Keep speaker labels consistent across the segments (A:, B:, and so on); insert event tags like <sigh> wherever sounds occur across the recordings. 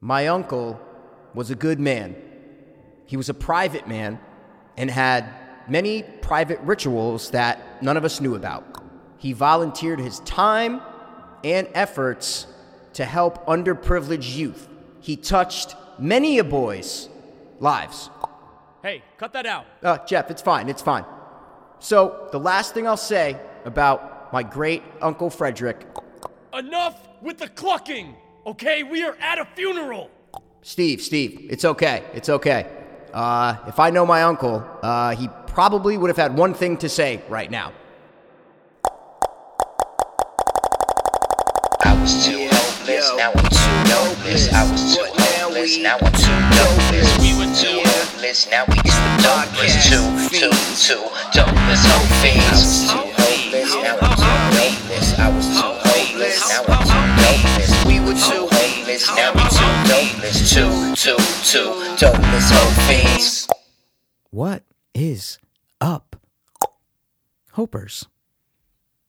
A: My uncle was a good man. He was a private man and had many private rituals that none of us knew about. He volunteered his time and efforts to help underprivileged youth. He touched many a boy's lives.
B: Hey, cut that out.
A: Uh, Jeff, it's fine. It's fine. So, the last thing I'll say about my great uncle Frederick,
B: Enough with the clucking. Okay, we are at a funeral.
A: Steve, Steve, it's okay. It's okay. Uh, if I know my uncle, uh, he probably would have had one thing to say right now.
C: I was too hopeless, now I'm too hopeless. I was too hopeless, now I'm too hopeless. We were too hopeless, now we it's the darkest two, two, two, dopeless hope fiends. I was too hopeless, now I'm too hopeless. I was too hopeless, now I'm too hopeless. We were too hopeless, now we too hopeless. Two, two, two, dopeless hope fiends.
D: What is up? Hopers.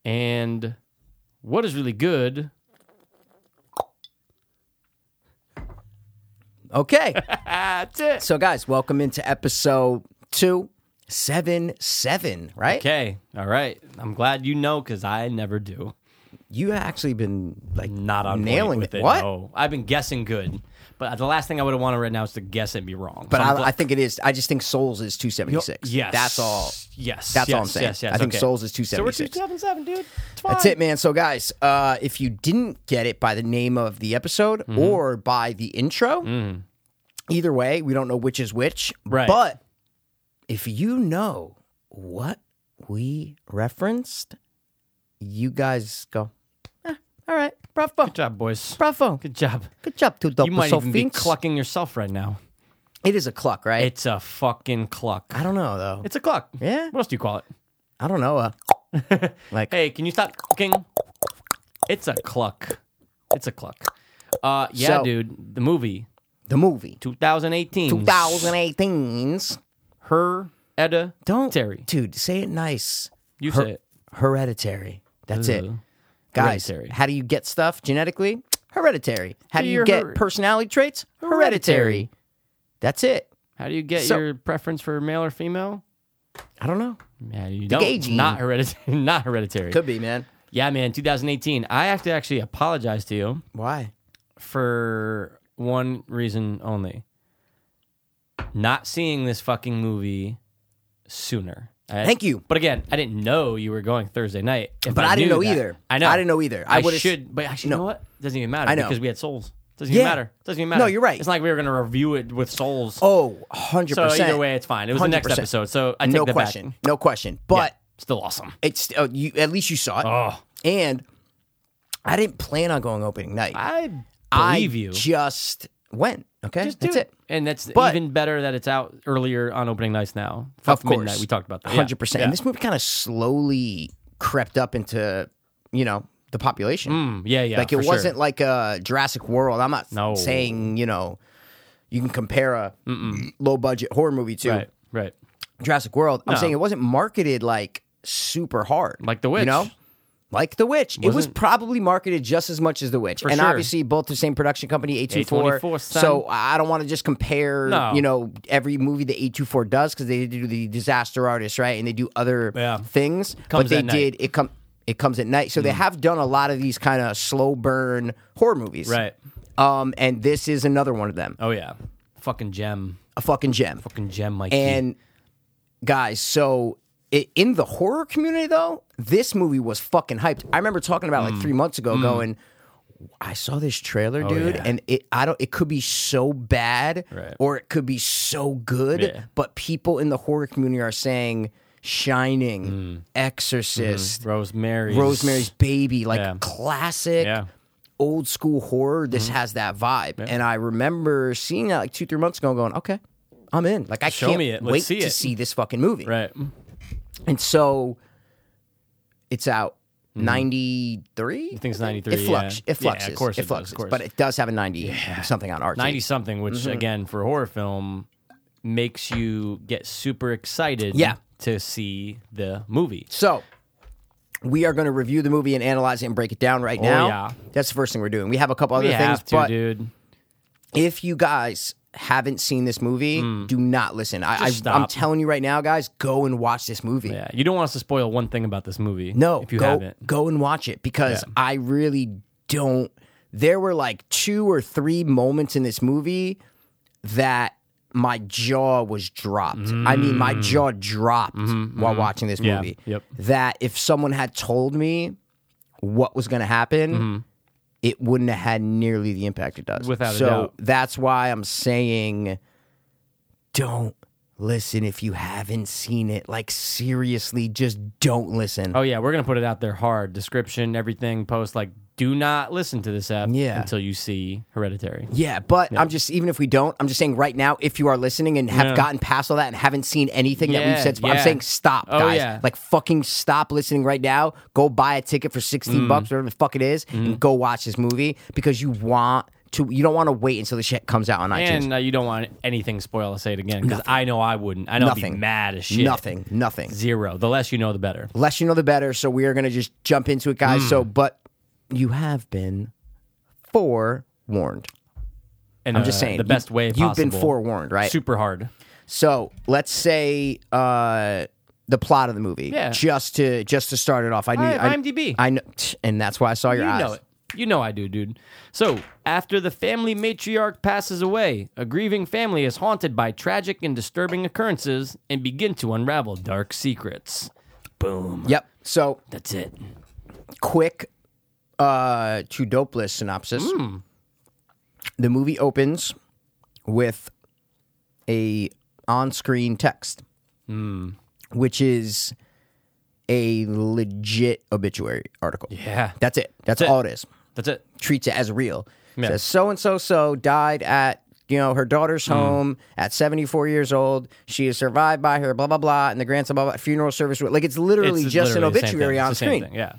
B: And what is really good?
A: Okay.
B: That's it.
A: so, guys, welcome into episode 277, right?
B: Okay. All right. I'm glad you know because I never do.
A: You actually been like
B: Not on point
A: nailing
B: with it.
A: What?
B: No. I've been guessing good, but the last thing I would have wanted right now is to guess and be wrong.
A: But
B: So I'm
A: I,
B: gl-
A: I think it is. I just think Souls is 276.
B: yes.
A: That's all.
B: Yes.
A: That's
B: yes,
A: all I'm saying.
B: Yes. Yes.
A: I think
B: okay.
A: Souls is
B: So we're
A: 276.
B: 277, dude. It's
A: That's
B: fine.
A: it, man. So, guys, uh, if you didn't get it by the name of the episode
B: Mm-hmm.
A: or by the intro, either way, we don't know which is which.
B: Right.
A: But if you know what we referenced, you guys go, "Ah, all right, bravo,
B: Good job, boys.
A: bravo.
B: Good job.
A: Good job, two double
B: You might even be
A: Sofinks."
B: clucking yourself right now.
A: It is a cluck, right?
B: It's a fucking cluck.
A: I don't know, though.
B: It's a cluck.
A: Yeah?
B: What else do you call it?
A: I don't know. Uh, like,
B: Hey, can you stop clucking? It's a cluck. It's a cluck. Uh, yeah,
A: So-
B: dude. The movie,
A: the movie
B: 2018.
A: 2018's.
B: Her, Edda,
A: Don't,
B: Terry.
A: dude, say it nice.
B: You
A: Her-
B: say it.
A: Hereditary. That's it.
B: Ugh.
A: Guys,
B: Hereditary.
A: how do you get stuff genetically? Hereditary. How do you
B: Your
A: get
B: her-
A: personality traits? Hereditary.
B: Hereditary.
A: That's it.
B: How do you get
A: So-
B: your preference for male or female?
A: I don't know.
B: Yeah, you don't.
A: gay
B: It's
A: gene.
B: Not hereditary. <laughs> Not hereditary.
A: Could be, man.
B: Yeah, man. 2018. I have to actually apologize to you
A: Why?
B: for one reason only. Not seeing this fucking movie sooner. I-
A: Thank you.
B: But again, I didn't know you were going Thursday night. If
A: But I didn't
B: knew
A: know
B: that-
A: either.
B: I know.
A: I didn't know either. I
B: I,
A: would've-
B: should. But actually,
A: No.
B: you know what? Doesn't even matter.
A: I know.
B: because we had souls. Doesn't
A: Yeah.
B: even matter. Doesn't even matter.
A: No, you're right.
B: It's not like we were going to review it with souls.
A: Oh, 100%.
B: so either way, it's fine. It was the next
A: 100%.
B: episode. So I take
A: no
B: that
A: question.
B: back.
A: No question.
B: Yeah,
A: But
B: still awesome.
A: it's uh, you at least you saw it.
B: Oh,
A: And I didn't plan on going opening night.
B: I believe
A: I
B: you.
A: just went. Okay?
B: Just do
A: That's it.
B: And that's
A: But-
B: even better that it's out earlier on opening nights now.
A: Of
B: Fuck midnight.
A: course.
B: We talked about that. Yeah.
A: hundred percent.
B: Yeah.
A: And this movie kind of slowly crept up into, you know, the population.
B: Mm, yeah, yeah.
A: like it
B: for sure.
A: wasn't like a Jurassic World. I'm not
B: No.
A: saying you know, you can compare a low budget horror movie to
B: Right, right.
A: Jurassic World. I'm
B: No.
A: saying it wasn't marketed like super hard,
B: Like The
A: You
B: Witch.
A: know. Like The Witch. it was
B: Wasn't-
A: probably marketed just as much as The Witch. and
B: sure.
A: obviously, both the same production company, 824.
B: A24, son.
A: so I don't want to just compare,
B: No.
A: you know, every movie that 824 does because they do the disaster artist, right? And they do other
B: Yeah.
A: things. but
B: Comes
A: they
B: at night. Mm.
A: did, it, com- it comes at night. So they have done a lot of these kind of slow burn horror movies.
B: Right.
A: Um, and this is another one of them,
B: Oh yeah. Fucking gem.
A: a fucking gem.
B: Fucking gem, Mikey.
A: And guys, so i in the horror community though, this movie was fucking hyped. I remember talking about
B: Mm.
A: it like three months ago, going, I saw this trailer, dude,
B: Oh, yeah.
A: and it I don't it could be so bad
B: Right.
A: or it could be so good,
B: Yeah.
A: but people in the horror community are saying Shining,
B: Mm.
A: Exorcist,
B: Rosemary.
A: Rosemary's Baby, like
B: Yeah.
A: classic
B: Yeah. Mm-hmm.
A: old school horror. This has that vibe, and I remember seeing that like two, three months ago, going, "Okay, I'm in." Like I
B: Show
A: can't
B: me it. Let's
A: wait
B: see
A: to
B: it.
A: see this fucking movie.
B: Right.
A: And so, it's out. 93? I
B: Mm-hmm. think it's 93,
A: It, flux-
B: yeah.
A: it fluxes.
B: Yeah, of course it does, of
A: fluxes.
B: course.
A: But Mm-hmm. it does have a 90 something on RT.
B: Ninety something, which again for a horror film makes you get super excited
A: Yeah.
B: to see the movie.
A: So, we are going to review the movie and analyze it and break it down right
B: Oh,
A: now.
B: yeah.
A: That's the first thing we're doing. We have a couple other
B: we
A: things,
B: have to,
A: but
B: dude.
A: if you guys haven't seen this movie, do not listen. I, I,
B: Mm. Just
A: I'm
B: stop.
A: telling you right now, guys, go and watch this movie.
B: Yeah, you don't want us to spoil one thing about this movie.
A: No,
B: if you
A: go
B: haven't,
A: go and watch it because I really don't. There were like two or three moments in this movie that my jaw was dropped. I mean, my jaw dropped while watching this
B: Mm. Mm-hmm, Yeah,
A: movie.
B: yep.
A: That if someone had told me what was going to happen, it wouldn't have had nearly the impact it does.
B: Mm-hmm. Without a
A: so
B: doubt.
A: that's why I'm saying don't listen if you haven't seen it. Like seriously, just don't listen.
B: Oh yeah, we're gonna put it out there hard. Description, everything, post. Like, do not listen to this app
A: Yeah.
B: until you see Hereditary.
A: Yeah, but I'm just even if we don't, I'm just saying right now, if you are listening and have
B: Yeah.
A: gotten past all that and haven't seen anything that we've
B: Yeah,
A: said, I'm
B: yeah.
A: saying stop,
B: Oh,
A: guys.
B: yeah.
A: Like fucking stop listening right now. Go buy a ticket for 16
B: Mm.
A: bucks, whatever the fuck it is, and go watch this movie because you want to. You don't want to wait until the shit comes out on iTunes.
B: And uh, you don't want anything spoiled. I'll say it again because I know I wouldn't. I know I'd be
A: Nothing.
B: mad as shit.
A: Nothing, nothing.
B: Zero. The less you know, the better.
A: Less you know, the better. So we are gonna just jump into it, guys. So,
B: Mm.
A: but you have been forewarned.
B: And
A: I'm just saying
B: Uh, the best
A: you,
B: way
A: You've been
B: possible.
A: forewarned, right?
B: Super hard.
A: So let's say uh, the plot of the movie.
B: Yeah.
A: Just to just to start it off, I knew
B: I have
A: I,
B: IMDb.
A: I know, and that's why I saw your
B: You
A: eyes.
B: know it. You know I do, dude. So, after the family matriarch passes away, a grieving family is haunted by tragic and disturbing occurrences and begin to unravel dark secrets. Boom.
A: Yep. So
B: That's it.
A: quick, uh, to dopeless synopsis.
B: Hmm.
A: The movie opens with a on-screen text,
B: Hmm.
A: which is a legit obituary article.
B: Yeah.
A: That's it. That's,
B: That's it.
A: all it is.
B: That's it.
A: treats it as real.
B: Yeah.
A: Says so and so so died at you know her daughter's
B: Hmm.
A: home at 74 years old. She is survived by her blah blah blah and the grandson blah blah funeral service. Like it's literally
B: It's
A: just
B: literally
A: an
B: the same
A: obituary
B: thing. It's
A: on
B: the same
A: screen.
B: thing, Yeah.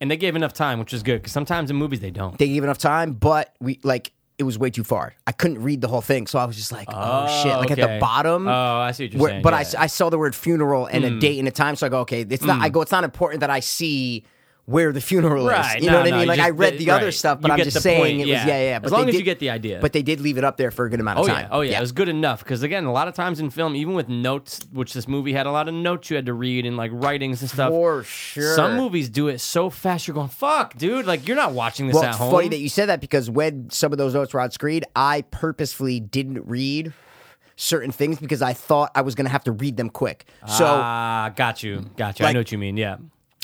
B: And they gave enough time, which is good because sometimes in movies they don't.
A: They gave enough time, but we like it was way too far. I couldn't read the whole thing, so I was just like, oh, shit! Like at
B: okay.
A: the bottom.
B: Oh, I see what you're
A: where-
B: saying.
A: but
B: yeah. Hmm.
A: I, I saw the word funeral and a date and a time, so I go, okay, it's not. I go, it's not important that I see where the funeral
B: Right,
A: is. You
B: no,
A: know what
B: no,
A: I mean?
B: you
A: Like I
B: just-
A: read the other
B: right.
A: stuff, but
B: You
A: I'm
B: get
A: just
B: the
A: saying
B: point,
A: it was
B: yeah.
A: yeah, yeah.
B: As
A: But
B: long
A: they
B: as you
A: did-
B: get the idea.
A: But they did leave it up there for a good amount
B: Oh
A: of
B: yeah,
A: time.
B: oh yeah. it was good enough because again, a lot of times in film, even with notes, which this movie had a lot of notes you had to read and like writings and stuff.
A: For sure.
B: Some movies do it so fast, you're going, "Fuck, dude!" Like you're not watching this
A: Well,
B: at
A: it's
B: home.
A: funny that you said that because when some of those notes were on screen, I purposefully didn't read certain things because I thought I was going to have to read them quick. So
B: ah, got you, got you. I
A: Like-
B: know what you mean. Yeah,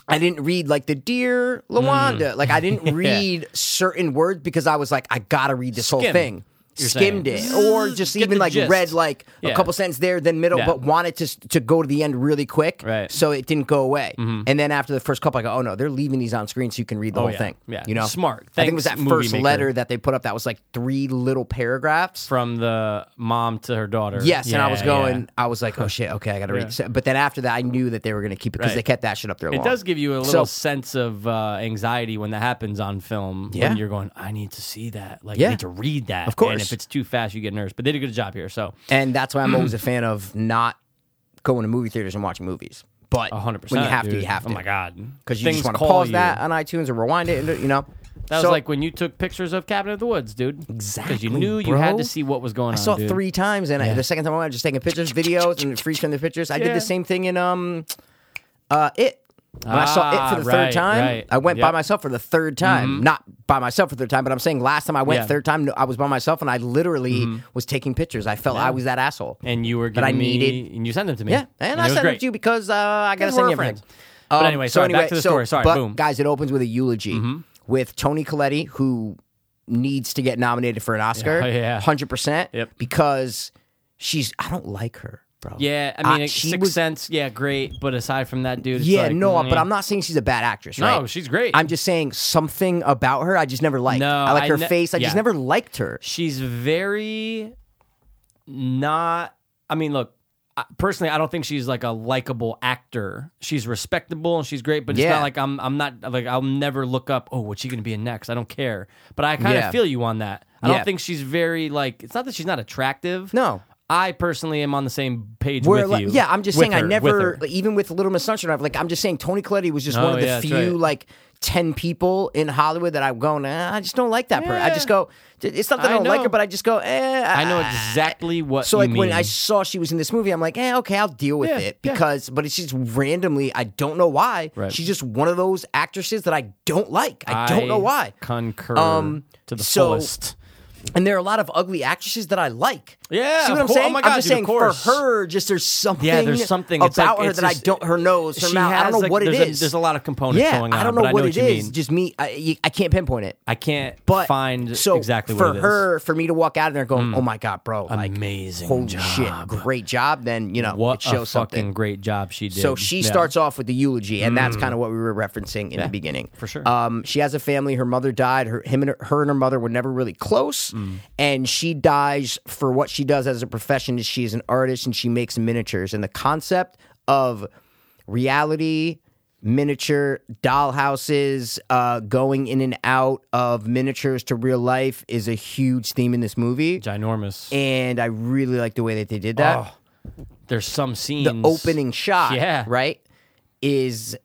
A: I didn't read like the dear
B: Mm.
A: Lawanda. Like I
B: <laughs>
A: didn't read certain words because I was like, I gotta read this whole
B: Skim,
A: thing.
B: you're
A: Skimmed
B: saying.
A: it, or just
B: Get
A: even
B: the
A: like
B: gist.
A: read like a
B: Yeah.
A: couple sentences there, then middle,
B: Yeah.
A: but wanted to s- to go to the end really quick,
B: Right. Mm-hmm.
A: so it didn't go away. And then after the first couple, I go, oh no, they're leaving these on screen so you can read the whole
B: Oh, yeah.
A: thing.
B: Yeah.
A: you know,
B: Smart.
A: I think it was that
B: Thanks, movie
A: first
B: maker.
A: letter that they put up that was like three little paragraphs.
B: from the mom to her daughter.
A: Yes, and I was
B: Yeah,
A: going,
B: yeah.
A: I was like, oh shit, okay, I
B: <laughs>
A: gotta read this. But then after that, I knew that they were gonna keep it because
B: Right.
A: they kept that shit up there.
B: It
A: long.
B: does give you a
A: So-
B: little sense of uh, anxiety when that happens on film.
A: Yeah.
B: When you're going, I need to see that. Like,
A: Yeah.
B: I need to read that.
A: Of course.
B: And if it's too fast, you get nervous. But they did a good job here. So,
A: And that's why I'm
B: <clears throat>
A: always a fan of not going to movie theaters and watching movies. But
B: 100%.
A: when you have to,
B: dude.
A: you have to.
B: Oh, my God.
A: Because you
B: Things
A: just want to
B: call
A: pause
B: you.
A: that on iTunes and rewind it, and, you know?
B: That was
A: So,
B: like when you took pictures of Cabin of the Woods, dude. Because
A: Exactly,
B: you knew you had
A: bro.
B: to see what was going
A: I
B: on.
A: saw
B: dude.
A: three times, and I, the second time I went, I was just taking pictures, videos, and freezing the pictures. I did
B: Yeah.
A: the same thing in um, uh, it. When I saw it for
B: Ah,
A: the
B: right,
A: third time,
B: right.
A: I went by
B: Yep. Mm-hmm.
A: myself for the third time. Not by myself for the third time, but I'm saying last time I went,
B: Yeah. Mm-hmm.
A: third time, no, I was by myself, and I literally was taking pictures. I felt I was that asshole.
B: And you were
A: That
B: giving
A: I
B: me,
A: needed-
B: and you sent them to me.
A: Yeah, and, I
B: it was
A: sent
B: great.
A: it to you because uh, I gotta Um,
B: Because
A: send
B: we're
A: you everything.
B: friends. But anyway, sorry, back to the story. Sorry,
A: but
B: boom. Mm-hmm.
A: guys, it opens with a eulogy with Tony Colletti, who needs to get nominated for an Oscar,
B: Yeah, <laughs> yeah.
A: hundred percent,
B: Yep.
A: because she's. I don't like her, bro.
B: Yeah, I mean,
A: Uh,
B: it-
A: she
B: Sixth
A: was-
B: Sense, yeah, great. But aside from that, dude, it's
A: yeah,
B: like,
A: no,
B: mm,
A: but I'm not saying she's a bad actress.
B: No,
A: right?
B: she's great.
A: I'm just saying something about her I just never liked.
B: No,
A: I like
B: I
A: her
B: ne-
A: face. I
B: yeah.
A: just never liked her.
B: she's very not i mean look I, personally i don't think she's like a likable actor she's respectable and she's great but it's
A: Yeah.
B: not like i'm i'm not like i'll never look up oh what's she gonna be in next i don't care but i kind of
A: Yeah.
B: feel you on that i
A: Yeah.
B: don't think she's very like it's not that she's not attractive
A: No.
B: i personally am on the same page
A: Where,
B: with
A: like-
B: you
A: Yeah, I'm just
B: With
A: saying
B: her,
A: I
B: with
A: never
B: her.
A: like, even with Little Miss Sunshine, I've, like I'm just saying Tony Colletti was just
B: Oh,
A: one of the
B: yeah, that's
A: few
B: right.
A: like ten people in Hollywood that I'm going. Eh, I just don't like that person. I just go. It's not that I,
B: I
A: don't like
B: know.
A: her, but I just go. Eh,
B: I know exactly what
A: So
B: you
A: like when
B: mean.
A: I saw she was in this movie, I'm like, eh, okay, I'll deal with
B: Yeah,
A: it
B: yeah.
A: because. But it's just randomly. I don't know why.
B: Right.
A: She's just one of those actresses that I don't like. I don't know why.
B: Concur
A: Um,
B: to the
A: so-
B: fullest.
A: And there are a lot of ugly actresses that I like.
B: Yeah,
A: see what
B: of
A: I'm
B: cour-
A: saying?
B: oh my
A: I'm
B: God,
A: just
B: dude, of
A: saying
B: course.
A: for her, just there's something.
B: Yeah, there's something. It's
A: about
B: like-
A: her
B: it's
A: that I
B: just-
A: don't. Her nose, her
B: She
A: mouth. I
B: has,
A: don't know
B: like,
A: what it
B: there's
A: is.
B: A, there's a lot of components
A: yeah,
B: going on.
A: I don't
B: but
A: know
B: I
A: what
B: know
A: it
B: what you
A: is.
B: mean.
A: Just me. I, you- I can't pinpoint it.
B: I can't
A: But
B: find
A: so
B: exactly
A: for
B: what it is. Hmm.
A: her, for me to walk out of there going, "Oh my god, bro! Like,
B: Amazing
A: holy
B: job.
A: shit, great job!" Then you know it
B: What a fucking
A: shows something.
B: great job she did.
A: So she
B: Yeah. Mm.
A: starts off with the eulogy, and that's kind of what we were referencing in the beginning.
B: for sure.
A: Um, she has a family. Her mother died. Her, him and her, her and her mother were never really close,
B: Mm.
A: and she dies for what she does as a profession. Is she is an artist, and she makes miniatures. And the concept of reality miniature dollhouses uh, going in and out of miniatures to real life is a huge theme in this movie
B: ginormous. Oh,
A: and i really like the way that they did that
B: There's some scenes.
A: the opening shot,
B: Yeah.
A: right, is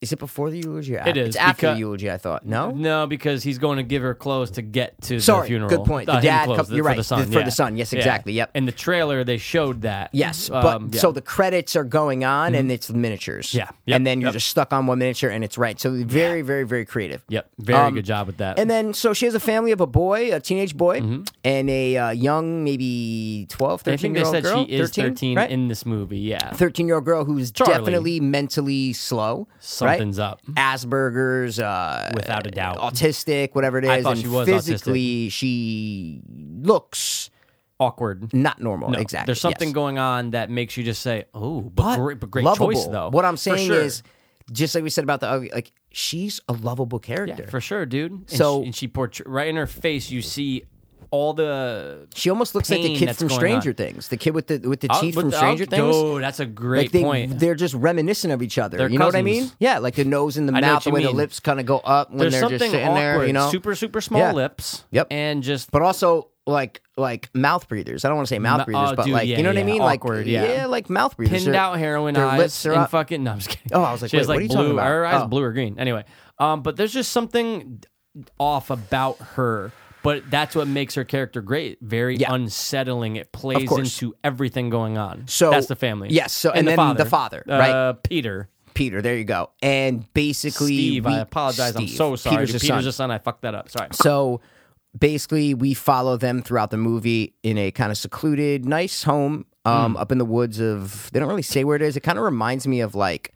A: is it before the eulogy? Or after?
B: is,
A: It's after the
B: becau- Mm-hmm.
A: eulogy. I thought no.
B: No, because he's going to give her clothes to get to
A: Sorry,
B: the funeral.
A: good point.
B: Uh,
A: The
B: him
A: dad
B: clothes,
A: com- you're
B: for
A: right,
B: The son.
A: the- for
B: yeah.
A: the son. Yes,
B: Yeah.
A: exactly, yep.
B: In the trailer, they showed that.
A: Yes, but
B: Um, yeah. Mm-hmm.
A: so the credits are going on and it's miniatures.
B: Yeah, yep,
A: and then you're
B: yep.
A: just stuck on one miniature and it's right. So very, very, very creative.
B: Yep. Very
A: Um,
B: good job with that.
A: And then, so she has a family of a boy, a teenage boy, and a uh, young, maybe 12,
B: Mm-hmm. I
A: 13
B: think
A: year
B: they
A: old
B: said
A: girl.
B: she is 13,
A: 13 right?
B: in this movie. Yeah.
A: 13 year old girl who's
B: Charlie.
A: definitely mentally slow.
B: Something's
A: right?
B: up.
A: Asperger's, uh,
B: Without a doubt.
A: autistic, whatever it is.
B: Oh. I thought
A: and
B: she was autistic.
A: physically, she looks
B: Awkward.
A: not normal.
B: No,
A: exactly.
B: There's something
A: yes.
B: going on that makes you just say, "Oh,
A: But
B: but, great, but great
A: lovable.
B: choice though."
A: What I'm
B: For
A: saying
B: sure.
A: is, just like we said about the ugly, like she's a lovable character.
B: yeah, for sure, dude. And
A: So-
B: she, and she portray right in her face, you see all the
A: she almost looks like the
B: pain
A: kid
B: that's
A: from
B: going
A: Stranger
B: on.
A: Things, the kid with the with the
B: I'll-
A: teeth
B: but
A: from
B: I'll-
A: Stranger Things.
B: Oh, that's a
A: like
B: great
A: they,
B: point.
A: they're just reminiscent of each other.
B: They're
A: you know what I mean?
B: cousins.
A: Yeah, like the nose and the
B: I know
A: mouth,
B: what
A: the
B: you
A: way the
B: mean.
A: lips kind of go up when
B: There's
A: they're
B: something
A: just sitting
B: awkward.
A: there. You know,
B: super super small
A: Yeah.
B: lips.
A: Yep.
B: and just
A: but also like like mouth breathers. I don't want to say mouth
B: Ma-
A: breathers,
B: oh,
A: but
B: dude,
A: like
B: yeah,
A: you know what I
B: yeah,
A: mean? like
B: awkward, yeah.
A: like mouth breathers.
B: pinned
A: Their-
B: out heroin
A: their
B: eyes
A: lips are
B: and
A: up.
B: fucking. No, I'm just kidding.
A: Oh, I was like,
B: she has
A: wait, what
B: like
A: are you
B: blue.
A: talking about?
B: Her eyes
A: Oh.
B: blue or green. Anyway, um, but there's just something off about her. But that's what makes her character great. Very
A: Yeah.
B: unsettling. It plays
A: course.
B: into everything going on.
A: So-
B: that's the family.
A: yes, so- and then the father, right?
B: Uh, Peter.
A: Peter, there you go. And basically,
B: Steve,
A: we-
B: I apologize. I'm
A: Steve.
B: so sorry.
A: Peter's,
B: Peter's,
A: the
B: Peter's
A: son.
B: son. I fucked that up. Sorry.
A: So basically, we follow them throughout the movie in a kind of secluded, nice home
B: Mm.
A: um, up in the woods of. They don't really say where it is. It kind of reminds me of like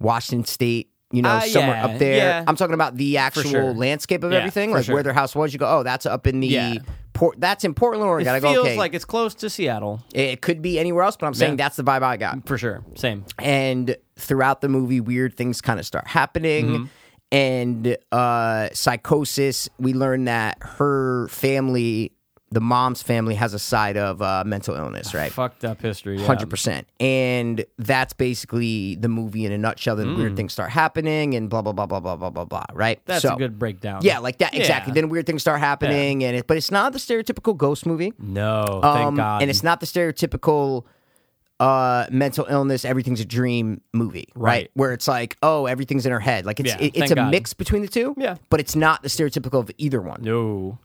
A: Washington State. You know,
B: Uh,
A: somewhere
B: yeah,
A: up there.
B: yeah.
A: I'm talking about the actual
B: sure.
A: landscape of
B: Yeah,
A: everything,
B: for
A: like
B: sure.
A: where their house was. You go, oh, that's up in the
B: Yeah.
A: port. That's in Portland, Oregon. I
B: It
A: go,
B: feels
A: okay,
B: like it's close to Seattle
A: it could be anywhere else, but I'm saying
B: Yeah.
A: that's the vibe I got.
B: for sure. Same.
A: and throughout the movie weird things kind of start happening
B: Mm-hmm.
A: and uh psychosis we learn that her family the mom's family has a side of uh, mental illness right
B: Fucked up history. Yeah.
A: 100% and that's basically the movie in a nutshell then weird things start happening and blah blah blah blah blah blah blah blah right
B: Mm. That's
A: so,
B: a good breakdown.
A: yeah like that exactly
B: Yeah.
A: then weird things start happening and it but it's not the stereotypical ghost movie
B: No, thank
A: um,
B: God.
A: And it's not the stereotypical uh, mental illness, everything's a dream movie, right?
B: Right.
A: Where it's like, oh, everything's in her head. Like it's
B: Yeah,
A: it- it's
B: thank
A: a
B: God.
A: mix between the two.
B: Yeah.
A: But it's not the stereotypical of either one.
B: no.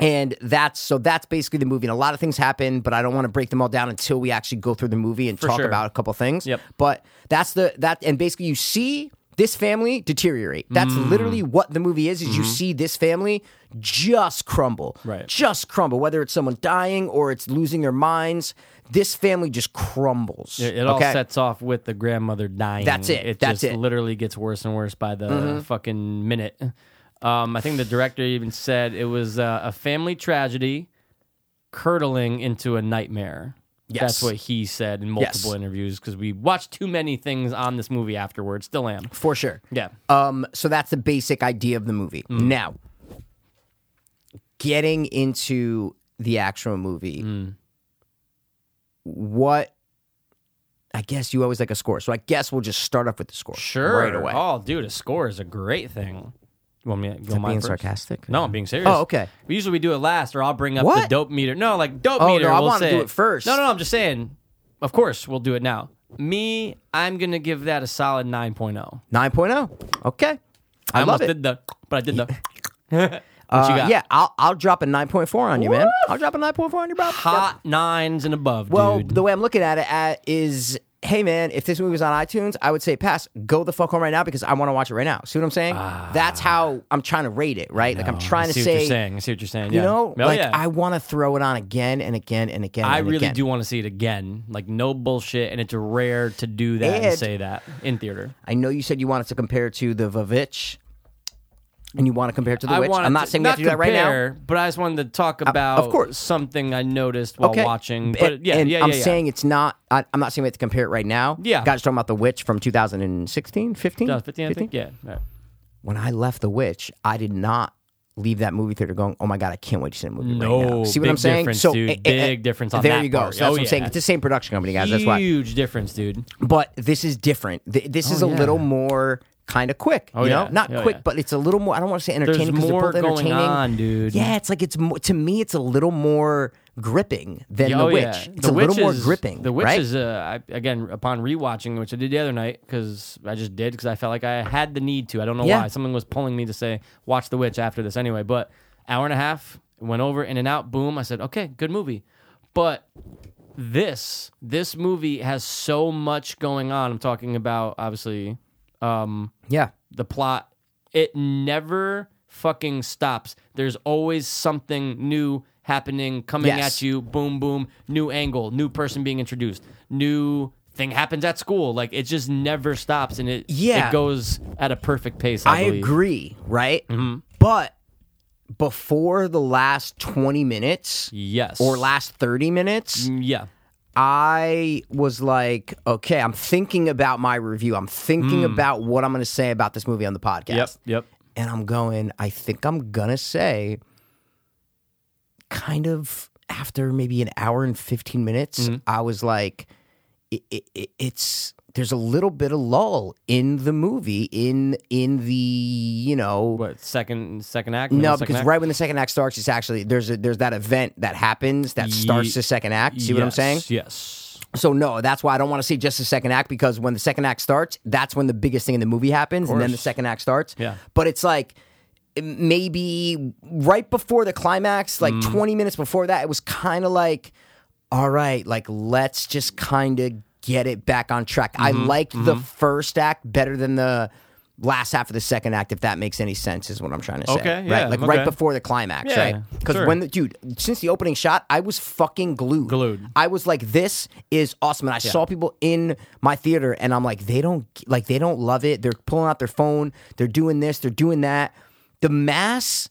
A: And that's so that's basically the movie. And a lot of things happen, but I don't want to break them all down until we actually go through the movie and talk
B: sure.
A: about a couple things.
B: Yep.
A: But that's the that and basically you see this family deteriorate. That's
B: Mm.
A: literally what the movie is, is you see this family just crumble.
B: Mm-hmm. Right.
A: Just crumble. Whether it's someone dying or it's losing their minds, this family just crumbles.
B: It, it all
A: okay?
B: sets off with the grandmother dying.
A: That's it.
B: It
A: That's
B: just
A: it. Mm-hmm.
B: literally gets worse and worse by the fucking minute. Um, I think the director even said it was uh, a family tragedy curdling into a nightmare.
A: Yes.
B: That's what he said in
A: Yes.
B: multiple interviews because we watched too many things on this movie afterwards. Still am.
A: for sure.
B: Yeah.
A: Um, so that's the basic idea of the movie.
B: Mm.
A: Now, getting into the actual movie,
B: Mm.
A: what I guess you always like a score. So I guess we'll just start off with the score.
B: Sure.
A: Right away.
B: Oh, dude, a score is a great thing. You want me to go mine
A: being
B: first?
A: sarcastic?
B: No, I'm being serious.
A: Oh, okay.
B: We usually we do it last, or I'll bring up
A: What?
B: the dope meter. No, like dope
A: Oh,
B: meter.
A: no, I
B: we'll
A: wanna
B: say
A: do it first.
B: No, no, I'm just saying. Of course, we'll do it now. Me, I'm gonna give that a solid 9.0.
A: 9.0. oh. Okay.
B: oh. I,
A: love
B: almost
A: it.
B: did the, but I did
A: <laughs>
B: the.
A: Uh,
B: you got?
A: Yeah, I'll I'll drop a nine point four on you, man. I'll drop a nine point four on you, bro.
B: Hot nines and above,
A: Well,
B: dude.
A: the way I'm looking at it at is, hey man, if this movie was on iTunes, I would say pass. Go the fuck home right now because I want to watch it right now. See what I'm saying? That's how I'm trying to rate it, right? Like I'm trying
B: Ah. I
A: to
B: see what
A: say,
B: you're saying. I see what you're saying.
A: you
B: yeah.
A: know,
B: oh,
A: like
B: yeah.
A: I want to throw it on again and again and again.
B: I
A: and
B: really
A: again.
B: do want to see it again. Like no bullshit, and it's rare to do that and,
A: And-
B: say that in theater.
A: I know you said you wanted to compare it to the Vavitch, and you want to compare it to the
B: I
A: Witch.
B: wanted
A: I'm not
B: to-
A: saying we have to do that right now. Uh,
B: compare, But I just wanted to talk about
A: course.
B: something I noticed while
A: Okay.
B: watching.
A: And-
B: But yeah,
A: and
B: yeah, yeah,
A: I'm
B: yeah.
A: saying it's not. I, I'm not saying we have to compare it right now.
B: Yeah.
A: guys, talking about the Witch from 2016, 15,
B: No, 15, I think. Yeah. All right.
A: when I left The Witch, I did not leave that movie theater going, "Oh my god, I can't wait to see that movie right now."
B: No,
A: See what
B: big
A: I'm saying? eh,
B: difference, dude. Big difference on
A: there
B: that
A: you go.
B: part.
A: So that's
B: Oh,
A: what I'm saying.
B: yeah.
A: It's the same production company, guys. That's why.
B: Huge difference, dude.
A: But this is different. Th- This is a
B: Oh, yeah.
A: little more kind of quick. you know,
B: yeah.
A: not
B: Oh,
A: quick,
B: yeah.
A: but it's a little more. I don't want to say entertaining
B: There's
A: because they're
B: more
A: both
B: going
A: entertaining.
B: on, dude.
A: Yeah, it's like it's mo- to me, it's a little more gripping than
B: Oh,
A: The Witch.
B: yeah.
A: It's a little
B: Witch
A: more
B: is-
A: gripping.
B: The Witch
A: right?
B: is, uh, I, again, upon rewatching, which I did the other night because I just did because I felt like I had the need to. I don't know
A: Yeah.
B: why. Something was pulling me to say, watch The Witch after this anyway. But hour and a half, went over in and out, boom. I said, okay, good movie. But this, this movie has so much going on. I'm talking about, obviously, um,
A: yeah.
B: the plot. It never fucking stops. There's always something new happening, coming
A: Yes.
B: at you. Boom, boom. New angle, new person being introduced, new thing happens at school. Like it just never stops, and it
A: Yeah.
B: it goes at a perfect pace. I,
A: I
B: believe. Mm-hmm.
A: agree, right? But before the last 20 minutes
B: Yes.
A: or last 30 minutes,
B: Yeah.
A: I was like, okay, I'm thinking about my review. I'm thinking about what I'm going to say about this movie on the podcast.
B: Hmm. Yep. Yep.
A: And I'm going, I think I'm going to say kind of after maybe an hour and 15 minutes,
B: Hmm.
A: I was like, it, it, it, it's there's a little bit of lull in the movie in in the you know
B: What second second act?
A: no,
B: Middle second
A: because
B: act?
A: right when the second act starts, it's actually there's a, there's that event that happens that starts the second act. See what I'm
B: Yes,
A: saying?
B: Yes.
A: So no, that's why I don't want to see just the second act because when the second act starts, that's when the biggest thing in the movie happens, and then the second act starts.
B: Yeah.
A: But it's like maybe right before the climax, like
B: Mm.
A: 20 minutes before that, it was kind of like, all right, like let's just kind of get it back on track. I
B: Mm-hmm.
A: liked the first act better than the last half of the second act, if that makes any sense, is what I'm trying to say.
B: Okay, yeah,
A: right, like right
B: okay.
A: before the climax,
B: Yeah,
A: right? Because
B: sure.
A: when the dude, since the opening shot, I was fucking glued.
B: Glued.
A: I was like, this is awesome. And I saw people in my theater and I'm like, they don't like they don't love it. They're pulling out their phone, they're doing this, they're doing that. The mass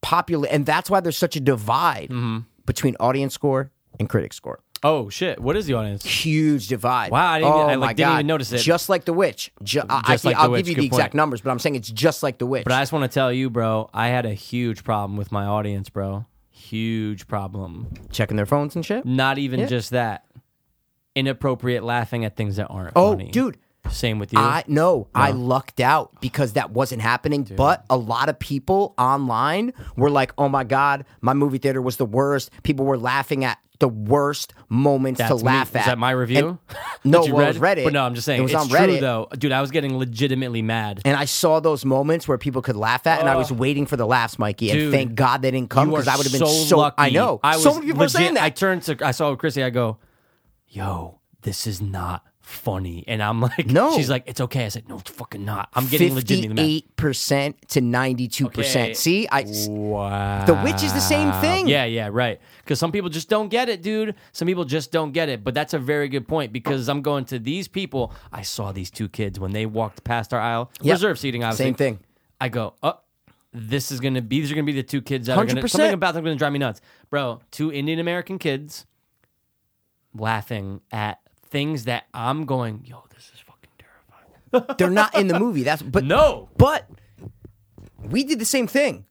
A: popular and that's why there's such a divide
B: Mm-hmm.
A: between audience score and critic score.
B: Oh shit! What is the audience?
A: Huge divide.
B: Wow, I didn't-
A: oh
B: I, like,
A: my
B: didn't
A: God.
B: even notice it.
A: Just like The Witch. Ju- I, I,
B: Just like The
A: I'll
B: Witch,
A: give you
B: good
A: the exact
B: point.
A: numbers, but I'm saying it's just like The Witch.
B: But I just want to tell you, bro. I had a huge problem with my audience, bro. Huge problem.
A: Checking their phones and shit.
B: Not even just that. Inappropriate laughing at things that aren't
A: Oh,
B: funny.
A: dude.
B: Same with you.
A: I no, I lucked out because that wasn't happening. But a lot of people online were like, "Oh my god, my movie theater was the worst." People were laughing at the worst moments
B: That's
A: to
B: me.
A: laugh at.
B: Is that my review?
A: And, no,
B: <laughs> That you
A: well, it was
B: read?
A: Reddit.
B: But no, I'm just saying.
A: it was
B: it's
A: on
B: true,
A: Reddit
B: though. Dude, I was getting legitimately mad.
A: And I saw those moments where people could laugh at, and I was waiting for the laughs, Mikey. And
B: Oh. Dude,
A: thank God they didn't come
B: You
A: because
B: are
A: I would have been so.
B: lucky.
A: I know.
B: I was
A: so many people
B: legit,
A: are saying that.
B: I turned to, I saw Chrissy, I go, yo, this is not funny. And I'm like,
A: No.
B: She's like, it's okay. I said, no, it's fucking not. I'm getting legitimately
A: Fifty-eight percent to ninety-two
B: Okay.
A: percent. See, I
B: mad. Wow.
A: the witch is the same thing.
B: Yeah, yeah, right. Because some people just don't get it, dude. Some people just don't get it. But that's a very good point because I'm going to these people. I saw these two kids when they walked past our aisle,
A: Yep.
B: reserve seating, obviously.
A: same thing.
B: I go, oh, this is gonna be. These are gonna be the two kids that are gonna.
A: 100%.
B: Something about them gonna drive me nuts, bro. Two Indian American kids laughing at things that I'm going, yo, this is fucking terrifying.
A: They're not in the movie. That's but
B: No,
A: But we did the same thing.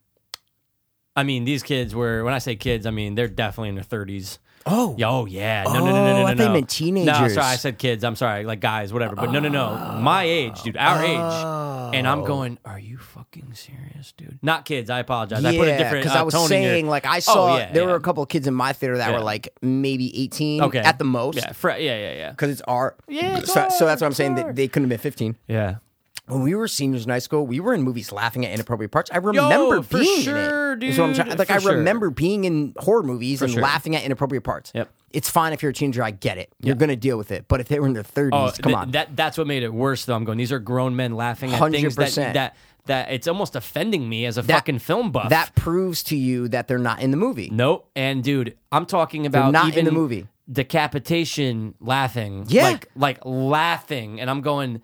B: I mean these kids were. When I say kids, I mean they're definitely in their thirties.
A: Oh,
B: Yeah, Oh yeah, no, no, no, no,
A: Oh,
B: no,
A: I
B: no.
A: thought you
B: no.
A: meant
B: No,
A: teenagers.
B: sorry, I said kids. I'm sorry, like guys, whatever. But no, no, no, my age, dude, our age. And I'm going, are you fucking serious, dude? Not kids. I apologize. I put a different
A: because
B: uh,
A: I was
B: tone in here.
A: saying like I saw
B: oh, yeah,
A: there
B: yeah.
A: were a couple of kids in my theater that
B: Yeah.
A: were like maybe eighteen
B: okay
A: at the most
B: Yeah, fre- yeah, yeah, yeah,
A: because it's our
B: Yeah, it's
A: so, so
B: our-
A: that's what I'm
B: it's
A: saying
B: our.
A: that they couldn't have been fifteen.
B: yeah.
A: when we were seniors in high school, we were in movies laughing at inappropriate parts. I remember
B: for
A: being
B: sure,
A: in it. Is what I'm
B: dude,
A: trying- like
B: for
A: I
B: sure.
A: remember being in horror movies and
B: sure.
A: laughing at inappropriate parts.
B: Yep.
A: It's fine if you're a teenager. I get it. You're going to deal with it. But if they were in their 30s,
B: Oh,
A: come
B: th-
A: on.
B: That that's what made it worse. Though I'm going. These are grown men laughing at things that
A: 100%.
B: that that it's almost offending me as a
A: That-
B: fucking film buff.
A: that proves to you that they're not in the movie.
B: nope. And dude, I'm talking about
A: not in
B: even
A: the movie.
B: Decapitation, laughing.
A: Yeah.
B: like, like laughing, and I'm going.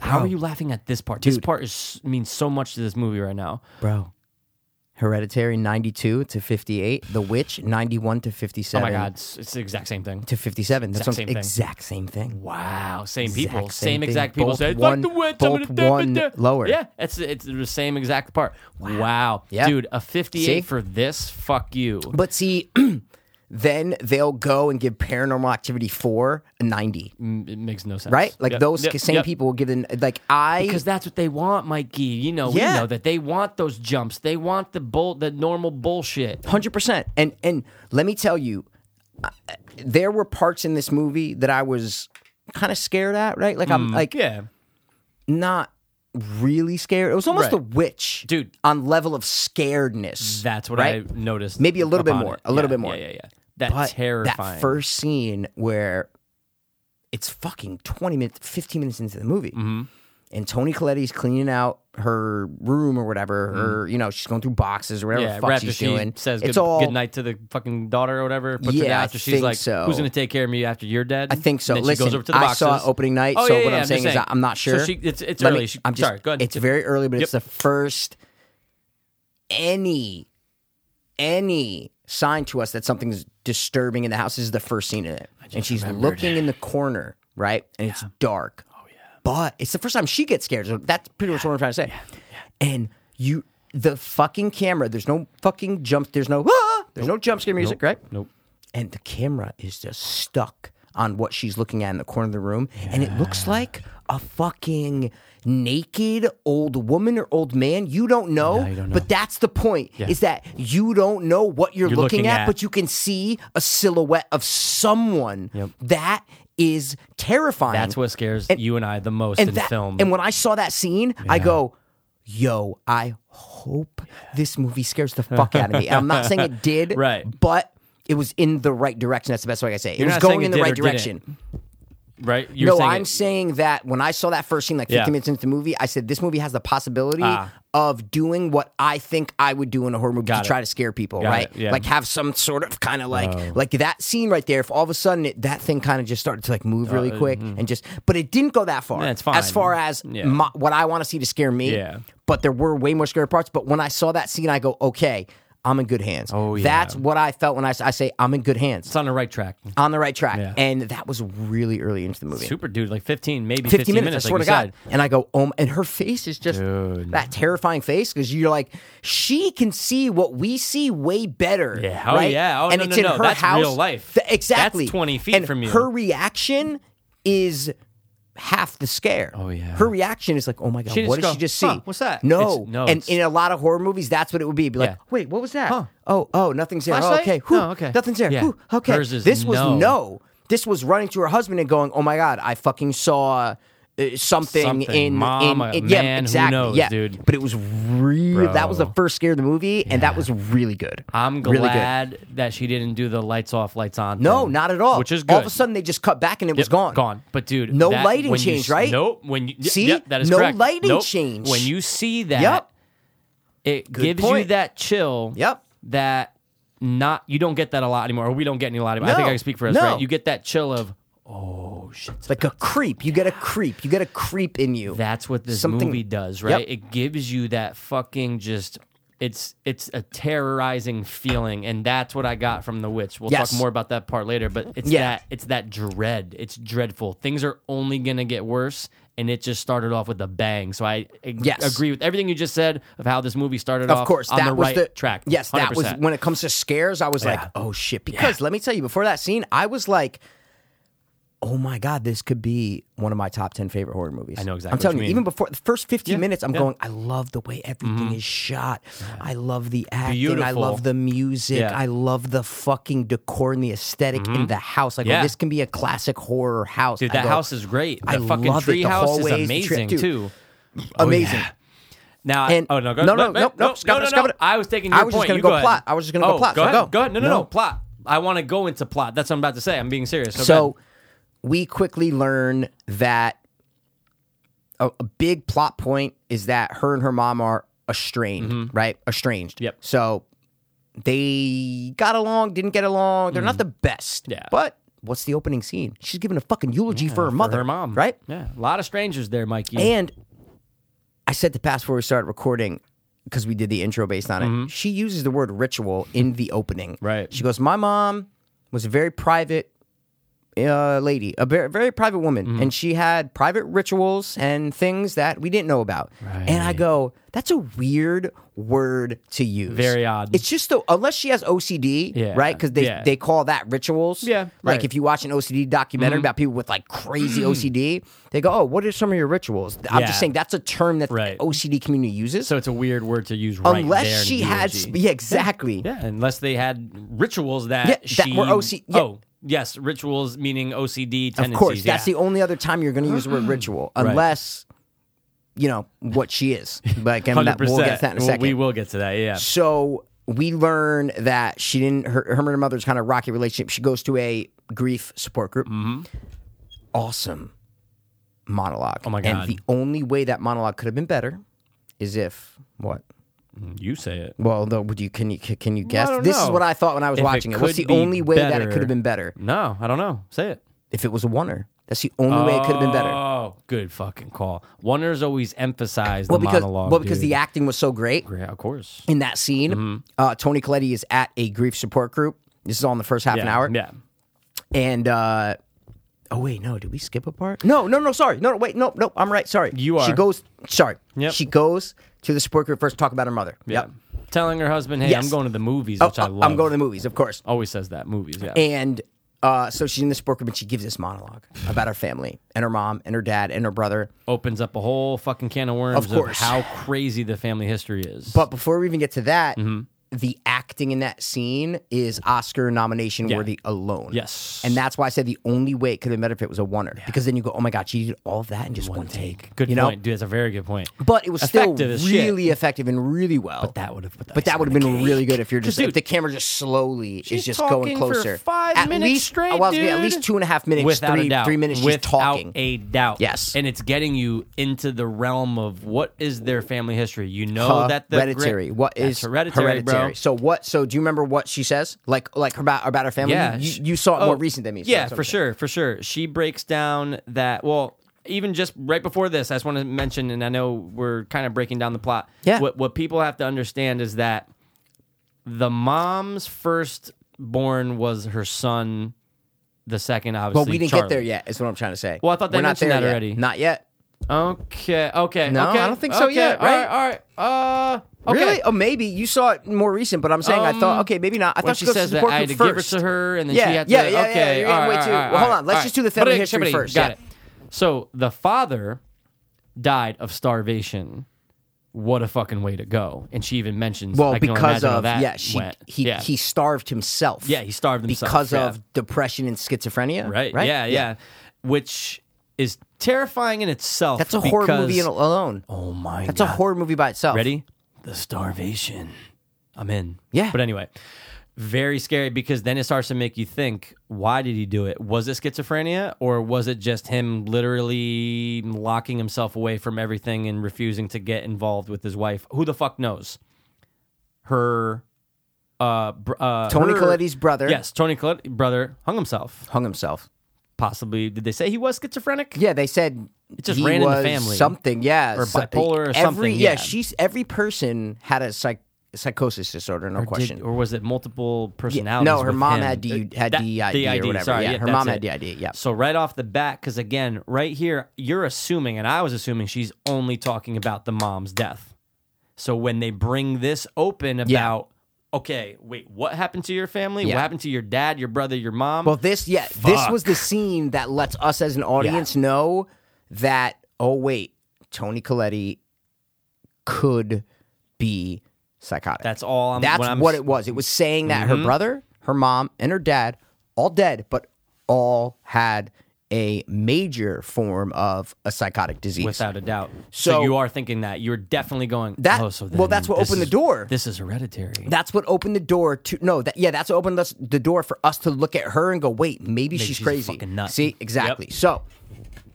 B: How are you laughing at this part? This part is means so much to this movie right now.
A: Bro. Hereditary 92 to 58, The Witch 91 to 57.
B: Oh my god, it's, it's the exact same thing.
A: To 57. That's
B: Exact same
A: the
B: thing.
A: exact same thing.
B: Wow, same people,
A: Exact
B: same,
A: same thing.
B: exact people.
A: Both
B: Say, it's
A: one-
B: like the witch,
A: both
B: I'm gonna dip it
A: one
B: down."
A: lower.
B: Yeah, it's it's the same exact part. Wow,
A: Yeah.
B: dude, a fifty-eight
A: See?
B: for this? Fuck you.
A: But see, <clears throat> then they'll go and give Paranormal Activity 4 a 90.
B: M- It makes no sense,
A: right? Like
B: Yep,
A: those
B: yep,
A: same
B: yep.
A: people will give them like I
B: because that's what they want, Mikey. You know, we
A: Yeah.
B: know that they want those jumps. They want the bull, the normal bullshit.
A: hundred percent. And and let me tell you, I- there were parts in this movie that I was kind of scared at. Right? Like I'm like
B: Mm. Yeah,
A: not really scared. It was almost
B: Right.
A: a witch,
B: Dude.
A: on level of scaredness.
B: that's what
A: right?
B: I noticed.
A: Maybe a little bit
B: upon
A: more,
B: it.
A: a little
B: Yeah,
A: bit more.
B: Yeah, yeah, yeah. That
A: But
B: terrifying.
A: That first scene where it's fucking 20 minutes, 15 minutes into the movie.
B: Mm-hmm.
A: And Tony Colletti's cleaning out her room or whatever, or, you know, she's going through boxes or whatever
B: Mm-hmm. yeah,
A: the fuck
B: right after
A: she's
B: she
A: doing.
B: says
A: it's
B: good,
A: all,
B: good night to the fucking daughter or whatever. Puts it
A: Yeah,
B: down
A: I
B: after she's
A: think
B: like,
A: so.
B: "Who's gonna take care of me after you're dead?"
A: I think so.
B: And then
A: Listen,
B: she goes over to the
A: I
B: boxes.
A: saw it opening night,
B: Oh,
A: so
B: yeah,
A: what
B: yeah,
A: I'm
B: just
A: saying is I- I'm not
B: So
A: sure.
B: she- it's it's
A: Let me-
B: early. She-
A: I'm just,
B: sorry, go ahead.
A: It's very early, but it's the
B: Yep.
A: first any any sign to us that something's disturbing in the house. This is the first scene in it, and she's looking in the corner, right? And it's dark. Oh yeah. But it's the first time she gets scared. So that's pretty much what I'm trying to say. And you, the fucking camera. The's no fucking jump. There's no. Ah! There's no jump scare music, right?
B: Nope.
A: and the camera is just stuck on what she's looking at in the corner of the room and it looks like a fucking naked old woman or old man you don't know,
B: you don't know.
A: but that's the point is that you don't know what you're, looking,
B: looking
A: at,
B: at-
A: but you can see a silhouette of someone that is terrifying
B: That's what scares you and I the most in
A: that-
B: film.
A: And when I saw that scene, I go, "Yo, I hope this movie scares the fuck out of me." And I'm not saying
B: <laughs>
A: it did,
B: Right.
A: But it was in the right direction. That's the best way I can say it. it was
B: not
A: going
B: saying
A: in the
B: it did
A: right
B: or didn't.
A: direction.
B: right? You're
A: no,
B: saying
A: I'm
B: it-
A: saying that when I saw that first scene, like 15
B: Yeah.
A: minutes into the movie, I said this movie has the possibility.
B: Ah.
A: Of doing what I think I would do in a horror movie to
B: it.
A: try to scare people,
B: Got
A: right?
B: it, yeah. Oh.
A: Like have some sort of kind of like like that scene right there. If all of a sudden it, that thing kind of just started to like move really quick and just, but it didn't go that far.
B: Uh, mm-hmm. Yeah, it's
A: As
B: fine.
A: far as
B: Yeah.
A: my, what I want to see to scare me.
B: Yeah.
A: But there were way more scary parts. But when I saw that scene, I go, okay, I'm in good hands.
B: Oh, yeah.
A: That's what I felt when I, s- I say I'm in good hands,
B: it's on the right track.
A: on the right track.
B: Yeah.
A: And that was really early into the movie.
B: Super dude, like 15, maybe
A: 15,
B: 15
A: minutes, I swear
B: like
A: to
B: you
A: God.
B: said.
A: And I go, oh, my- and her face is just that terrifying face because you're like, she can see what we see way better.
B: Yeah. Oh,
A: right?
B: yeah. Oh,
A: and
B: no,
A: it's
B: no,
A: in
B: no.
A: her
B: That's
A: house.
B: real life.
A: Th- exactly.
B: That's 20 feet
A: And
B: from you.
A: Her reaction is half the scare. Oh,
B: yeah.
A: Her reaction is like, oh my God,
B: She just
A: what did
B: go,
A: she just see?
B: huh, what's that?
A: No.
B: It's- no,
A: and
B: it's-
A: in a lot of horror movies, that's what it would be. Be like,
B: Yeah.
A: wait, what was that? Oh, oh, nothing's there. Oh,
B: Flashlight?
A: okay. Whew,
B: No, okay.
A: Nothing's there.
B: Yeah.
A: Whew, okay.
B: Hers is
A: this was
B: no.
A: no. oh, This was running to her husband and going, "Oh my god, I fucking saw uh, something,
B: Something.
A: in
B: Mama,
A: in, in yeah,
B: man, who
A: exactly,
B: knows,
A: yeah.
B: dude.
A: But it was real. That was the
B: Bro.
A: first scare of the movie, and that was really good.
B: I'm
A: Really good.
B: glad that she didn't do the lights off, lights on.
A: No,
B: thing,
A: not at all.
B: Which is
A: All of
B: good.
A: a sudden, they just cut back and it was
B: Yep,
A: gone.
B: Gone. But dude,
A: No
B: that-
A: lighting
B: when you
A: change,
B: s-
A: right?
B: Nope. When you, y-
A: See?
B: yep, that is
A: No
B: correct.
A: lighting
B: Nope.
A: change.
B: When you see that,
A: Yep.
B: it
A: Good
B: gives you
A: point.
B: that chill.
A: Yep.
B: That not you don't get that a lot anymore. Or we don't get any a lot anymore. I think
A: No.
B: I can speak for us.
A: No.
B: Right? You get that chill of
A: It's like a creep. You get a creep. You get a creep in you.
B: That's what this
A: Something-
B: movie does,
A: Yep.
B: right? It gives you that fucking just it's it's a terrorizing feeling and that's what I got from The Witch. We'll
A: Yes.
B: talk more about that part later, but it's
A: Yeah.
B: that it's that dread. It's dreadful. Things are only going to get worse and it just started off with a bang. So I ag-
A: Yes.
B: agree with everything you just said of how this movie started off
A: of course,
B: on
A: that
B: the
A: was
B: right
A: the
B: track.
A: Yes, that was
B: 100%.
A: when it comes to scares. I was like, oh shit. Because let me tell you, before that scene, I was like, oh my god, this could be one of my top ten favorite horror movies. I
B: know exactly
A: I'm
B: what
A: telling you,
B: you mean.
A: even before the first 15 minutes, I'm
B: yeah. Mm-hmm.
A: going, I love the way everything is shot. I love the acting. I
B: Beautiful.
A: love the music.
B: Yeah. Mm-hmm.
A: I love the fucking decor and the esthetic in the house. Like, oh,
B: Yeah.
A: this can be a classic horror house.
B: Dude,
A: I
B: that
A: go,
B: house is great. The
A: I
B: fucking
A: love it.
B: tree
A: The
B: house
A: hallways,
B: is
A: the trip-
B: amazing
A: dude,
B: too.
A: Amazing.
B: oh, yeah. Now,
A: And-
B: I, oh no, go,
A: no,
B: no,
A: no,
B: no,
A: nope,
B: no,
A: nope, scrap it,
B: no,
A: scrap it.
B: I was taking
A: I
B: your
A: was just
B: point.
A: gonna
B: You
A: go
B: ahead.
A: plot. I was just gonna go
B: Oh,
A: plot,
B: Go
A: so
B: ahead.
A: go.
B: ahead. No, no, no,
A: No.
B: plot. I want to go into plot. That's what I'm about to say. I'm being serious. So, go
A: So
B: ahead.
A: we quickly learn that a, a big plot point is that her and her mom are estranged, right? Estranged.
B: Mm-hmm. Yep.
A: So they got along, didn't get along. They're not the best.
B: Mm. Yeah.
A: But what's the opening scene? She's giving a fucking eulogy for her
B: For
A: mother.
B: her mom,
A: Right?
B: Yeah, a lot of strangers there, Mikey.
A: And I said to Pass before we started recording because we did the intro based on it. She uses the word ritual in the opening.
B: Mm-hmm. Right.
A: She goes, "My mom was a very private uh, lady, a very, very private woman,
B: Mm-hmm.
A: and she had private rituals and things that we didn't know about." And I go, "That's a weird word to use.
B: Very odd.
A: It's just though, unless she has OCD,
B: Yeah.
A: right? Because they
B: Yeah.
A: they call that rituals.
B: Yeah,
A: Like
B: right. Mm-hmm.
A: if you watch an OCD documentary about people with like crazy OCD, they go, "Oh, what are some of your rituals?" I'm
B: Yeah.
A: just saying that's a term that
B: Right.
A: the OCD community uses.
B: so it's a weird word to use, right
A: unless
B: there in
A: she had,
B: eulogy.
A: sp- yeah, exactly.
B: yeah, unless they had rituals that
A: Yeah, that
B: she
A: were OC yeah.
B: Oh, yes, rituals meaning OCD tendencies.
A: Of course, that's
B: yeah.
A: the only other time you're going to use
B: <gasps>
A: the word ritual, unless you know what she is. Like, and that, we'll get to
B: <laughs>
A: that in a second.
B: We will get to that. Yeah.
A: So we learn that she didn't. Her, her and her mother's kind of rocky relationship. She goes to a grief support group.
B: Mm-hmm.
A: Awesome monologue. Oh
B: my
A: And
B: God.
A: the only way that monologue could have been better is if what?
B: You say it.
A: Well, though, would you can you can you guess?
B: don't
A: This is
B: know.
A: what I thought when I was
B: If it
A: watching it. What's
B: could
A: the
B: be
A: only way that it
B: better-
A: could have been better?
B: No, I don't know. Say it.
A: If it was a oneer, that's the only way it could have been better.
B: Oh, good fucking call. Wonders always emphasize the
A: Well, because
B: monologue.
A: well, because
B: dude. Mm-hmm.
A: the acting was so great.
B: yeah, of course.
A: in that scene. Uh, Tony Colletti is at a grief support group. This is all in the first half an
B: Yeah,
A: hour.
B: Yeah.
A: And uh, oh wait, no, did we skip a part? No, no, no. Sorry, no, no. Wait, no, no. I'm right. Sorry,
B: You are.
A: She goes. Sorry,
B: Yep.
A: she goes to the support group first to talk about her mother.
B: Yeah.
A: Yep.
B: Telling her husband, "Hey,
A: Yes.
B: I'm going to the movies,"
A: Oh,
B: which I love.
A: I'm going to the movies, of course.
B: Always says that movies. Yeah.
A: And uh, so she's in the support group and she gives this monologue about her family and her mom and her dad and her brother.
B: Opens up a whole fucking can of worms
A: Of course.
B: how crazy the family history is.
A: But before we even get to that,
B: Mm-hmm.
A: the acting in that scene is Oscar nomination worthy alone.
B: Yes.
A: And that's why I said the only way it could have been better if it was a oneer. Because then you go, oh my God, she did all of that in just one, take.
B: Good
A: you
B: point,
A: Know?
B: dude. That's a very good point.
A: But it was
B: Effective as
A: still
B: shit.
A: really effective and really well. But
B: that would have put the
A: But
B: icing
A: that would have
B: on the
A: been
B: cake.
A: really good if you're just
B: dude,
A: if the camera just slowly
B: she's
A: is just
B: talking
A: going
B: for
A: closer.
B: five
A: at
B: minutes
A: least,
B: straight,
A: I was gonna be at
B: dude.
A: least two and a half minutes,
B: Without
A: three,
B: a doubt.
A: three minutes
B: Without
A: she's talking.
B: a doubt.
A: Yes.
B: And it's getting you into the realm of what is their family history. You know oh, that the
A: hereditary.
B: great-
A: what
B: That's
A: is
B: hereditary, bro?
A: So what? So do you remember what she says? Like like about about her family?
B: Yeah,
A: you,
B: sh-
A: you saw it
B: oh,
A: more recent than me. so
B: yeah,
A: that's what
B: for
A: I'm saying.
B: sure, for sure. She breaks down that well, even just right before this, I just want to mention, and I know we're kind of breaking down the plot.
A: Yeah.
B: what what people have to understand is that the mom's first born was her son. The second, obviously,
A: But we didn't
B: Charlie.
A: get there yet. Is what I'm trying to say.
B: Well, I thought they
A: We're not
B: mentioned
A: there
B: that
A: yet.
B: already.
A: Not yet.
B: Okay, okay,
A: No,
B: okay,
A: I don't think so
B: okay,
A: yet,
B: all
A: right?
B: all right, uh, okay. Um,
A: Really? Oh, maybe you saw it more recent, but I'm saying I thought okay, maybe not. I
B: When
A: thought
B: she
A: goes to
B: says that
A: support
B: I had to
A: group
B: give it
A: first.
B: to her, and then
A: Yeah,
B: she had
A: yeah,
B: to.
A: yeah, yeah,
B: okay,
A: you're
B: all
A: getting way
B: right,
A: too-
B: all right,
A: well, hold
B: all
A: on, let's
B: right.
A: just do the family
B: But, uh,
A: history
B: somebody
A: first,
B: Got
A: yeah.
B: it. So the father died of starvation. What a fucking way to go! And she even mentions,
A: Well,
B: I can only
A: because
B: imagine how
A: of
B: that
A: yeah, she
B: went.
A: he
B: yeah.
A: he starved himself.
B: Yeah, he starved himself,
A: because
B: yeah.
A: of depression and schizophrenia.
B: right,
A: Right.
B: yeah, yeah, which is terrifying in itself.
A: That's a horror movie
B: because-
A: in- alone.
B: oh my
A: That's a
B: god,
A: horror movie by itself.
B: Ready? The starvation. I'm in.
A: Yeah.
B: But anyway, very scary because then it starts to make you think why did he do it? Was it schizophrenia or was it just him literally locking himself away from everything and refusing to get involved with his wife? Who the fuck knows? Her. Uh, br- uh,
A: Tony
B: her-
A: Colletti's brother
B: Yes, Tony Colletti brother hung himself.
A: hung himself.
B: Possibly, did they say he was schizophrenic?
A: Yeah, they said it
B: just
A: he
B: ran in the
A: was
B: family.
A: Something, yeah,
B: Or
A: so-
B: bipolar or
A: every,
B: something, yeah.
A: she's every person had a psych, psychosis disorder, no
B: Did-
A: question.
B: or was it multiple personalities?
A: no, her
B: with
A: mom
B: him?
A: had D-
B: Uh,
A: had
B: that-
A: DID or whatever.
B: Sorry,
A: Yeah, her
B: that's
A: mom
B: it.
A: had DID, yeah.
B: So right off the bat, because again, right here, you're assuming, and I was assuming, she's only talking about the mom's death. So when they bring this open about, okay, wait, what happened to your family?
A: Yeah.
B: What happened to your dad, your brother, your mom?
A: well, this yeah, this was the scene that lets us as an audience know that oh wait, Tony Colletti could be psychotic.
B: that's all. I'm,
A: That's
B: when I'm, Mm-hmm.
A: what it was. It was saying that her brother, her mom, and her dad all dead, but all had a major form of a psychotic disease.
B: without a doubt.
A: So-
B: so you are thinking that you're definitely going.
A: That-
B: oh, so
A: well,
B: then
A: that's what
B: this
A: opened the
B: is-
A: door.
B: This is hereditary.
A: that's what opened the door to no that yeah that's what opened us the door for us to look at her and go wait maybe, she's,
B: she's a
A: crazy
B: fucking nut.
A: see exactly so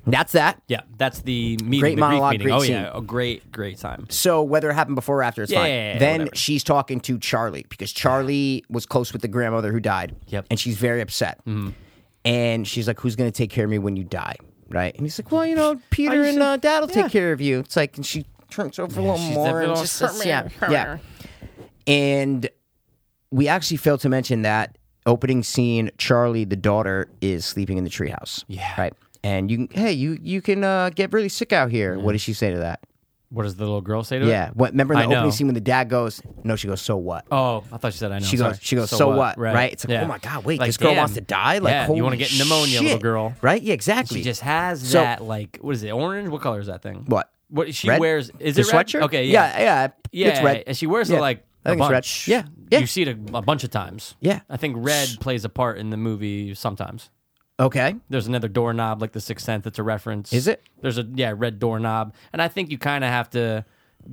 A: that's that
B: yeah, that's the
A: Great
B: meeting. the grief
A: monologue,
B: meeting.
A: great
B: oh
A: scene.
B: yeah, a great, great time.
A: so whether it happened before or after it's
B: Yeah,
A: fine
B: yeah, yeah,
A: then
B: whatever.
A: she's talking to charlie because charlie was close with the grandmother who died
B: Yep. Mm-hmm.
A: and she's very upset and she's like who's going to take care of me when you die right and he's like well you
B: <laughs>
A: know peter and
B: said-
A: uh, dad will
B: yeah.
A: take care of you it's like and she turns over a little
B: she's
A: more
B: definitely
A: and
B: all
A: just says, yeah yeah And we actually failed to mention that opening scene, Charlie, the daughter, is sleeping in the treehouse.
B: Yeah.
A: Right. And you, hey, you, you can uh, get really sick out here. What does she say to that?
B: What does the little girl say to it?
A: Yeah. What? Remember in the
B: I
A: opening
B: know.
A: scene when the dad goes, no, she goes, so what?
B: Oh, I thought she said I know.
A: She
B: Sorry.
A: goes, she goes, so, what? Right. It's like,
B: Yeah.
A: oh my God, wait,
B: Like,
A: this girl
B: damn.
A: wants to die? Like,
B: yeah,
A: holy
B: you want to get pneumonia, little
A: shit.
B: girl.
A: Right? Yeah, exactly.
B: She just has
A: So-
B: that, like, what is it? Orange? What color is that thing?
A: What?
B: What she
A: Red?
B: wears? Is
A: the
B: it red?
A: sweatshirt?
B: Okay, yeah,
A: Yeah. yeah
B: yeah.
A: It's red.
B: And she wears
A: Yeah.
B: it like
A: I think
B: a
A: it's red.
B: bunch.
A: Yeah, yeah.
B: You see it a, a bunch of times.
A: Yeah.
B: I think red plays a part in the movie sometimes.
A: Okay.
B: There's another doorknob like the Sixth Sense. That's a reference.
A: Is it?
B: There's a yeah red doorknob, and I think you kind of have to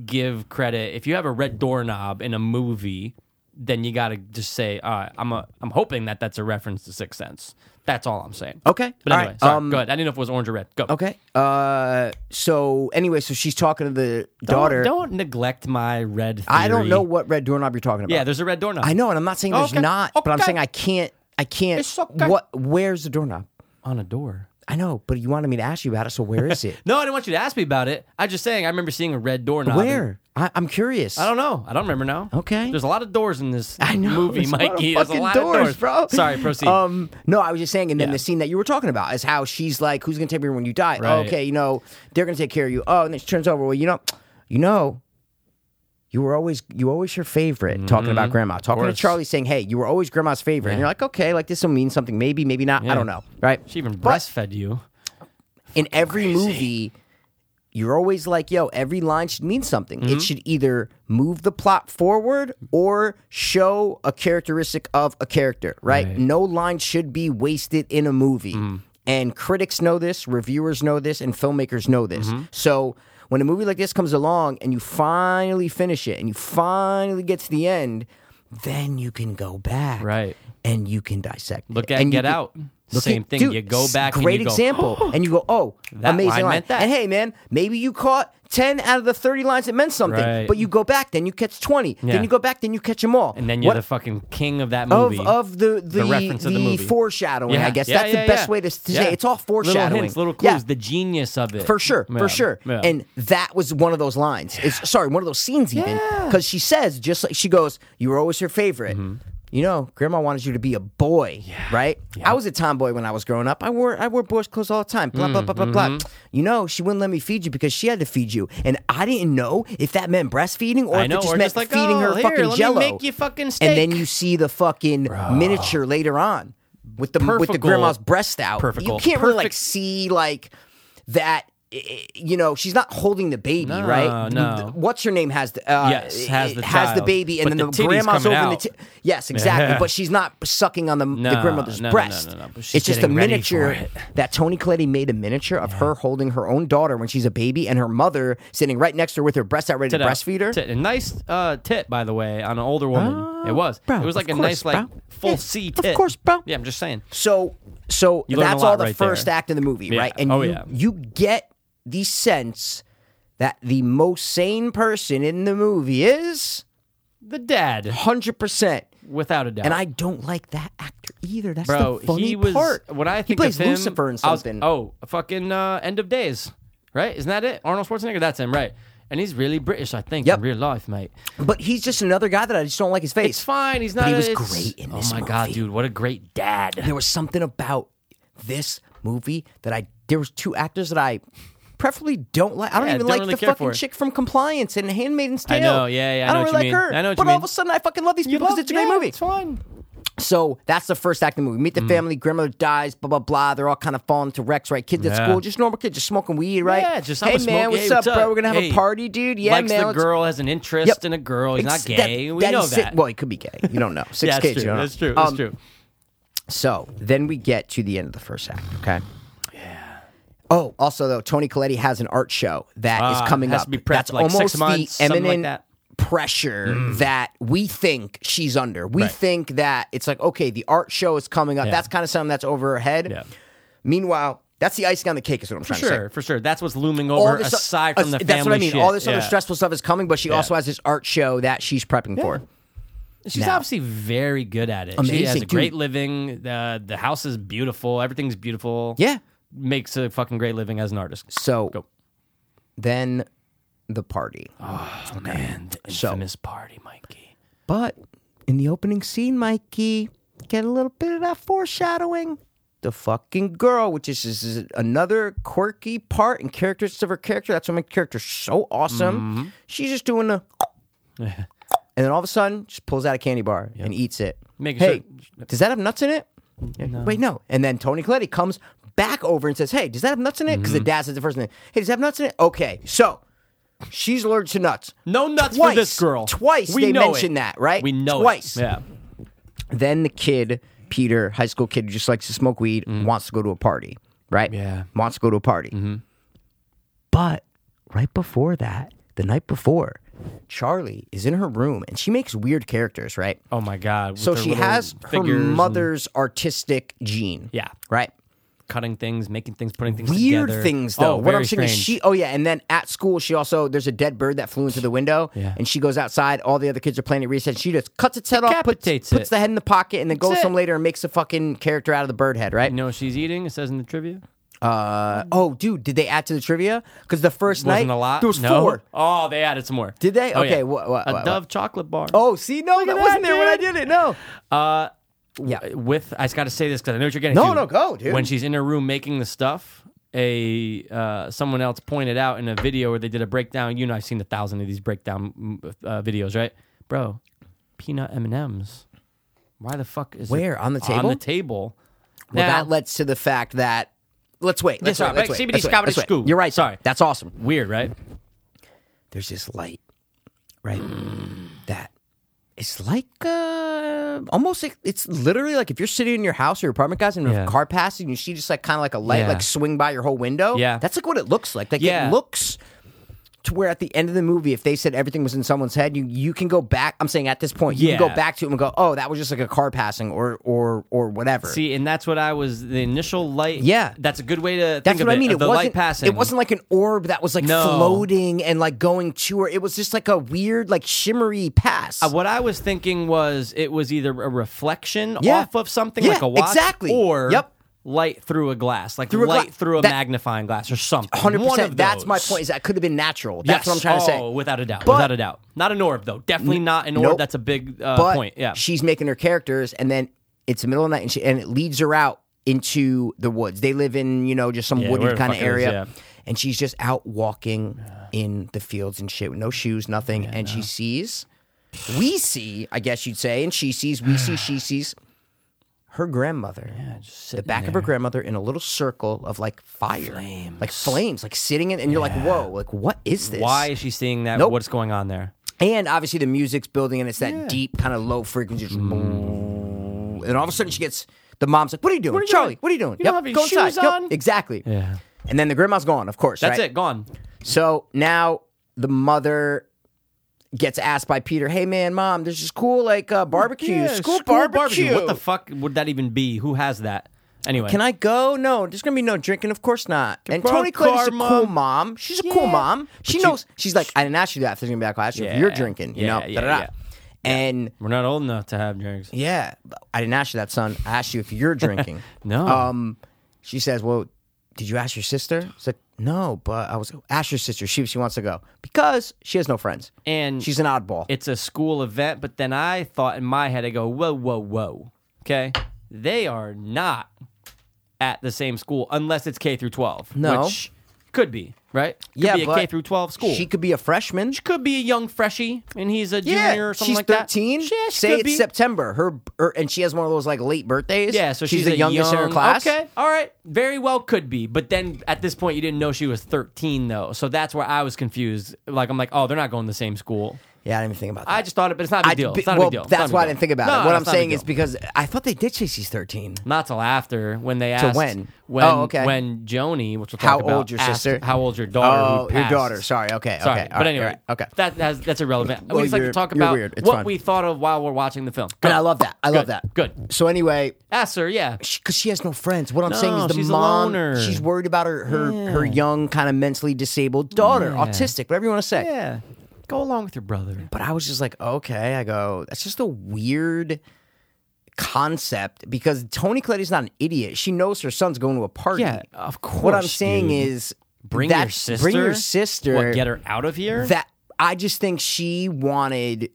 B: give credit if you have a red doorknob in a movie. Then you gotta just say, all right, I'm a, I'm hoping that that's a reference to Sixth Sense. That's all I'm saying.
A: Okay.
B: but
A: All
B: anyway,
A: right.
B: sorry,
A: Um,
B: go ahead. I didn't know if it was orange or red. Go.
A: Okay. Uh, so anyway, so she's talking to the
B: Don't-
A: daughter.
B: Don't neglect my red. Theory.
A: I don't know what red doorknob you're talking about.
B: Yeah, there's a red doorknob.
A: I know, and I'm not saying there's
B: Okay,
A: not, but I'm
B: okay.
A: saying I can't. I can't.
B: It's okay.
A: What? Where's the doorknob?
B: on a door.
A: I know, but you wanted me to ask you about it, so where is
B: <laughs>
A: it?
B: No, I didn't want you to ask me about it. I'm just saying I remember seeing a red doorknob.
A: where? I, I'm curious.
B: I don't know. I don't remember now.
A: Okay.
B: There's a lot of doors in this
A: <laughs> I know,
B: movie,
A: there's a lot of
B: Mikey. There's a
A: fucking
B: lot
A: doors,
B: of doors,
A: bro.
B: Sorry, proceed.
A: Um, no, I was just saying, and then
B: Yeah.
A: the scene that you were talking about is how she's like, "Who's gonna take me when you die?"
B: Right.
A: Okay, you know, they're gonna take care of you. Oh, and then she turns over. Well, you know, you know, you were always you were always your favorite. Talking about grandma, talking to
B: Mm-hmm. course.
A: Charlie, saying, "Hey, you were always grandma's favorite," and you're like, "Okay, like this will mean something. Maybe, maybe not. I
B: Yeah.
A: don't know." Right?
B: she even
A: But-
B: breastfed you.
A: in every movie you're always like yo every line should mean something
B: Mm-hmm.
A: it should either move the plot forward or show a characteristic of a character right,
B: Right. Mm-hmm.
A: no line should be wasted in a movie and critics know this reviewers know this and filmmakers know this
B: Mm-hmm.
A: so when a movie like this comes along and you finally finish it and you finally get to the end then you can go back
B: Right.
A: and you can dissect it.
B: Look at
A: And you
B: Get
A: can-
B: Out.
A: Look
B: Same
A: at-
B: thing.
A: dude,
B: you go
A: s-
B: back.
A: Great
B: and you go,
A: example. and you go, oh,
B: That
A: amazing
B: line
A: line.
B: meant that.
A: And hey, man, maybe you caught ten out of the thirty lines that meant something.
B: Right.
A: But you go back, then you catch twenty.
B: Yeah.
A: Then you go back, then you catch them all.
B: And then you're
A: What
B: the fucking king of that
A: of
B: movie.
A: of the the,
B: reference of the movie.
A: foreshadowing.
B: yeah,
A: I guess
B: yeah,
A: that's
B: yeah,
A: the best
B: yeah.
A: way to, to
B: Yeah.
A: say it. it's all foreshadowing.
B: Little hints, little clues.
A: Yeah.
B: The genius of it, Mm,
A: For sure,
B: Yeah.
A: for sure.
B: Yeah.
A: And that was one of those lines. It's sorry, one of those scenes even. Because she says, just like she goes, You were always her favorite.
B: Mm-hmm.
A: You know, grandma wanted you to be a boy, right? I was a tomboy when I was growing up. I wore I wore boys' clothes all the time. Blah, blah, blah, blah, blah.
B: Mm-hmm.
A: You know, she wouldn't let me feed you because she had to feed you. And I didn't know if that meant breastfeeding or
B: I
A: if
B: know,
A: it just
B: or
A: meant
B: just like,
A: feeding
B: "Oh,
A: her
B: here, let
A: fucking
B: me
A: jello.
B: make you fucking
A: And then
B: steak."
A: you see the fucking miniature later on. With the with the
B: Perfect goal.
A: grandma's breast out,
B: Perfect
A: you
B: goal.
A: can't really like
B: Perfect
A: see like that. i- i- You know, she's not holding the baby,
B: No,
A: right?
B: no.
A: Th- What's her name has the uh,
B: Yes, has the
A: has the
B: child,
A: baby, and
B: but
A: then
B: the
A: the,
B: titty's
A: grandma's over
B: coming
A: the.
B: out.
A: T- yes, exactly.
B: Yeah.
A: But she's not sucking on the, the
B: No,
A: grandmother's
B: no, no, no,
A: breast.
B: no, no, but she's
A: It's just a
B: getting ready for
A: miniature
B: it.
A: that Tony Colletti made a miniature of her holding her own daughter when she's a baby, and her mother sitting right next to her with her breast out, ready to
B: Tit out.
A: breastfeed her.
B: Tit. A nice uh, tit, by the way, on an older woman. it was.
A: Oh, bro,
B: it was like a
A: of
B: nice,
A: course,
B: like
A: bro.
B: full
A: Yeah,
B: C
A: of
B: tit.
A: course, bro.
B: Yeah, I'm just saying.
A: So so
B: learn a
A: that's
B: lot
A: all the
B: right
A: first
B: there.
A: act of the movie,
B: Yeah.
A: right? And
B: Oh,
A: you,
B: yeah.
A: you get the sense that the most sane person in the movie is
B: The dad,
A: 100%.
B: without a doubt.
A: And I don't like that actor either. That's
B: bro,
A: the funny
B: he was.
A: part.
B: When I think
A: he plays
B: of him,
A: Lucifer in
B: I was-
A: something.
B: oh, a fucking uh, End of Days, right? Isn't that it? Arnold Schwarzenegger. That's him, right? And he's really British, I think,
A: Yep.
B: in real life, mate.
A: But he's just another guy that I just don't like his
B: It's
A: face.
B: fine. He's not.
A: he was
B: it's-
A: great in this
B: Oh my god,
A: movie.
B: dude! What a great dad.
A: there was something about this movie that I there was two actors that I preferably don't like. I don't
B: Yeah,
A: even
B: don't
A: like
B: really
A: the
B: care
A: fucking
B: for.
A: chick from Compliance and Handmaiden's Tale.
B: I know, yeah, yeah, I
A: I, don't
B: know
A: really
B: what
A: like
B: you mean.
A: her.
B: I know what
A: but
B: you
A: all of
B: mean.
A: a sudden, I fucking love these people because it's a great
B: yeah,
A: movie.
B: It's fine.
A: So that's the first act of the movie.
B: Mm.
A: Meet the family. Grandmother dies. Blah blah blah. They're all kind of falling to wrecks, right? Kids at
B: Yeah.
A: school, just normal kid, just smoking weed, right?
B: Yeah, just
A: hey
B: I'm a
A: man,
B: smoke-
A: what's
B: hey,
A: up, bro? We're gonna have
B: Hey,
A: a party, dude. Yeah,
B: likes
A: man.
B: the
A: let's-
B: girl, has an interest
A: Yep.
B: in a girl. He's not
A: Ex- that-
B: gay. we
A: that
B: know
A: is it.
B: that.
A: Well, he could be gay. You
B: <laughs>
A: don't know. Um, Six
B: yeah,
A: kids.
B: it's
A: you
B: true.
A: don't know.
B: That's true. That's
A: Um,
B: true.
A: So then we get to the end of the first act. Okay. Oh, also though, Tony Colletti has an art show that is
B: Ah,
A: coming
B: has
A: up.
B: to be prepped
A: That's
B: like six
A: almost
B: months,
A: the
B: something like
A: imminent
B: that. Mm.
A: pressure that we think she's under. We think that it's like, okay, the art show is coming up.
B: Yeah.
A: That's kind of something that's over her head.
B: Yeah.
A: Meanwhile, that's the icing on the cake. Is what I'm trying to say.
B: Sure, for sure. That's what's looming over
A: this-
B: aside from the
A: as-
B: family
A: that's what I mean.
B: shit.
A: All this other
B: Yeah.
A: stressful stuff is coming, but she also has this art show that she's prepping for.
B: She's obviously very good at it. she
A: Amazing,
B: has a great
A: dude.
B: living. The the house is beautiful. Everything's beautiful.
A: Yeah.
B: Makes a fucking great living as an artist.
A: So
B: Go.
A: then the party.
B: Oh man, the
A: So-
B: infamous party, Mikey.
A: But in the opening scene, Mikey, get a little bit of that foreshadowing. The fucking girl, which is, is- is another quirky part and characteristics of her character. That's what makes the character so awesome. She's just doing the. and then all of a sudden, she pulls out a candy bar and eats it.
B: Making
A: hey,
B: sure-
A: does that have nuts in it? Wait, no. And then Tony Colletti comes back over and says, hey, does that have nuts in it? Because the dad says the first thing. Hey, does that have nuts in it? Okay, so she's allergic to nuts.
B: No nuts
A: twice,
B: for this girl.
A: Twice
B: we
A: they
B: know
A: mentioned
B: it.
A: that, right?
B: We know it.
A: twice.
B: Yeah.
A: Then the kid, Peter, high school kid who just likes to smoke weed, wants to go to a party, right?
B: Mm-hmm. Yeah. Mm-hmm.
A: Wants to go to a party. But right before that, the night before, Charlie is in her room and she makes weird characters, right?
B: Oh my god. with
A: so
B: her
A: she
B: little
A: has her
B: figures and
A: mother's artistic gene.
B: Yeah.
A: Right?
B: cutting things, making things, putting things
A: Weird
B: together.
A: things
B: Oh,
A: though. what I'm
B: very
A: saying is
B: strange.
A: she oh yeah, and then at school she also there's a dead bird that flew into the window
B: Yeah.
A: and she goes outside, all the other kids are playing at recess, she just cuts its head off, puts,
B: Decapitates
A: puts
B: it.
A: the head in the pocket, and then goes
B: it.
A: home later and makes a fucking character out of the bird head, right?
B: You know what she's eating? It says in the trivia.
A: Uh, oh, dude, did they add to the trivia? Because the 1st
B: Wasn't
A: night
B: a lot.
A: there was
B: no.
A: four.
B: Oh, they added some more.
A: Did they?
B: Oh,
A: Okay,
B: yeah.
A: wha- wha-
B: a
A: wha-
B: Dove chocolate bar.
A: Oh, see, no, that
B: at
A: wasn't
B: that,
A: there when I
B: dude.
A: did it. No.
B: Uh,
A: Yeah.
B: with I just got to say this because I know what you're getting.
A: No,
B: to.
A: no, go, dude.
B: When she's in her room making the stuff, a uh, someone else pointed out in a video where they did a breakdown. You know, I've seen a thousand of these breakdown mm, uh, videos, right, bro? Peanut M and M's. Why the fuck is it
A: Where? On the
B: On
A: table?
B: the table.
A: Well,
B: Now-
A: that leads to the fact that let's wait. Let's
B: sorry,
A: wait, let's
B: but
A: wait,
B: CBD
A: let's wait,
B: Scottish
A: let's wait.
B: school.
A: You're right.
B: Sorry.
A: that's awesome.
B: weird, right?
A: There's this light, right?
B: Mm.
A: That it's like uh, almost like, it's literally like if you're sitting in your house or your apartment, guys, and
B: Yeah.
A: a car passes, and you see just like kind of like a light
B: Yeah.
A: like swing by your whole window.
B: Yeah.
A: that's like what it looks like. Like
B: Yeah.
A: it looks. To where at the end of the movie, if they said everything was in someone's head, you you can go back. I'm saying at this point, you can
B: Yeah.
A: go back to it and go, oh, that was just like a car passing or or or whatever.
B: See, and that's what I was. The initial light.
A: Yeah.
B: that's a good way to.
A: That's
B: think of
A: what I mean.
B: Of
A: It
B: the
A: wasn't
B: light passing.
A: It wasn't like an orb that was like
B: No.
A: floating and like going to her. It was just like a weird, like shimmery pass.
B: Uh, What I was thinking was it was either a reflection
A: Yeah.
B: off of something
A: Yeah,
B: like a watch,
A: exactly.
B: or
A: Yep.
B: light through a glass, like
A: a gla-
B: light through a
A: that-
B: magnifying glass or something.
A: Hundred
B: One
A: percent.
B: of
A: That's my
B: those.
A: point. Is that could have been natural.
B: Yes.
A: That's what I'm trying to say.
B: Oh, without a doubt,
A: But-
B: without a doubt, not an orb though. Definitely not an orb.
A: nope.
B: That's a big uh,
A: but
B: point. Yeah,
A: she's making her characters, and then it's the middle of the night, and, she, and it leads her out into the woods. They live in you know just some
B: Yeah, where
A: wooded
B: the
A: kind
B: fuck
A: of
B: it is,
A: area,
B: yeah.
A: and she's just out walking in the fields and shit with no shoes, nothing, and she sees. We see, I guess you'd say, and she sees. We see,
B: <sighs>
A: she sees. Her grandmother, the back of her grandmother, in a little circle of like fire, like flames, like sitting in, and you're like, "Whoa! Like, what is this?
B: why is she seeing that?
A: Nope.
B: What's going on there?
A: And obviously the music's building and it's that deep kind of low frequency.
B: Mm.
A: just boom. And all of a sudden she gets the mom's like, What are you doing?
B: you
A: Charlie,
B: doing?
A: what are you doing?
B: You don't have your
A: go inside.
B: shoes
A: Yep,
B: on?"
A: Exactly.
B: Yeah.
A: And then the grandma's gone, of course.
B: That's
A: right?
B: it. Gone.
A: So now the mother gets asked by Peter, Hey man, mom, there's this cool like uh, barbecue.
B: Yeah,
A: school,
B: school
A: barbecue.
B: What the fuck would that even be? Who has that? Anyway,
A: Can I go? No, there's gonna be no drinking. Of course not. And
B: bro,
A: Tony Clayton's a
B: car,
A: cool
B: mom.
A: mom. She's a cool
B: Yeah.
A: mom.
B: But
A: She
B: you-
A: knows. She's like, I didn't ask you that. If there's gonna be alcohol, I asked you if
B: Yeah.
A: you're drinking. You
B: Yeah,
A: know,
B: yeah,
A: da-da-da.
B: yeah.
A: And
B: We're not old enough to have drinks.
A: Yeah, I didn't ask you that, son. I asked you if you're drinking.
B: <laughs> No.
A: Um, she says, "Well, did you ask your sister?" I said, "No, but I was ask your sister. She she wants to go because she has no friends
B: and
A: she's an oddball."
B: it's a school event, but then I thought in my head, I go, whoa, whoa, whoa. Okay. They are not at the same school unless it's K through 12.
A: No.
B: Which could be. right? Could
A: yeah,
B: be a
A: but
B: K through 12 school.
A: She could be a freshman.
B: She could be a young freshie, and he's a junior
A: yeah,
B: or something
A: she's
B: like that.
A: thirteen.
B: Yeah, she
A: Say
B: could
A: it's
B: be.
A: September. Her, her and she has one of those like late birthdays.
B: Yeah, so she's,
A: the
B: a
A: youngest in her
B: young-
A: class.
B: Okay, all right, very well could be, but then at this point you didn't know she was thirteen though, so that's where I was confused. Like I'm like, oh, they're not going to the same school.
A: Yeah, I didn't even think about that.
B: I just thought it, but it's not a big deal.
A: I-
B: It's not
A: well,
B: a big deal. It's not a
A: that's
B: big
A: why I
B: deal.
A: didn't think about
B: No,
A: it. What
B: no,
A: I'm
B: it's not a big
A: saying is
B: deal.
A: because I thought they did say she's 13.
B: not till after when they asked
A: when?
B: when
A: Oh, okay.
B: when Joni, which we'll talk
A: How
B: about,
A: old your
B: asked
A: sister?
B: how old your daughter,
A: Oh,
B: who
A: your
B: passed.
A: daughter. Sorry. Okay,
B: Sorry.
A: okay, all
B: but
A: right,
B: anyway,
A: all right, okay.
B: that has, that's irrelevant.
A: Well,
B: we just like to
A: you're-
B: talk
A: you're
B: about
A: weird. It's
B: what
A: fine.
B: we thought of while we're watching the film. Go.
A: And I love that. I love
B: Good,
A: that.
B: good.
A: So anyway,
B: Ask her, yeah.
A: because she, has no friends. What I'm saying
B: No,
A: is the
B: she's a
A: mom.
B: loner.
A: She's worried about her her, her young, kind of mentally disabled daughter,
B: Yeah.
A: autistic, whatever you want to say.
B: Yeah. Go along with your brother.
A: But I was just like, okay. I go, that's just a weird concept because Tony Colletti's not an idiot. She knows her son's going to a party.
B: Yeah, of course.
A: What I'm saying
B: dude.
A: is,
B: bring your
A: that's-
B: sister.
A: Bring your sister.
B: What, get her out of here?
A: that I just think she wanted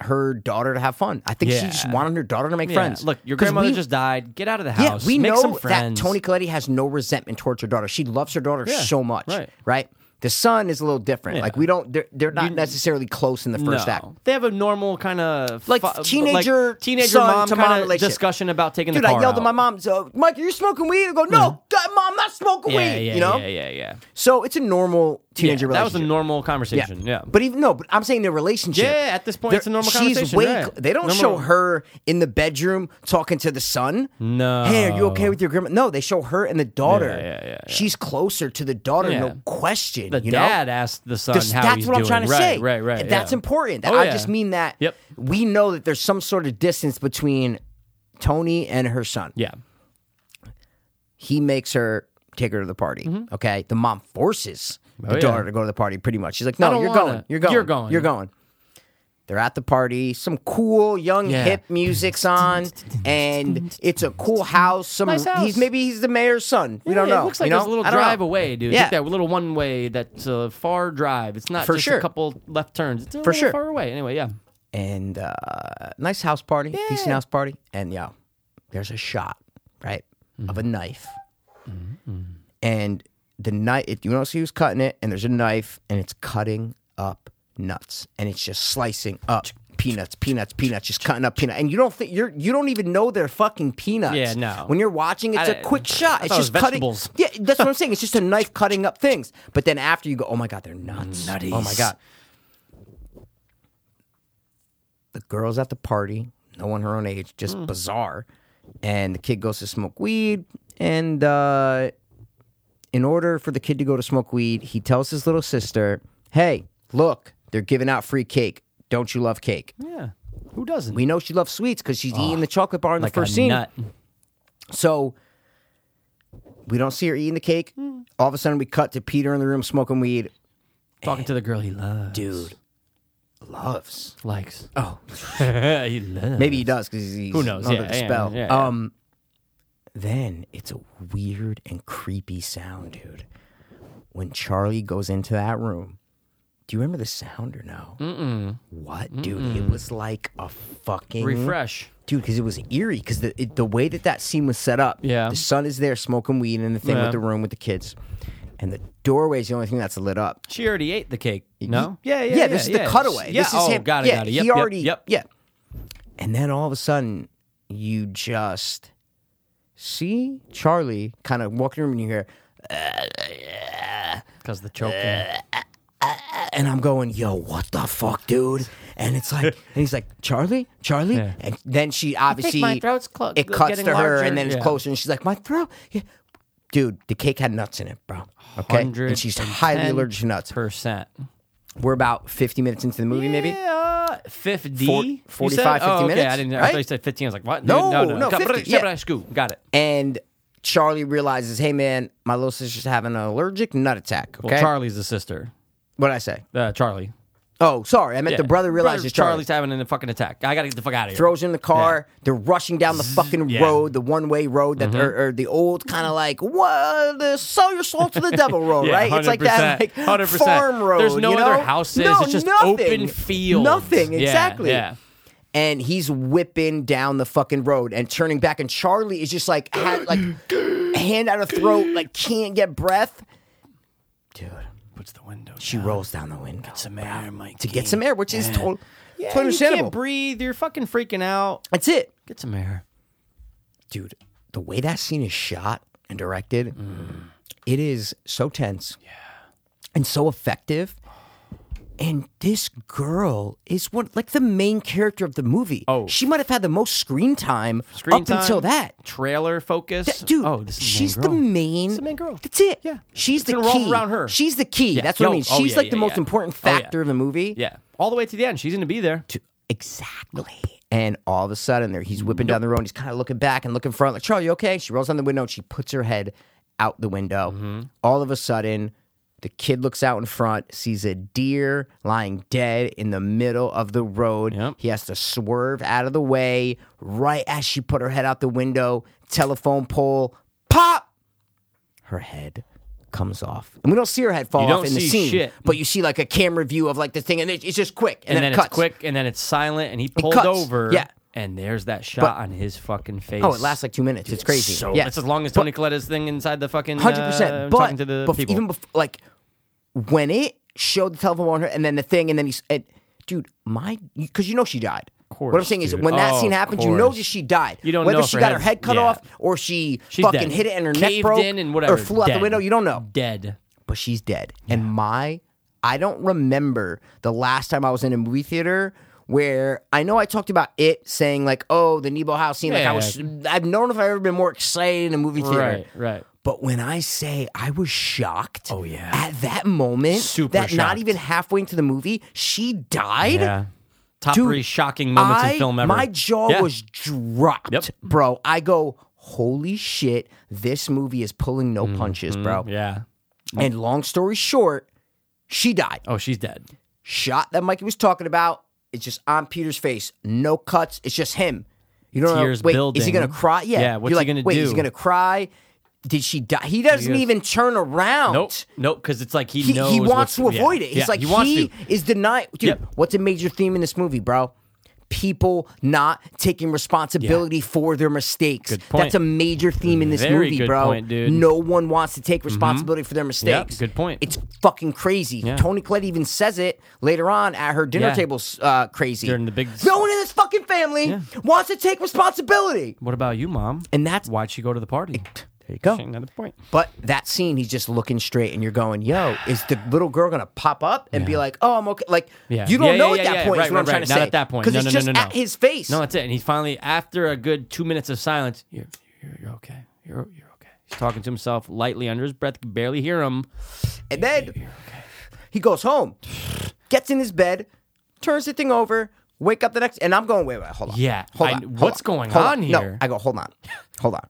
A: her daughter to have fun. I think she just
B: Yeah.
A: wanted her daughter to make
B: Yeah,
A: friends.
B: Look, your
A: 'Cause
B: grandmother
A: we-
B: just died. Get out of the
A: yeah,
B: house.
A: we
B: Make
A: know
B: some
A: that
B: friends.
A: Tony Colletti has no resentment towards her daughter. She loves her daughter
B: Yeah,
A: so much,
B: right.
A: The son is a little different.
B: Yeah.
A: Like we don't, they're, they're not necessarily close in the first
B: no.
A: act.
B: They have a normal kind of
A: Like teenager
B: teenager
A: son
B: mom
A: to mom
B: kind of
A: relationship.
B: discussion about taking
A: Dude,
B: the car
A: I yelled
B: out. Mm-hmm.
A: at my mom. So, Mike, are you smoking weed? I go, no, God, mom, I'm not smoking
B: Yeah,
A: weed.
B: yeah,
A: you know.
B: yeah, yeah, yeah.
A: So it's a normal teenager
B: Yeah, that
A: relationship.
B: was a normal conversation. Yeah,
A: But even no, but I'm saying the relationship.
B: Yeah, at this point,
A: They're-
B: it's a normal
A: she's
B: conversation,
A: Way,
B: right.
A: cl- They don't
B: Normal-
A: show her in the bedroom talking to the son.
B: No.
A: Hey, are you okay with your grandma? No, they show her and the daughter.
B: Um, Yeah, yeah, yeah, yeah.
A: She's closer to the daughter,
B: Yeah.
A: no question.
B: the
A: you know?
B: dad asked the son
A: This-
B: how
A: that's
B: he's
A: what I'm
B: doing.
A: trying to
B: right,
A: say.
B: Right, right,
A: And That's
B: yeah.
A: important. That-
B: Oh,
A: I
B: yeah.
A: just mean that
B: Yep.
A: we know that there's some sort of distance between Tony and her son.
B: Yeah,
A: He makes her take her to the party. Okay. The mom forces the
B: Mm-hmm. Oh, yeah.
A: daughter to go to the party pretty much. She's like,
B: I
A: No,
B: don't
A: you're
B: wanna.
A: going. You're going.
B: You're going."
A: You're going. They're at the party, some cool young
B: Yeah.
A: hip music's on, and it's a cool house. Some
B: Nice house.
A: he's maybe he's the mayor's son. We
B: Yeah,
A: don't know.
B: It looks like
A: you know?
B: there's a little
A: I don't
B: drive
A: know.
B: away, dude.
A: Yeah.
B: Yeah, that little one way that's a far drive. It's not
A: For
B: just
A: sure.
B: a couple left turns. It's a
A: For
B: little
A: sure.
B: far away. Anyway, yeah.
A: and uh, nice house party, decent house party, and yeah, there's a shot right of a
B: Mm-hmm.
A: knife, and the knife it, you don't see who's cutting it, and there's a knife, and it's cutting up nuts, and it's just slicing up peanuts, peanuts, peanuts, just cutting up peanut, and you don't think you're you don't even know they're fucking peanuts.
B: Yeah, no.
A: When you're watching, it's a
B: I-
A: quick shot.
B: I
A: it's
B: thought it
A: just
B: was
A: cutting.
B: Oh, vegetables.
A: Yeah, that's
B: <laughs>
A: what I'm saying. It's just a knife cutting up things, but then after you go, oh my god, they're nuts. Oh my
B: Nutties.
A: god the girl's at the party, no one her own age, just
B: Mm.
A: bizarre. And the kid goes to smoke weed. And uh, in order for the kid to go to smoke weed, he tells his little sister, Hey, look, they're giving out free cake. Don't you love cake?
B: Yeah. Who doesn't?
A: We know she loves sweets because she's eating the chocolate bar in
B: like
A: the first
B: a
A: scene.
B: nut.
A: So we don't see her eating the cake. All of a sudden, we cut to Peter in the room smoking weed.
B: Talking to the girl he loves.
A: Eh. Dude, loves.
B: Likes.
A: Oh,
B: <laughs> he loves.
A: Maybe he does because he's, he's
B: Who knows?
A: under
B: Yeah,
A: the
B: yeah,
A: spell.
B: yeah, yeah.
A: Um, then it's a weird and creepy sound, dude. When Charlie goes into that room, do you remember the sound or no? Mm-mm. What, dude? It was like a fucking
B: Refresh.
A: dude, because it was eerie. Because the it, the way that that scene was set up,
B: Yeah.
A: the son is there smoking weed in the thing
B: Yeah.
A: with the room with the kids, and the doorway is the only thing that's lit up.
B: She already ate the cake. No.
A: He- yeah. this is the cutaway.
B: Yeah.
A: This is
B: oh,
A: him.
B: got it.
A: yeah,
B: got it. Yep,
A: he
B: yep,
A: already.
B: Yep.
A: Yeah. And then all of a sudden, you just see Charlie kind of walking around and you hear,
B: Because the choking.
A: and I'm going, yo, what the fuck, dude? And it's like, and he's like, Charlie, Charlie,
B: Yeah.
A: and then she obviously
B: my throat's clo-
A: it cuts
B: getting
A: to her,
B: larger.
A: and then it's
B: Yeah.
A: closer, and she's like, my throat, yeah. dude, the cake had nuts in it, bro. Okay, and she's highly
B: 110%.
A: allergic to nuts.
B: Percent.
A: We're about 50 minutes into the movie, maybe.
B: Yeah, 50?
A: Four-
B: You
A: 45,
B: said?
A: 50
B: oh, okay.
A: minutes,
B: I, didn't, I
A: right?
B: thought you said 15. I was like, what?
A: No,
B: no, no.
A: no,
B: Got-
A: 50, yeah.
B: Got it.
A: and Charlie realizes, hey man, my little sister's having an allergic nut attack. Okay,
B: Well, Charlie's the sister.
A: what did I say?
B: Uh, Charlie.
A: Oh, sorry, I meant
B: Yeah.
A: the brother realizes
B: Brother-
A: Charlie.
B: Charlie's having a fucking attack. I gotta get the fuck out of here.
A: Throws her in the car. They're rushing down the fucking
B: yeah. Mm-hmm.
A: road, the one way road that or, or the old kind of like what the sell your soul to the devil road,
B: <laughs> Yeah,
A: right? It's like that
B: 100%,
A: like
B: 100%.
A: farm road.
B: There's no
A: you
B: other
A: know?
B: houses.
A: No,
B: it's just
A: nothing.
B: open fields.
A: Nothing
B: Yeah,
A: exactly.
B: Yeah.
A: and he's whipping down the fucking road and turning back and charlie is just like had like hand out of throat like can't get breath dude
B: puts the window.
E: She
B: down.
E: rolls down the window
B: some air, Mike.
A: to get some air, which is total,
B: Yeah,
A: totally
B: you can't
A: understandable.
B: breathe. You're fucking freaking out.
A: That's it.
B: Get some air.
A: dude, the way that scene is shot and directed,
B: Mm.
A: it is so tense. Yeah. And so effective. And this girl is one like the main character of the movie.
B: Oh.
A: She might have had the most screen time
B: Screen
A: up
B: time,
A: until that.
B: trailer focus.
A: That- dude,
B: oh, this is
A: she's
B: main girl.
A: the main.
B: the main girl.
A: That's it.
B: Yeah.
A: she's
B: It's
A: the
B: gonna revolve
A: key.
B: around her.
A: She's the key.
B: Yeah.
A: That's what
B: Yo,
A: I mean.
B: oh,
A: She's
B: yeah,
A: like the
B: yeah,
A: most
B: yeah.
A: important
B: Oh, yeah.
A: factor of the movie.
B: Yeah, all the way to the end. She's gonna be there.
A: to- exactly. And all of a sudden, there he's whipping down the road. And he's kind of looking back and looking front, like Charlie, you okay? She rolls down the window and she puts her head out the window.
B: Mm-hmm.
A: All of a sudden, the kid looks out in front, sees a deer lying dead in the middle of the road.
B: Yep.
A: He has to swerve out of the way right as she put her head out the window. Telephone pole, pop. Her head comes off, and we don't see her head fall
B: You
A: off
B: don't
A: in the
B: see
A: scene,
B: shit.
A: but you see like a camera view of like this thing, and it- it's just quick, and,
B: and,
A: then,
B: then
A: it cuts.
B: it's quick, and then it's silent, and he pulled
A: cuts.
B: over.
A: Yeah.
B: and there's that shot on his fucking face.
A: Oh, it lasts like two minutes. it's crazy.
B: So
A: yeah,
B: that's as long as Tony Coletta's thing inside the fucking
A: hundred
B: uh,
A: percent.
B: talking
A: But
B: to the
A: bef-
B: people.
A: even before, like when it showed the telephone on her, and then the thing, and then he's, and, dude, my, because you know she died. what I'm
B: course,
A: saying is,
B: dude.
A: when that
B: Oh,
A: scene
B: of
A: happened, you know
B: course.
A: that she died.
B: You don't
A: whether
B: know if
A: she
B: her
A: got her
B: head's-
A: head cut
B: yeah.
A: off or she
B: She's
A: fucking
B: dead.
A: hit it and her neck
B: Caved
A: broke
B: in and whatever.
A: or flew out
B: Dead.
A: the window. You don't know,
B: Dead.
A: but she's dead. And my, I don't remember the last time I was in a movie theater. Where I know I talked about it saying like, oh, the Nebo House scene. Like I
B: Yeah.
A: was, I've known if I've ever been more excited in a movie theater.
B: Right, right.
A: But when I say I was shocked,
B: Oh, yeah.
A: at that moment,
B: Super
A: that not
B: shocked.
A: even halfway into the movie, she died.
B: Yeah. Top
A: Dude,
B: three shocking moments
A: I,
B: in film ever.
A: My jaw
B: Yeah.
A: was dropped,
B: Yep.
A: bro. I go, holy shit, this movie is pulling no
B: Mm-hmm.
A: punches, bro.
B: Yeah.
A: And long story short, she died.
B: Oh, she's dead.
A: Shot that Mikey was talking about. It's just on Peter's face, no cuts. It's just him. You don't
B: Tears
A: know. Wait, is he
B: building.
A: gonna cry? Yeah.
B: Yeah, what's
A: You're
B: he
A: like,
B: gonna
A: wait, Is
B: do?
A: he gonna cry? Did she die? He doesn't
B: goes-
A: even turn around
B: Nope. Nope. Because it's like he,
A: he,
B: knows.
A: he wants to
B: what's-
A: avoid
B: yeah.
A: it. He's
B: Yeah,
A: like
B: he
A: he,
B: wants to.
A: is denying. Dude,
B: Yep.
A: what's a major theme in this movie, bro? People not taking responsibility for their mistakes.
B: Good point.
A: That's a major theme in this
B: Very
A: movie,
B: good
A: bro.
B: point, dude. Mm-hmm.
A: No one wants to take responsibility for their mistakes.
B: good point.
A: It's fucking crazy. Tony Collette even says it later on at her dinner
B: Yeah.
A: table. Uh, crazy.
B: During the big-
A: No one in this fucking family wants to take responsibility.
B: What about you, mom?
A: And that's
B: Why'd she go to the party?
A: there you go.
B: Another point.
A: But that scene, he's just looking straight, and you're going, "Yo, is the little girl gonna pop up and be like, oh, I'm okay'? Like,
B: Yeah.
A: you don't
B: Yeah,
A: know
B: yeah,
A: at that
B: yeah,
A: point. is
B: yeah.
A: what
B: Right,
A: I'm
B: right,
A: trying
B: right.
A: to
B: Not
A: say.
B: at that point.
A: because
B: No,
A: it's
B: no, no,
A: just
B: no, no.
A: at his face.
B: No, that's it. And he finally, after a good two minutes of silence, you're, you're, you're okay. You're, you're okay. He's talking to himself lightly under his breath. You can barely hear him.
A: and then he goes home, gets in his bed, turns the thing over, wake up the next, and I'm going, wait, wait, hold on,
B: Yeah,
A: hold
B: I-
A: on, hold
B: what's
A: on,
B: going
A: hold
B: on
A: No,
B: here?
A: I go, hold on, hold on.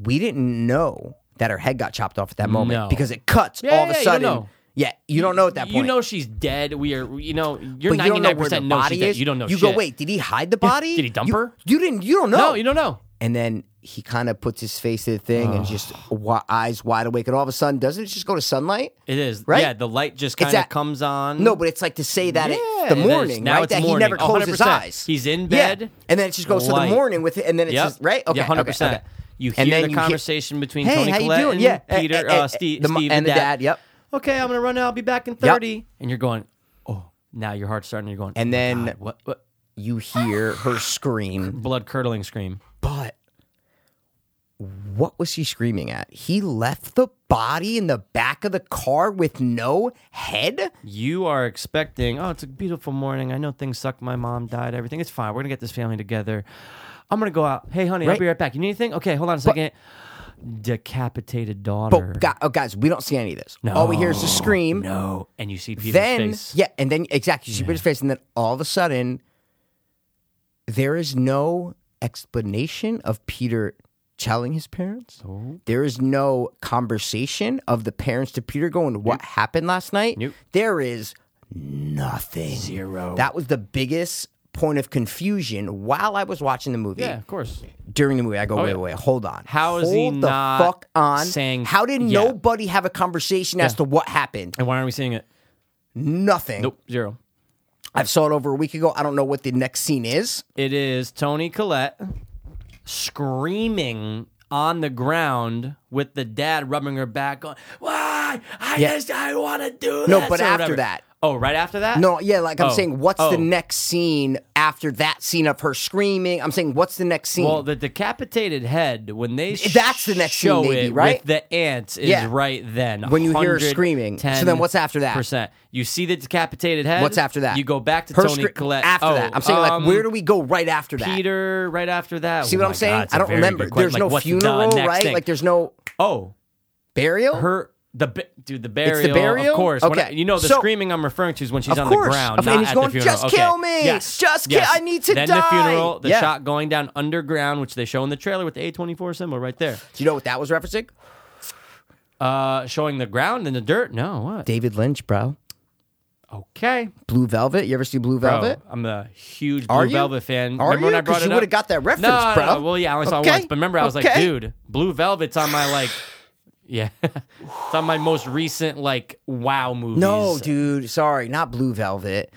A: We didn't know that her head got chopped off at that moment
B: No.
A: because it cuts
B: Yeah,
A: all of a
B: yeah, you don't
A: sudden.
B: know.
A: Yeah, you don't know at that point.
B: You know she's dead. We are, you know, you're
A: But you
B: ninety
A: don't know
B: nine
A: where the
B: percent know she's
A: body
B: dead.
A: is.
B: You don't know.
A: You
B: shit.
A: go, wait, did he hide the body?
B: Did he dump
A: You-
B: her?
A: You didn't. You don't know.
B: No, you don't know.
A: And then he kind of puts his face to the thing and just wa- eyes wide awake, and all of a sudden, doesn't it just go to sunlight?
B: It is
A: Right?
B: Yeah, the light just kind of
A: that-
B: comes on.
A: No, but it's like to say that it's
B: Yeah,
A: the
B: it is.
A: morning,
B: Now
A: right?
B: it's
A: that he
B: morning.
A: never closed his
B: 100%.
A: eyes.
B: He's in
A: Yeah.
B: bed.
A: and then it just goes to the
B: Light.
A: morning with it, and then it's
B: Yep.
A: just right. Okay,
B: yeah,
A: okay,
B: hundred percent.
A: okay.
B: You hear
A: And then
B: the
A: you hear-
B: conversation between
A: Hey,
B: Tony
A: how you
B: Collette
A: doing?
B: and
A: Yeah, eh,
B: Peter,
A: eh, eh,
B: uh,
A: eh,
B: Steve,
A: the mo-
B: Steve,
A: and the dad, yep.
B: Okay, I'm gonna run. out. I'll be back in thirty. And you're going, oh, now your heart's starting. You're going,
A: And
B: oh my
A: then-
B: God, what? what?
A: You hear her scream,
B: Blood curdling scream.
A: but what was he screaming at? He left the body in the back of the car with no head.
B: You are expecting. Oh, it's a beautiful morning. I know things suck. My mom died. Everything. It's fine. We're gonna get this family together. I'm gonna go out. Hey, honey, I'll
A: Right.
B: be right back. You need anything? Okay, hold on a second. Decapitated daughter.
A: But gu- oh, guys, we don't see any of this. All we hear is the scream.
B: no. And you see Peter's
A: Then
B: face.
A: yeah, and then exactly, she put his face, and then all of a sudden, there is no explanation of Peter telling his parents. There is no conversation of the parents to Peter going, "What happened last night?"
B: Nope.
A: There is nothing. Zero. That was the biggest point of confusion while I was watching the movie.
B: Yeah, of course.
A: during the movie, I go, wait,
B: yeah.
A: wait, wait, hold on.
B: How is
A: hold
B: he
A: the
B: not
A: fuck on?
B: saying-
A: How did
B: Yeah.
A: nobody have a conversation as to what happened?
B: And why aren't we seeing it?
A: Nothing.
B: Nope, zero.
A: I've saw it over a week ago. I don't know what the next scene is.
B: It is Tony Collette screaming on the ground with the dad rubbing her back, going, "Wow!" I, I
A: Yeah.
B: just, I want to do
A: No,
B: this,"
A: but
B: or
A: after
B: whatever.
A: that.
B: Oh, right after that?
A: No, yeah, like I'm
B: Oh,
A: saying, what's
B: oh.
A: the next scene after that scene of her screaming? I'm saying, what's the next scene?
B: Well, the decapitated head when they
A: That's the next scene,
B: show
A: maybe,
B: it
A: right?
B: with the ants is
A: Yeah.
B: right then
A: When you hear her screaming. So then what's after that?
B: Percent. You see the decapitated head.
A: what's after that?
B: You go back to
A: Her
B: Tony
A: scre-
B: Collette
A: After
B: Oh,
A: that, I'm saying, like,
B: um,
A: where do we go right after that?
B: Peter right after that?
A: See
B: Oh
A: what
B: my
A: I'm saying?
B: God, it's a
A: I don't
B: very
A: remember.
B: good question.
A: There's
B: Like,
A: no
B: what's the
A: funeral,
B: next
A: right?
B: thing?
A: Like, there's no
B: oh,
A: burial.
B: her the ba- dude the burial.
A: burial?
B: Of course. When I-
A: Okay.
B: you know the
A: So-
B: screaming I'm referring to is when she's
A: Of
B: on
A: course.
B: the ground,
A: Of-
B: not
A: and he's
B: at
A: going,
B: the funeral.
A: "Just
B: Okay.
A: kill me.
B: Yes.
A: Just kill-
B: Yes.
A: I need to
B: then
A: die."
B: the funeral, the
A: Yeah.
B: shot going down underground, which they show in the trailer with the A24 symbol right there,
A: Do you know what that was referencing?
B: uh, showing the ground and the dirt. No, what?
A: David Lynch, bro.
B: Okay.
A: Blue Velvet. You ever see Blue
B: Bro,
A: Velvet?
B: I'm a huge
A: Are
B: Blue
A: you?
B: Velvet fan.
A: Are
B: remember when
A: you?
B: I brought
A: 'Cause
B: it
A: you
B: up?
A: would've got that reference,
B: no, no,
A: bro.
B: no. Well, yeah, I only saw it
A: Okay.
B: once. But remember, I was like,
A: Okay.
B: dude, Blue Velvet's on my like, <laughs> yeah, it's on my most recent like wow movies.
A: No, dude. Sorry, not Blue Velvet.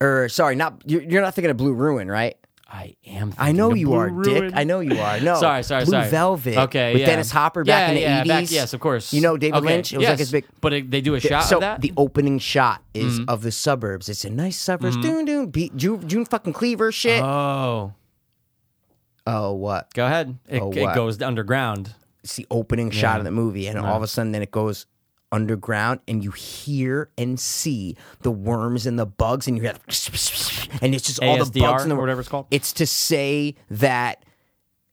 A: Or sorry, not you're, you're not thinking of Blue Ruin, right?
B: I am.
A: I know
B: thinking of
A: you
B: Blue
A: are,
B: Ruin.
A: Dick. I know you are. No,
B: Sorry, sorry,
A: Blue
B: sorry.
A: Velvet.
B: Okay,
A: with
B: yeah.
A: Dennis Hopper
B: Yeah,
A: back in the
B: yeah, back-
A: eighties.
B: yes, of course.
A: You know David
B: Okay,
A: Lynch. It was like
B: yes.
A: his big.
B: But it, they do a shot
A: so
B: of that. Mm-hmm.
A: the opening shot is of the suburbs. It's in nice suburbs. Doon doon. Be, June, June fucking Cleaver shit.
B: oh,
A: oh what?
B: go ahead. It,
A: Oh,
B: it
A: what?
B: goes underground.
A: It's the opening shot of the movie, and all of a sudden, then it goes underground, and you hear and see the worms and the bugs, and you hear, and it's just all the
B: ASDR
A: bugs and the
B: or whatever it's called.
A: It's to say that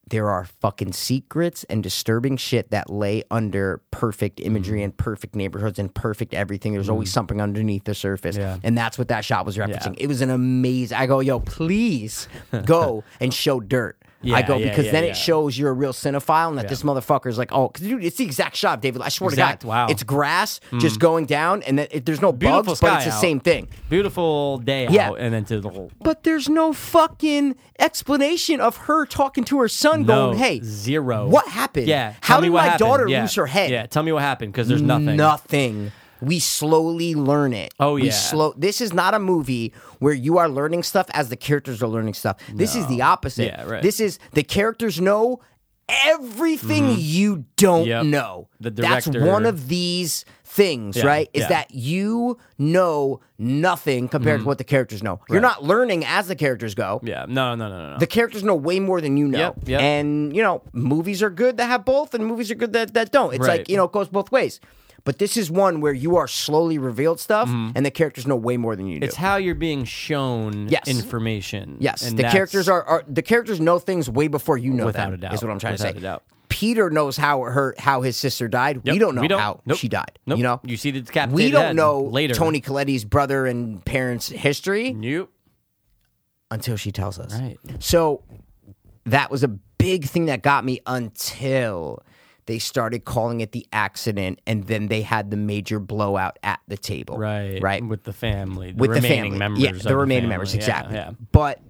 A: there are fucking secrets and disturbing shit that lay under perfect
B: Mm-hmm.
A: imagery and perfect neighborhoods and perfect everything. There's always something underneath the surface.
B: Yeah.
A: And that's what that shot was referencing. It was an amazing. I go, yo, please
B: <laughs>
A: go and show dirt. I
B: Yeah,
A: go,
B: yeah,
A: because
B: yeah,
A: then
B: yeah.
A: it shows you're a real cinephile and that this motherfucker's like, oh, 'cause dude, it's the exact shot of David. I swear
B: Exact,
A: to God.
B: wow. Mm.
A: It's grass just going down and then it, there's no
B: Beautiful
A: bugs, but it's
B: sky
A: the
B: out.
A: same thing.
B: Beautiful day
A: Yeah.
B: out, and then to the whole.
A: But there's no fucking explanation of her talking to her son,
B: No,
A: going, "Hey,
B: zero.
A: What happened?
B: Yeah.
A: How
B: tell me
A: did
B: what
A: my
B: happened.
A: daughter
B: Yeah.
A: lose her head?
B: Yeah. Tell me what happened because there's nothing.
A: nothing. We slowly learn it.
B: Oh,
A: We
B: yeah.
A: slow. This is not a movie where you are learning stuff as the characters are learning stuff. This is the opposite.
B: Yeah, right.
A: This is the characters know everything you don't
B: Mm-hmm. Yep.
A: know.
B: The
A: That's
B: director-
A: one of these things,
B: Yeah,
A: right? Is
B: yeah. Mm-hmm.
A: that you know nothing compared to what the characters know. You're not learning as the characters go.
B: Yeah. No. No. No. No.
A: The characters know way more than you know.
B: Yep, yep.
A: And, you know, movies are good that have both and movies are good that, that don't. It's
B: Right.
A: like, you know, it goes both ways. But this is one where you are slowly revealed stuff and the characters know way more than you do.
B: Mm-hmm. It's how you're being shown
A: Yes.
B: information.
A: yes.
B: and
A: the
B: that's-
A: characters are, are the characters know things way before you know
B: Without
A: them,
B: a doubt.
A: Is what I'm trying
B: Without
A: to say.
B: a doubt.
A: Peter knows how her how his sister died.
B: Yep.
A: We don't know how
B: Nope.
A: she died.
B: Nope.
A: You know?
B: You see the decapitated
A: we don't
B: head
A: know
B: later.
A: Tony Colletti's brother and parents' history
B: Nope.
A: until she tells us.
B: Right.
A: So that was a big thing that got me until they started calling it the accident and then they had the major blowout at the table.
B: Right.
A: Right.
B: With the family. The
A: With the family.
B: remaining members.
A: yeah,
B: of
A: the remaining
B: family.
A: members,
B: Yeah,
A: exactly.
B: Yeah.
A: But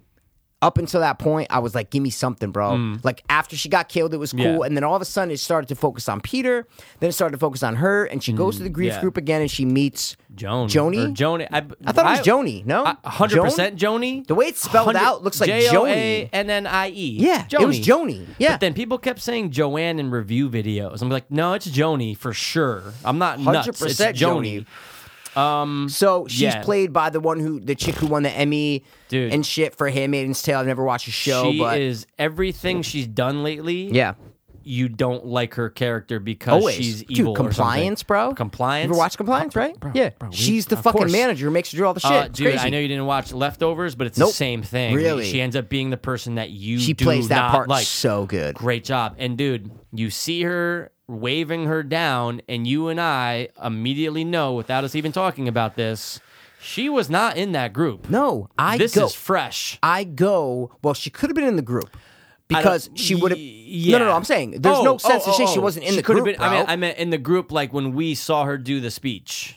A: up until that point, I was like, give me something, bro. Like after she got killed, it was cool.
B: Mm. Yeah.
A: And then all of a sudden it started to focus on Peter. Then it started to focus on her. And she goes to the grief
B: Mm, yeah.
A: group again and she meets
B: Joan.
A: Joni?
B: Or Joni. I,
A: I thought it was Joni, no?
B: I- 100% Joni.
A: The way it's spelled
B: 100
A: out looks like Joni.
B: J-O-A-N-N-I-E.
A: Yeah, it was Joni. Yeah.
B: E. But then people kept saying Joanne in review videos. I'm like, no, it's Joni for sure. I'm not nuts. It's
A: 100%
B: Joni.
A: Joni. So she's
B: Yeah.
A: played by the one who the chick who won the Emmy
B: Dude.
A: and shit for Handmaid's Tale. I've never watched the show,
B: she
A: but
B: is everything she's done lately.
A: yeah,
B: you don't like her character because
A: always
B: she's
A: Dude,
B: evil. or
A: compliance,
B: something.
A: bro.
B: Compliance.
A: You ever watch Compliance, right? yeah,
B: bro, we-
A: she's the
B: of
A: fucking
B: course.
A: manager who makes her do all the shit.
B: Uh,
A: It's
B: dude,
A: crazy.
B: I know you didn't watch Leftovers, but it's the
A: Nope.
B: same thing.
A: Really?
B: she ends up being the person that you
A: she
B: do
A: plays that
B: not
A: part
B: like.
A: so good.
B: Great job, and dude, you see her waving her down, and you and I immediately know, without us even talking about this, she was not in that group.
A: No, I
B: this
A: go.
B: is fresh.
A: I go. Well, she could have been in the group
B: I
A: because
B: don't-
A: she would have.
B: y-
A: No, no, no.
B: yeah.
A: I'm saying there's no
B: Oh,
A: sense
B: oh,
A: to say
B: oh,
A: she
B: oh.
A: wasn't in the
B: could've
A: group.
B: Been, I mean,
A: bro.
B: I meant in the group, like when we saw her do the speech.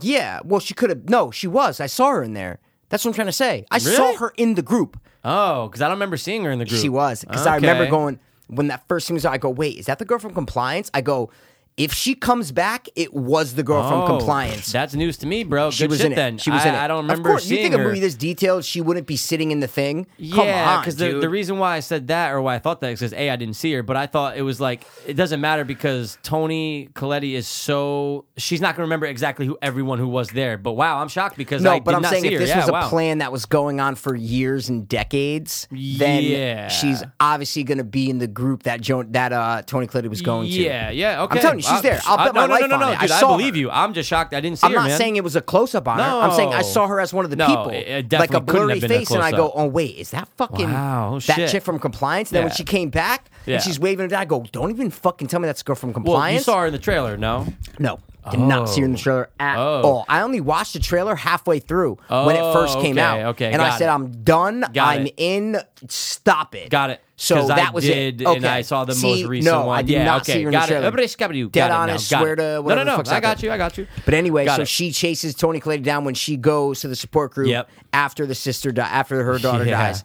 A: Yeah, well, she could have. No, she was. I saw her in there. That's what I'm trying to say. I saw
B: Really?
A: her in the group.
B: Oh, because I don't remember seeing her in the group.
A: She was because I remember
B: Okay.
A: going when that first scene was. out, I go, wait, is that the girl from Compliance? I go, If she comes back, it was the girl from
B: Oh,
A: Compliance.
B: That's news to me, bro.
A: she
B: Good
A: was
B: shit
A: in it.
B: then.
A: She was
B: I,
A: in it.
B: I don't remember
A: Of course,
B: seeing
A: you think
B: her.
A: a movie this detailed, she wouldn't be sitting in the thing. Come
B: Yeah,
A: on,
B: because the,
A: dude.
B: the reason why I said that or why I thought that is because a I didn't see her, but I thought it was like it doesn't matter because Tony Coletti is so she's not gonna remember exactly who everyone who was there. But wow, I'm shocked because
A: no,
B: I
A: but
B: did
A: I'm
B: not
A: saying
B: see
A: if
B: her.
A: this
B: yeah,
A: was a
B: wow.
A: plan that was going on for years and decades, then
B: Yeah.
A: she's obviously going to be in the group that jo- that uh, Tony Clitty was going to.
B: Yeah, yeah, okay.
A: telling you, she's
B: I-
A: there. I'll
B: I-
A: bet
B: no,
A: my
B: no,
A: life
B: no, no,
A: on
B: no,
A: it. I
B: Dude,
A: saw
B: I believe
A: her.
B: you. I'm just shocked. I didn't see
A: I'm
B: her,
A: not
B: man.
A: saying it was a close up on her. I'm saying I
B: No.
A: saw her as one of the
B: No,
A: people,
B: it- it
A: like
B: definitely
A: a
B: couldn't have
A: blurry
B: been a
A: face, and I go,
B: close-up.
A: "Oh wait, is that fucking
B: Wow, oh,
A: that
B: shit.
A: chick from Compliance?" And then when
B: Yeah.
A: she came back
B: Yeah.
A: and she's waving at her, I go, "Don't even fucking tell me that's a girl from
B: well,
A: Compliance."
B: you saw her in the trailer, no?
A: No, did not see her in the trailer at
B: Oh.
A: all. I only watched the trailer halfway through when it first
B: Oh,
A: came
B: okay,
A: out.
B: okay,
A: and
B: got
A: I said,
B: it.
A: "I'm done.
B: Got
A: I'm
B: it.
A: in. Stop it."
B: Got it.
A: So
B: 'Cause I
A: that was
B: did,
A: it. Okay.
B: And I saw the
A: See,
B: most recent
A: no,
B: one.
A: I did
B: yeah,
A: not
B: okay.
A: see her in
B: got
A: the trailer.
B: It. Everybody's got you.
A: Dead
B: got it now.
A: honest,
B: Got
A: swear
B: it.
A: to whatever
B: No,
A: the
B: no, no.
A: fuck's
B: I
A: out
B: got
A: there.
B: you. I got you.
A: But anyway,
B: Got
A: so
B: it.
A: she chases Tony Clay down when she goes to the support group
B: Yep.
A: after the sister di- after her daughter
B: Yeah.
A: dies,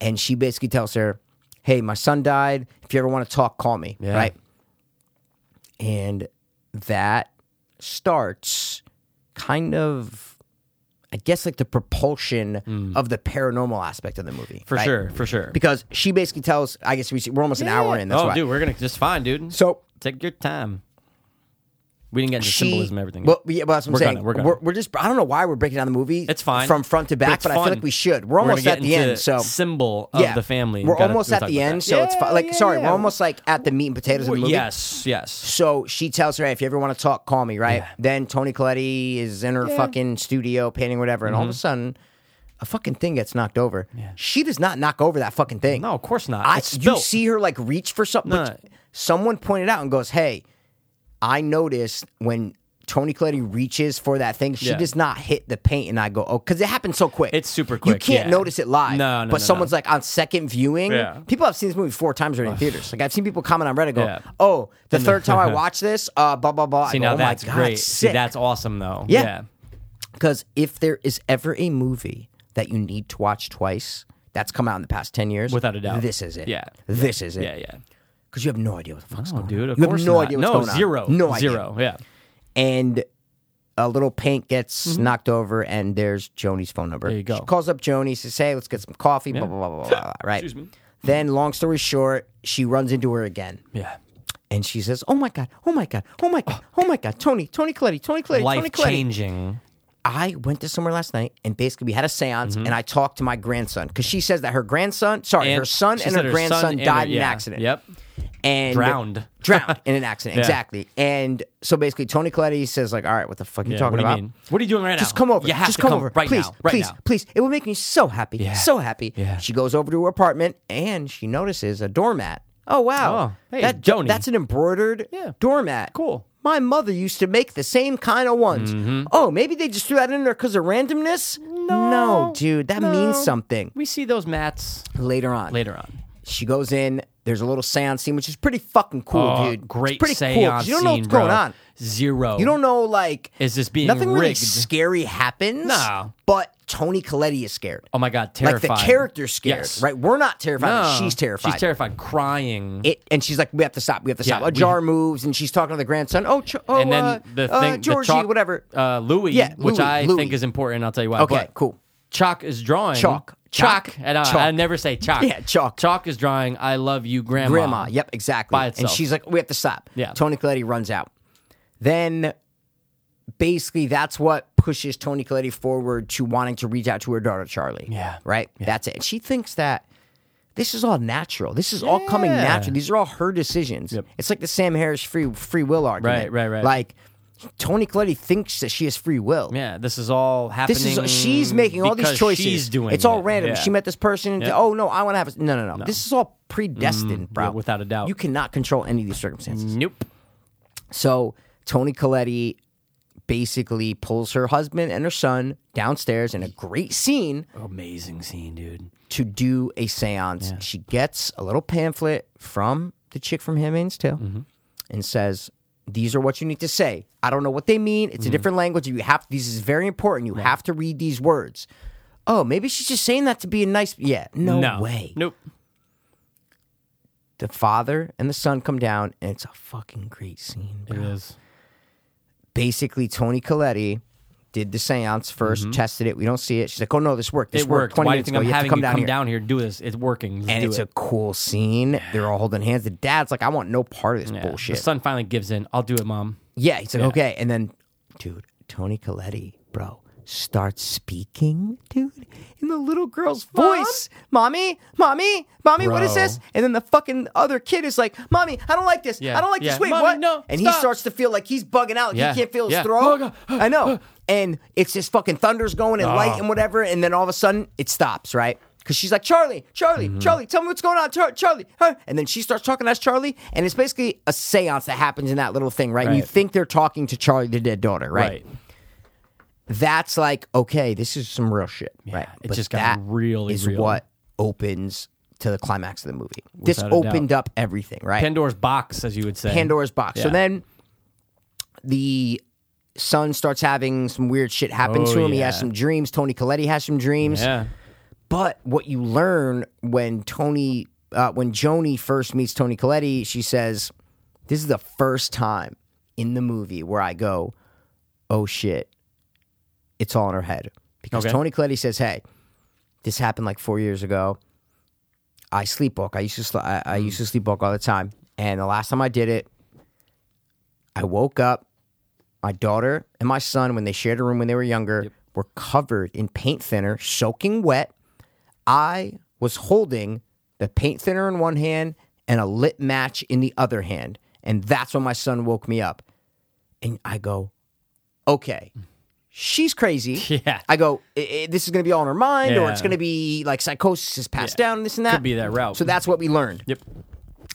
A: and she basically tells her, "Hey, my son died. If you ever want to talk, call me."
B: Yeah.
A: Right, and that starts kind of. I guess like the propulsion of the paranormal aspect of the movie,
B: Hmm. For
A: right?
B: sure, for sure.
A: Because she basically tells, I guess we see, we're almost an hour in. That's
B: oh,
A: why.
B: dude, we're gonna just fine, dude.
A: So
B: Take your time. We didn't get into
A: she-
B: symbolism, everything.
A: Well, yeah, but that's what I'm
B: We're
A: saying.
B: gonna- we're
A: we're,
B: gonna.
A: we're, just. I don't know why we're breaking down the movie.
B: It's fine.
A: from front to
B: But
A: back,
B: it's
A: but, I
B: fun.
A: feel like we should. We're
B: gonna
A: almost
B: get
A: at the
B: into
A: end, so
B: symbol of
A: yeah.
B: the family.
A: We're
B: Gotta-
A: almost
B: we'll
A: at
B: talk
A: the
B: about
A: end,
B: that.
A: so it's
B: Yeah,
A: fi- like
B: yeah,
A: sorry,
B: yeah.
A: we're almost like at the meat and potatoes of the movie.
B: Yes, yes.
A: So she tells her, hey, if you ever want to talk, call me, right? Then Tony Colletti is in her fucking studio painting whatever, and all
B: Mm-hmm.
A: of a sudden, a fucking thing gets knocked over. She does not knock over that fucking thing.
B: No, of course not.
A: I,
B: It's
A: you
B: spilt.
A: see her like reach for something.
B: No.
A: which- Someone pointed out and goes, "Hey, I noticed when Tony Colletti reaches for that thing, she
B: Yeah.
A: does not hit the paint." And I go, "Oh, because it happened so quick.
B: It's super
A: You
B: quick,
A: can't
B: yeah.
A: notice it live.
B: No, no,
A: But
B: no,
A: someone's
B: no.
A: like on second viewing.
B: Yeah.
A: People have seen this movie four times already in theaters. Like I've seen people comment on Reddit, go,
B: Yeah.
A: "Oh, the
B: <laughs>
A: third time I watched this, uh, blah blah blah." I
B: See
A: go,
B: now
A: "Oh my
B: that's
A: God,
B: great. See
A: sick."
B: that's awesome though.
A: Yeah.
B: yeah.
A: Because if there is ever a movie that you need to watch twice that's come out in the past 10 years,
B: Without a doubt.
A: this is it.
B: Yeah.
A: This is it.
B: Yeah, yeah.
A: Because you have no idea what the fuck's
B: Oh,
A: going on.
B: dude, of
A: you have
B: course
A: no
B: not.
A: idea what's
B: no,
A: going on.
B: zero.
A: No idea.
B: Zero, yeah.
A: And a little paint gets knocked over, and there's Joni's phone number.
B: Mm-hmm. There you go.
A: She calls up Joni, says, hey, let's get some coffee, blah, blah, blah, blah, blah, blah, right? Excuse me. Then, long story short, she runs into her again.
B: Yeah.
A: And she says, oh my God, oh my God, oh my God, oh my God, Tony, Tony Colletti, Tony Colletti, Tony
B: Life
A: Colletti.
B: changing.
A: I went to somewhere last night and basically we had a seance
B: Mm-hmm.
A: and I talked to my grandson because she says that her grandson, sorry, her son
B: she
A: and
B: said
A: her grandson
B: son and
A: died
B: her-
A: in an
B: yeah.
A: accident.
B: Yep.
A: And
B: Drowned.
A: Drowned
B: <laughs>
A: in an accident.
B: Yeah.
A: Exactly. And so basically Tony Colletti says, like, all right, what the fuck are you
B: Yeah,
A: talking
B: what do you
A: about?
B: mean? What are you doing right now?
A: Just come over.
B: You have
A: Just
B: to
A: come,
B: come
A: over.
B: right
A: please,
B: now, right
A: please,
B: now.
A: please. It would make me so happy. So happy.
B: Yeah.
A: She goes over to her apartment and she notices a doormat. Oh wow.
B: Oh, hey,
A: that
B: Joni.
A: that's an embroidered
B: Yeah.
A: doormat.
B: Cool. Mm-hmm.
A: My mother used to make the same kind of ones. Oh, maybe they just threw that in there because of randomness? No. dude, that means
B: no.
A: something.
B: We see those mats
A: Later on.
B: later on.
A: She goes in, there's a little seance scene, which is pretty fucking cool,
B: Oh,
A: dude. It's
B: Great
A: pretty cool. 'cause
B: seance
A: You don't know
B: scene,
A: what's going
B: bro.
A: on.
B: Zero.
A: You don't know, like,
B: Is this being
A: nothing really
B: rigged?
A: scary happens?
B: No.
A: But Tony Colletti is scared.
B: Oh my god,
A: like
B: terrified.
A: the character's scared,
B: Yes.
A: right? We're not terrified.
B: No.
A: She's terrified.
B: She's terrified, crying.
A: It, and she's like, we have to stop. We have to
B: Yeah,
A: stop. A
B: we-
A: jar moves, and she's talking to the grandson. Oh, Ch- oh,
B: and then
A: uh,
B: the thing,
A: uh,
B: the
A: Georgie,
B: chalk-
A: whatever.
B: Uh, Louis,
A: Yeah,
B: which
A: Louis,
B: I
A: Louis.
B: think is important. I'll tell you why.
A: Okay,
B: but
A: cool.
B: Chalk is drawing.
A: Chalk.
B: Chalk.
A: Chalk.
B: And I,
A: Chalk.
B: I never say chalk.
A: Yeah, chalk.
B: Chalk is drawing. I love you, grandma.
A: Grandma. Yep, exactly.
B: By
A: And
B: itself.
A: she's like, we have to stop.
B: Yeah.
A: Tony Colletti runs out. Then basically that's what pushes Tony Colletti forward to wanting to reach out to her daughter Charlie.
B: Yeah.
A: Right? That's it. And she thinks that this is all natural. This is all coming
B: Yeah.
A: natural. These are all her decisions. It's like the Sam Harris free free will argument.
B: right, right.
A: Like Tony Colletti thinks that she has free will.
B: Yeah, this is all happening.
A: This is she's making all these
B: because
A: choices.
B: She's doing
A: it's all
B: it.
A: random.
B: Yeah.
A: She met this person. and Oh no, I want to have a, no, no, no, This is all predestined, bro.
B: Mm, yeah, without a doubt.
A: you cannot control any of these circumstances.
B: Nope.
A: So Tony Colletti basically pulls her husband and her son downstairs in a great scene
B: Amazing scene, dude.
A: to do a séance. She gets a little pamphlet from the chick from Handmaid's Tale and says, "These are what you need to say. I don't know what they mean. It's a different language. You have this is very important. You have to read these words." Oh, maybe she's just saying that to be a nice. Yeah, no,
B: no
A: way.
B: Nope.
A: the father and the son come down, and it's a fucking great scene.
B: It
A: Bro.
B: is.
A: Basically, Tony Coletti did the seance 1st tested it. We don't see it. She's like, "Oh no, this worked. This
B: Mm-hmm. It worked.
A: Twenty
B: Why do you
A: minutes
B: think
A: ago,
B: I'm
A: you have
B: having
A: to come
B: you
A: down
B: come
A: here."
B: down here and do this? It's working. Let's
A: and
B: do
A: it's
B: it.
A: a cool scene. They're all holding hands. The dad's like, "I want no part of this
B: Yeah.
A: bullshit."
B: The son finally gives in. I'll do it, mom.
A: Yeah, he's like, okay. And then, dude, Tony Coletti, bro, starts speaking, dude, in the little girl's voice. Mommy, mommy, mommy, what is
B: Bro.
A: this? And then the fucking other kid is like, Mommy, I don't like this.
B: Yeah,
A: I don't like
B: yeah.
A: this. Wait,
B: Mommy,
A: what?
B: no,
A: and he
B: stop.
A: starts to feel like he's bugging out.
B: Yeah,
A: He can't feel his
B: yeah.
A: throat.
B: Oh, God.
A: I know. And it's just fucking thunder's going and light
B: Oh.
A: and whatever. And then all of a sudden it stops, right? Because she's like, Charlie, Charlie,
B: Mm-hmm.
A: Charlie, tell me what's going on, Char- Charlie. huh?" And then she starts talking to us, Charlie. And it's basically a seance that happens in that little thing, right? And you
B: Right.
A: think they're talking to Charlie, the dead daughter, right? That's like, okay, this is some real shit, right?
B: it just got really
A: is
B: real.
A: what opens to the climax of the movie. This
B: Without a doubt.
A: opened up everything, right?
B: Pandora's box, as you would say.
A: Pandora's box. So
B: Yeah.
A: then the son starts having some weird shit happen
B: Oh,
A: to him. He
B: yeah.
A: has some dreams. Tony Coletti has some dreams.
B: Yeah.
A: But what you learn when Tony, uh, when Joni first meets Tony Coletti, she says, "This is the first time in the movie where I go, oh shit, it's all in her head." Because
B: Okay.
A: Tony Coletti says, "Hey, this happened like four years ago. I sleepwalk. I used to, sl- I, I
B: Mm.
A: used to sleepwalk all the time. And the last time I did it, I woke up. My daughter and my son, when they shared a room when they were younger, were covered in paint thinner, soaking wet." I was holding the paint thinner in one hand and a lit match in the other hand. And that's when my son woke me up. And I go, okay, she's crazy.
B: Mm. <laughs> Yeah.
A: I go, "I- I- this is going to be all in her mind, or it's
B: Yeah.
A: going to be like psychosis is passed down, and this and that.
B: Could be that route.
A: So that's what we learned.
B: Yep.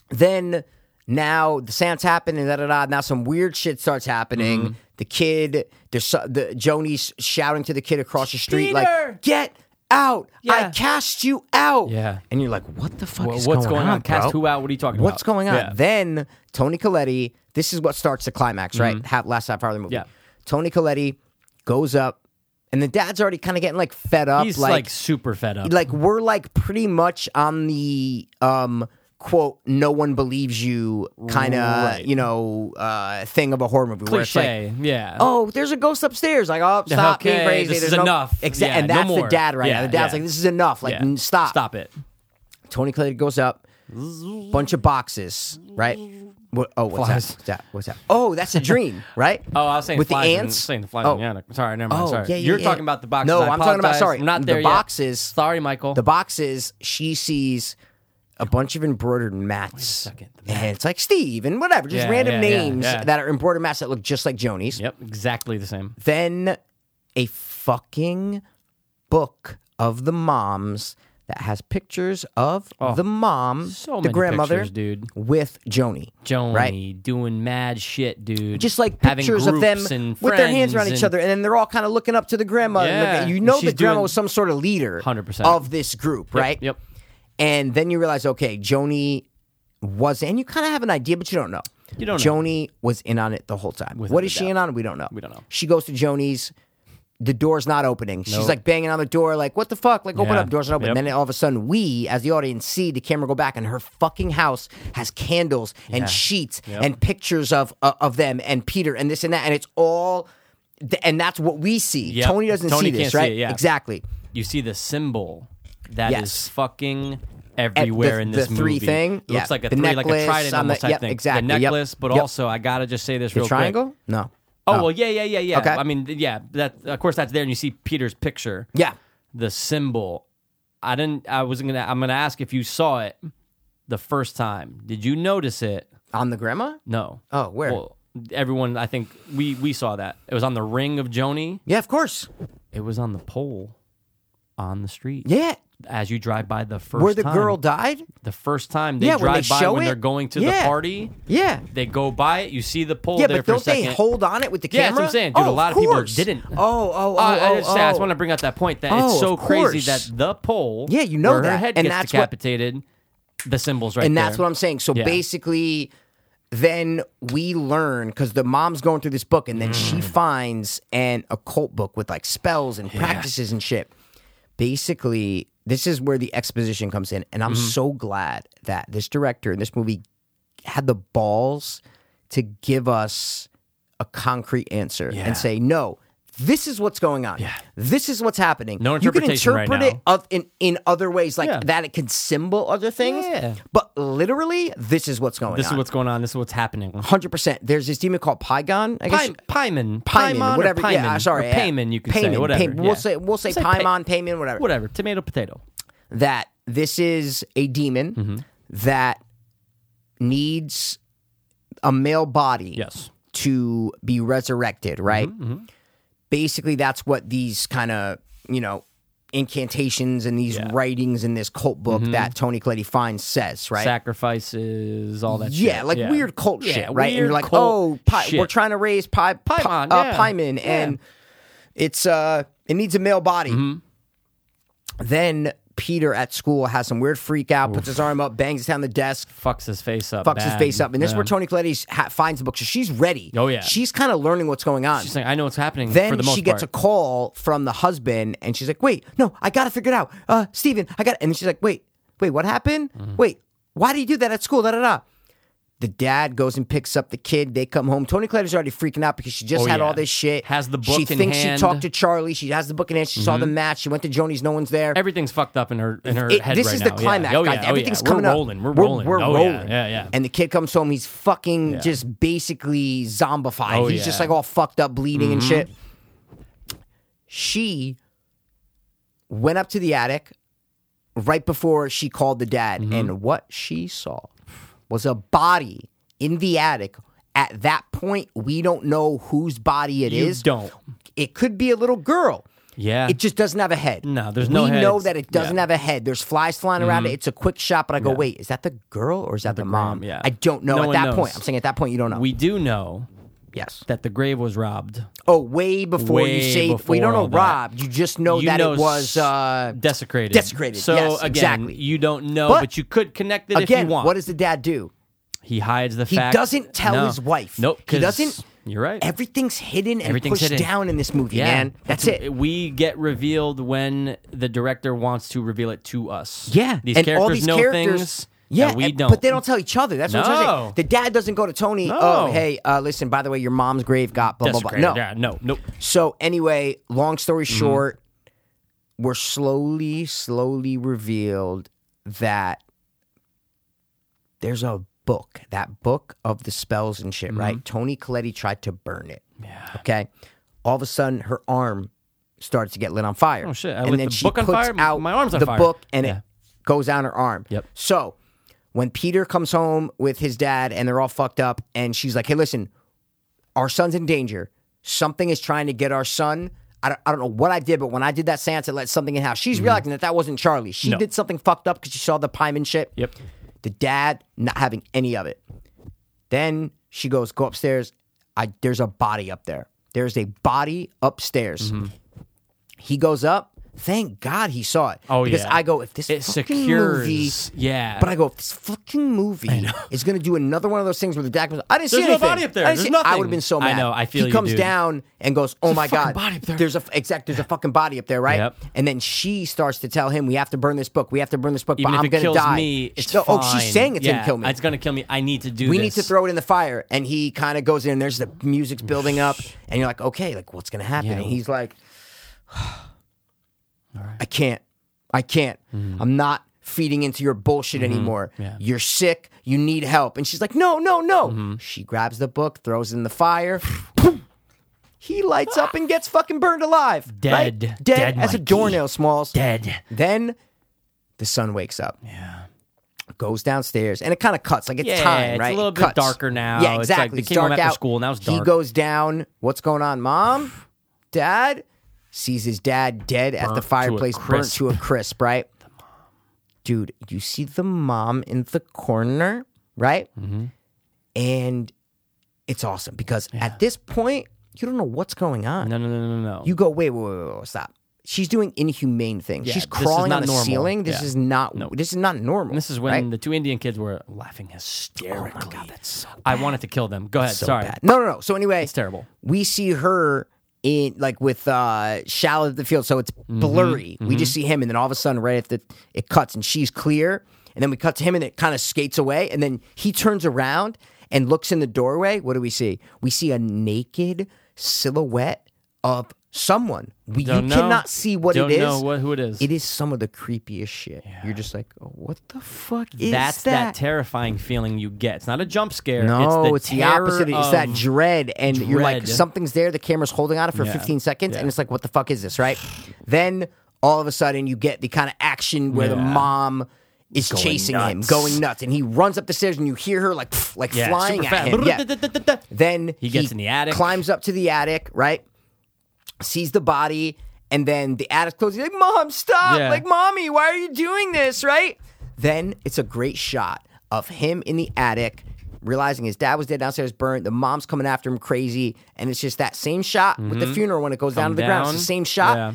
A: Then now the seance happened and da da da. Now some weird shit starts happening.
B: Mm-hmm.
A: The kid, the, so- the Joni's shouting to the kid across the street
B: Peter!
A: like, "Get out! I
B: Yeah.
A: cast you out!"
B: Yeah.
A: and you're like, "What the fuck
B: Well,
A: is
B: what's
A: going, on?
B: Cast
A: bro?
B: who out? What are you talking
A: What's
B: about?
A: going on?
B: Yeah.
A: Then Tony Coletti. This is what starts the climax, right? Half, last half hour of the movie.
B: Mm-hmm. Yeah.
A: Tony Coletti goes up, and the dad's already kind of getting like fed up.
B: He's like, super fed up.
A: like we're like pretty much on the um quote no one believes you kind of
B: Right.
A: you know uh thing of a horror movie where it's like
B: Cliche. yeah.
A: oh there's a ghost upstairs like oh stop being
B: okay,
A: crazy
B: this
A: there's
B: is
A: no-
B: enough.
A: Exa-
B: Yeah,
A: and
B: no
A: that's the
B: more.
A: dad right
B: Yeah,
A: now the dad's
B: yeah.
A: like this is enough like
B: Yeah.
A: n- stop
B: Stop it.
A: Tony Clayton goes up bunch of boxes right what, oh what's
B: Flies.
A: that what's that what's that oh that's a
B: <laughs>
A: dream right
B: Oh, I was saying
A: with
B: flies
A: the
B: and-
A: ants
B: saying the flies.
A: Oh.
B: and the ant- Sorry, never mind.
A: Oh,
B: sorry.
A: yeah, yeah,
B: You're
A: yeah.
B: talking about the boxes.
A: No,
B: I
A: I'm talking about
B: apologize.
A: sorry.
B: I'm not there
A: the
B: yet.
A: boxes.
B: Sorry, Michael.
A: The boxes. She sees a bunch of embroidered mats.
B: second, the
A: And it's like Steve and whatever, just
B: Yeah,
A: random
B: yeah, yeah,
A: names
B: yeah.
A: that are embroidered mats that look just like Joni's.
B: Yep, exactly the same.
A: Then a fucking book of the moms that has pictures of the mom,
B: Oh, so
A: the
B: many
A: grandmother,
B: pictures, dude.
A: with Joni.
B: Joni
A: Right.
B: doing mad shit, dude.
A: Just like
B: Having
A: pictures of them
B: groups and
A: with their hands around
B: friends
A: each
B: and-
A: other, and then they're all kind of looking up to the grandma. and
B: Yeah,
A: looking- you know
B: she's
A: the grandma
B: doing-
A: was some sort of leader
B: 100%.
A: of this group, right?
B: Yep.
A: And then you realize, okay, Joni was, and you kind of have an idea, but you don't know.
B: You don't know.
A: Joni was in on it the whole time. what
B: a
A: is she in on? We don't know. We
B: don't know.
A: She goes to Joni's. The door's not opening. She's like banging on the door, like, what the fuck? Like, open
B: Yeah.
A: up. Door's not open.
B: Yep.
A: Then all of a sudden, we, as the audience, see the camera go back, and her fucking house has candles and sheets and pictures of uh, of them and Peter and this and that. And it's all, th- and that's what we see.
B: Yep.
A: Tony doesn't
B: Tony
A: see this,
B: can't see
A: right?
B: it, yeah.
A: Exactly.
B: You see the symbol that is
A: Yes.
B: fucking everywhere
A: the-
B: in this
A: the three
B: movie.
A: thing?
B: It
A: Yeah.
B: looks like a
A: The
B: three, like
A: necklace
B: a trident
A: on
B: almost
A: the-
B: type
A: yep,
B: thing.
A: exactly,
B: The
A: yep,
B: necklace, but
A: yep.
B: also I gotta just say this
A: The
B: real
A: triangle?
B: quick.
A: No.
B: Oh well, yeah, yeah, yeah, yeah.
A: Okay.
B: I mean, yeah. That of course that's there, and you see Peter's picture.
A: Yeah.
B: The symbol. I didn't. I wasn't gonna. I'm gonna ask if you saw it the first time. Did you notice it?
A: On the grandma?
B: No.
A: Oh, where?
B: Well, everyone. I think we we saw that. It was on the ring of Joni.
A: Yeah, of course.
B: It was on the pole on the street.
A: Yeah.
B: As you drive by the first
A: Where the
B: time.
A: girl died?
B: the first time they
A: Yeah, when they
B: drive by
A: show
B: when
A: it.
B: they're going to
A: Yeah.
B: the party,
A: Yeah.
B: they go by it. You see the pole
A: Yeah,
B: there
A: but
B: for a
A: don't they
B: second.
A: hold on it with the
B: Yeah,
A: camera?
B: that's what I'm saying, dude.
A: Oh,
B: a lot of people
A: course.
B: didn't. Uh,
A: Oh, oh, oh,
B: I, I
A: oh,
B: just, I just
A: oh.
B: want to bring up that point that
A: Oh,
B: it's so
A: of
B: crazy
A: course.
B: that the pole,
A: Yeah, you know
B: where her
A: that,
B: head
A: and
B: gets
A: that's what-
B: decapitated. the symbols right
A: and
B: there.
A: that's what I'm saying. So
B: Yeah.
A: basically, then we learn because the mom's going through this
B: Mm.
A: book, and then she finds an occult book with like spells and practices and shit. basically this is where the exposition comes in and i'm
B: Mm-hmm.
A: so glad that this director in this movie had the balls to give us a concrete answer
B: Yeah.
A: and say no this is what's going on yeah. this is what's happening
B: No interpretation
A: you
B: right
A: can interpret it of, in, in other ways like
B: Yeah.
A: that it can symbol other things
B: Yeah.
A: but literally this is what's going
B: This
A: on
B: is what's going on. This is what's happening.
A: 100% there's this demon called pygon i guess
B: Py- Pyman.
A: Pyman,
B: Pymon or
A: whatever.
B: Pyman,
A: yeah, uh, sorry,
B: Or
A: yeah.
B: Payman, you can
A: Payman,
B: say. Whatever.
A: Payman. We'll
B: yeah.
A: say we'll say,
B: Say pay-
A: Paimon, Payman, whatever.
B: Whatever. Tomato, potato.
A: That this is a demon
B: Mm-hmm.
A: that needs a male body
B: Yes. Mm-hmm,
A: to be resurrected. Right. Basically, that's what these kind of you know incantations and these writings in this cult book
B: Mm-hmm.
A: that Tony Coletti finds says right.
B: Sacrifices, all that
A: yeah,
B: shit.
A: like weird cult
B: Yeah,
A: shit, right? And you're
B: weird
A: like,
B: cult
A: oh, pi- we're
B: shit.
A: trying to raise pi- pi-
B: Paimon,
A: uh,
B: yeah.
A: Paimon,
B: Yeah.
A: and it's uh, it needs a male body.
B: Mm-hmm.
A: Then Peter at school has some weird freak out, puts his arm up, bangs down the desk,
B: Fucks his face up.
A: fucks his
B: bad.
A: face up, and this is
B: Yeah.
A: where Tony Coletti ha- finds the book. So she's ready.
B: Oh, yeah.
A: she's kind of learning what's going on.
B: She's like, I know what's happening. for
A: Then
B: the most
A: she gets
B: part.
A: a call from the husband, and she's like, "Wait, no, I gotta figure it out, uh, Steven, I got." And then she's like, "Wait, wait, what happened?
B: Mm-hmm.
A: Wait, why do you do that at school?" Da da da. The dad goes and picks up the kid. They come home. Tony Clayton's already freaking out because she just
B: Oh,
A: had
B: yeah.
A: all this shit.
B: Has the
A: She
B: book in
A: thinks
B: hand. Mm-hmm.
A: she talked to Charlie. She has the book in hand. She saw the match. She went to Joni's. No one's there.
B: Everything's fucked up in her in her
A: It-
B: head
A: this
B: right
A: is
B: now.
A: the
B: yeah.
A: climax.
B: Oh,
A: God,
B: yeah. Oh,
A: everything's
B: yeah.
A: coming
B: we're
A: up.
B: Rolling. We're rolling.
A: We're,
B: Oh,
A: rolling.
B: Yeah, yeah. yeah.
A: And the kid comes home. He's fucking just basically zombified.
B: Oh,
A: he's just
B: yeah. Mm-hmm.
A: like all fucked up, bleeding and shit. She went up to the attic right before she called the dad,
B: Mm-hmm.
A: and what she saw was a body in the attic. At that point, we don't know whose body it
B: you
A: is.
B: don't.
A: It could be a little girl.
B: Yeah.
A: It just doesn't have a head.
B: No, there's no
A: We
B: head.
A: know
B: It's-
A: that it doesn't
B: yeah.
A: have
B: Mm-hmm.
A: a head. There's flies flying around it. It's a quick shot, but I go, wait, is that the girl or is that the, mom?
B: gram, yeah.
A: I don't know
B: No
A: at
B: one
A: that
B: knows.
A: point. I'm saying at that point you don't know.
B: we do know
A: yes.
B: that the grave was robbed.
A: Oh, way before you
B: Way
A: say
B: before
A: we don't know
B: all that.
A: Rob. You just know
B: you
A: that
B: know
A: it was.
B: s-
A: Uh,
B: desecrated.
A: desecrated,
B: So
A: yes,
B: again,
A: exactly.
B: you don't know, but,
A: But-
B: you could connect it if
A: again,
B: you want.
A: what does the dad do?
B: he hides the
A: He
B: fact.
A: doesn't tell
B: No.
A: his wife.
B: Nope.
A: He
B: 'cause
A: doesn't-
B: You're right.
A: Everything's hidden and
B: Everything's
A: pushed
B: hidden.
A: down in this movie,
B: Yeah.
A: man. That's
B: It's-
A: it.
B: We get revealed when the director wants to reveal it to us.
A: Yeah,
B: These
A: and
B: characters
A: all these
B: know
A: characters,
B: things.
A: Yeah,
B: that we
A: and-
B: don't.
A: But they don't tell each other. That's what I'm trying to
B: No.
A: say. The dad doesn't go to Tony.
B: No.
A: Oh, hey, uh, listen. By the way, your mom's grave got blah blah blah. No,
B: Desecrated. Yeah, no, nope.
A: So anyway, long story
B: Mm-hmm.
A: short, we're slowly, slowly revealed that there's a book, that book of the spells and shit,
B: Mm-hmm.
A: right? Tony Coletti tried to burn it. Yeah. Okay. All of a sudden, her arm starts to get lit on fire. Oh
B: shit. I
A: And
B: lit
A: then
B: the
A: she
B: book on
A: puts
B: fire,
A: out
B: my arm's on
A: the
B: fire.
A: book, and
B: Yeah.
A: it goes down her arm.
B: Yep.
A: So when Peter comes home with his dad, and they're all fucked up, and she's like, "Hey, listen, our son's in danger. Something is trying to get our son. I don't, I don't know what I did, but when I did that seance, it let something in house. She's realizing that that wasn't Charlie. She
B: Mm-hmm. No.
A: did something fucked up because she saw the Pyman shit.
B: Yep.
A: The dad not having any of it. Then she goes, go upstairs. I there's a body up there. There's a body upstairs.
B: Mm-hmm.
A: He goes up. Thank God he saw it.
B: Oh,
A: because
B: yeah.
A: I go if this
B: It
A: fucking
B: secures.
A: movie,
B: yeah.
A: but I go, if this fucking movie is going to do another one of those things where the dad goes, I didn't see
B: There's no
A: anything.
B: body up there.
A: I, didn't
B: There's
A: see- I
B: nothing."
A: would have been so
B: I
A: mad.
B: know. I feel
A: He
B: you,
A: comes
B: dude.
A: down and goes, Oh my
B: fucking
A: god,
B: body up there."
A: there's a f- exact, there's a fucking body up there, right?
B: Yep.
A: And then she starts to tell him, We have to burn this book. We have to burn this book.
B: Even
A: but
B: if
A: I'm
B: it
A: gonna
B: kills
A: die.
B: me,
A: She-
B: it's
A: no,
B: fine.
A: Oh, she's saying it's
B: Yeah,
A: gonna kill me.
B: It's gonna kill me. I need to do.
A: we
B: this.
A: need to throw it in the fire. And he kind of goes in. There's the music's building
B: <sighs>
A: up, and you're like, okay, like what's gonna happen?
B: Yeah.
A: And he's like, <sighs> I can't, I can't. I'm not feeding into your bullshit anymore.
B: Mm-hmm. Yeah. Mm-hmm.
A: You're sick. You need help. And she's like, no, no, no. She grabs the book, throws it in the
B: <sighs>
A: fire. he lights up and gets fucking burned alive. right?
B: Dead.
A: dead,
B: Dead,
A: as a
B: Mikey.
A: doornail, Smalls.
B: dead.
A: Then the sun wakes up. Yeah. Goes downstairs and it kind of cuts. Like it's
B: Yeah,
A: time,
B: it's a
A: right?
B: little
A: It
B: bit
A: cuts.
B: darker now.
A: Yeah,
B: It's like
A: exactly.
B: they came home
A: dark
B: after
A: out.
B: school, now it's
A: He
B: dark.
A: goes down. What's going on,
B: <sighs>
A: mom? Dad sees his dad dead at
B: Burnt
A: the
B: to a
A: fireplace, burnt
B: crisp.
A: to a crisp, right? Dude, you see the mom in the corner, right?
B: Mm-hmm.
A: And it's awesome because at this point, you don't know what's going on.
B: No, no, no, no, no.
A: You go, wait, wait, wait, wait, wait, stop. She's doing inhumane things.
B: Yeah,
A: She's
B: this is
A: crawling
B: not
A: on the
B: normal.
A: ceiling. This
B: Yeah.
A: is not.
B: No.
A: This is not normal.
B: And this is when
A: right?
B: the two Indian kids were laughing hysterically. Oh my god, that's so I wanted to kill them. Go ahead.
A: so
B: Sorry.
A: bad. No, no, no. So anyway,
B: It's terrible.
A: We see her in like with uh shallow to the field, so it's
B: Mm-hmm.
A: blurry. We just see him, and then all of a sudden, right at the it cuts, and she's clear, and then we cut to him, and it kind of skates away, and then he turns around and looks in the doorway. What do we see? We see a naked silhouette of someone. We
B: Don't
A: you
B: know.
A: cannot see what
B: Don't
A: it is.
B: know what- who it is.
A: It is some of the creepiest shit. You're just like, oh, what the fuck is
B: That's that?
A: that?
B: terrifying feeling you get. It's not a jump scare.
A: No,
B: it's
A: it's
B: the,
A: the,
B: terror
A: opposite. It's that
B: of-
A: dread, and you're like,
B: dread.
A: something's there. The camera's holding on it for
B: Yeah.
A: 15 seconds,
B: Yeah.
A: and it's like, what the fuck is this,
B: <sighs>
A: right? then all of a sudden, you get the kind of action where the
B: Yeah.
A: mom is chasing him,
B: nuts.
A: going nuts, and he runs up the stairs, and you hear her like, pff, like
B: Yeah,
A: flying
B: super
A: at
B: fast.
A: him. yeah. Then
B: He gets in the attic.
A: climbs up to the attic, right? Sees the body, and then the attic closes. He's like, Mom, stop!
B: Yeah.
A: Like, Mommy, why are you doing this, right? Then it's a great shot of him in the attic, realizing his dad was dead downstairs, burned. The mom's coming after him crazy, and it's just that same shot with the funeral when it goes down to the ground. It's
B: Mm-hmm. down.
A: the same shot,
B: Yeah.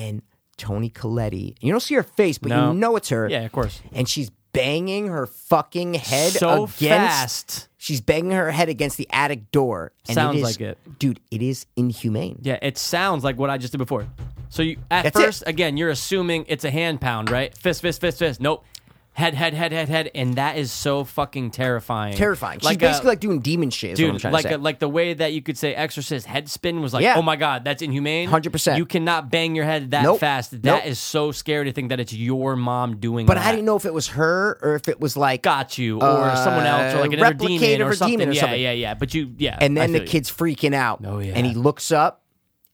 A: and Tony Colletti. You don't see her face, but
B: No.
A: you know it's her.
B: <laughs> Yeah, of course.
A: And she's banging her fucking head
B: so
A: against
B: fast.
A: She's banging her head against the attic door. And
B: Sounds
A: is-
B: like it.
A: Dude, it is inhumane.
B: Yeah, it sounds like what I just did before. So you at
A: That's it.
B: first, again, you're assuming it's a hand pound, right? Fist, fist, fist, fist. Nope. Head, head, head, head, head, and that is so fucking terrifying.
A: Terrifying.
B: Like
A: She's basically
B: a,
A: like doing demon shit, is what I'm
B: dude,
A: trying
B: like
A: to
B: uh,
A: say.
B: a, like the way that you could say Exorcist head spin was like,
A: Yeah.
B: oh my god, that's inhumane.
A: 100%.
B: You cannot bang your head that
A: Nope.
B: fast. That is
A: Nope.
B: so scary to think that it's your mom doing.
A: but
B: that.
A: I didn't know if it was her or if it was like.
B: got you or
A: Uh,
B: someone else or like another
A: replicate
B: demon
A: of
B: or
A: her
B: something.
A: demon or
B: yeah,
A: something.
B: yeah, yeah. But you, yeah.
A: And
B: I
A: then the
B: feel you.
A: kid's freaking out.
B: Oh, yeah.
A: And he looks up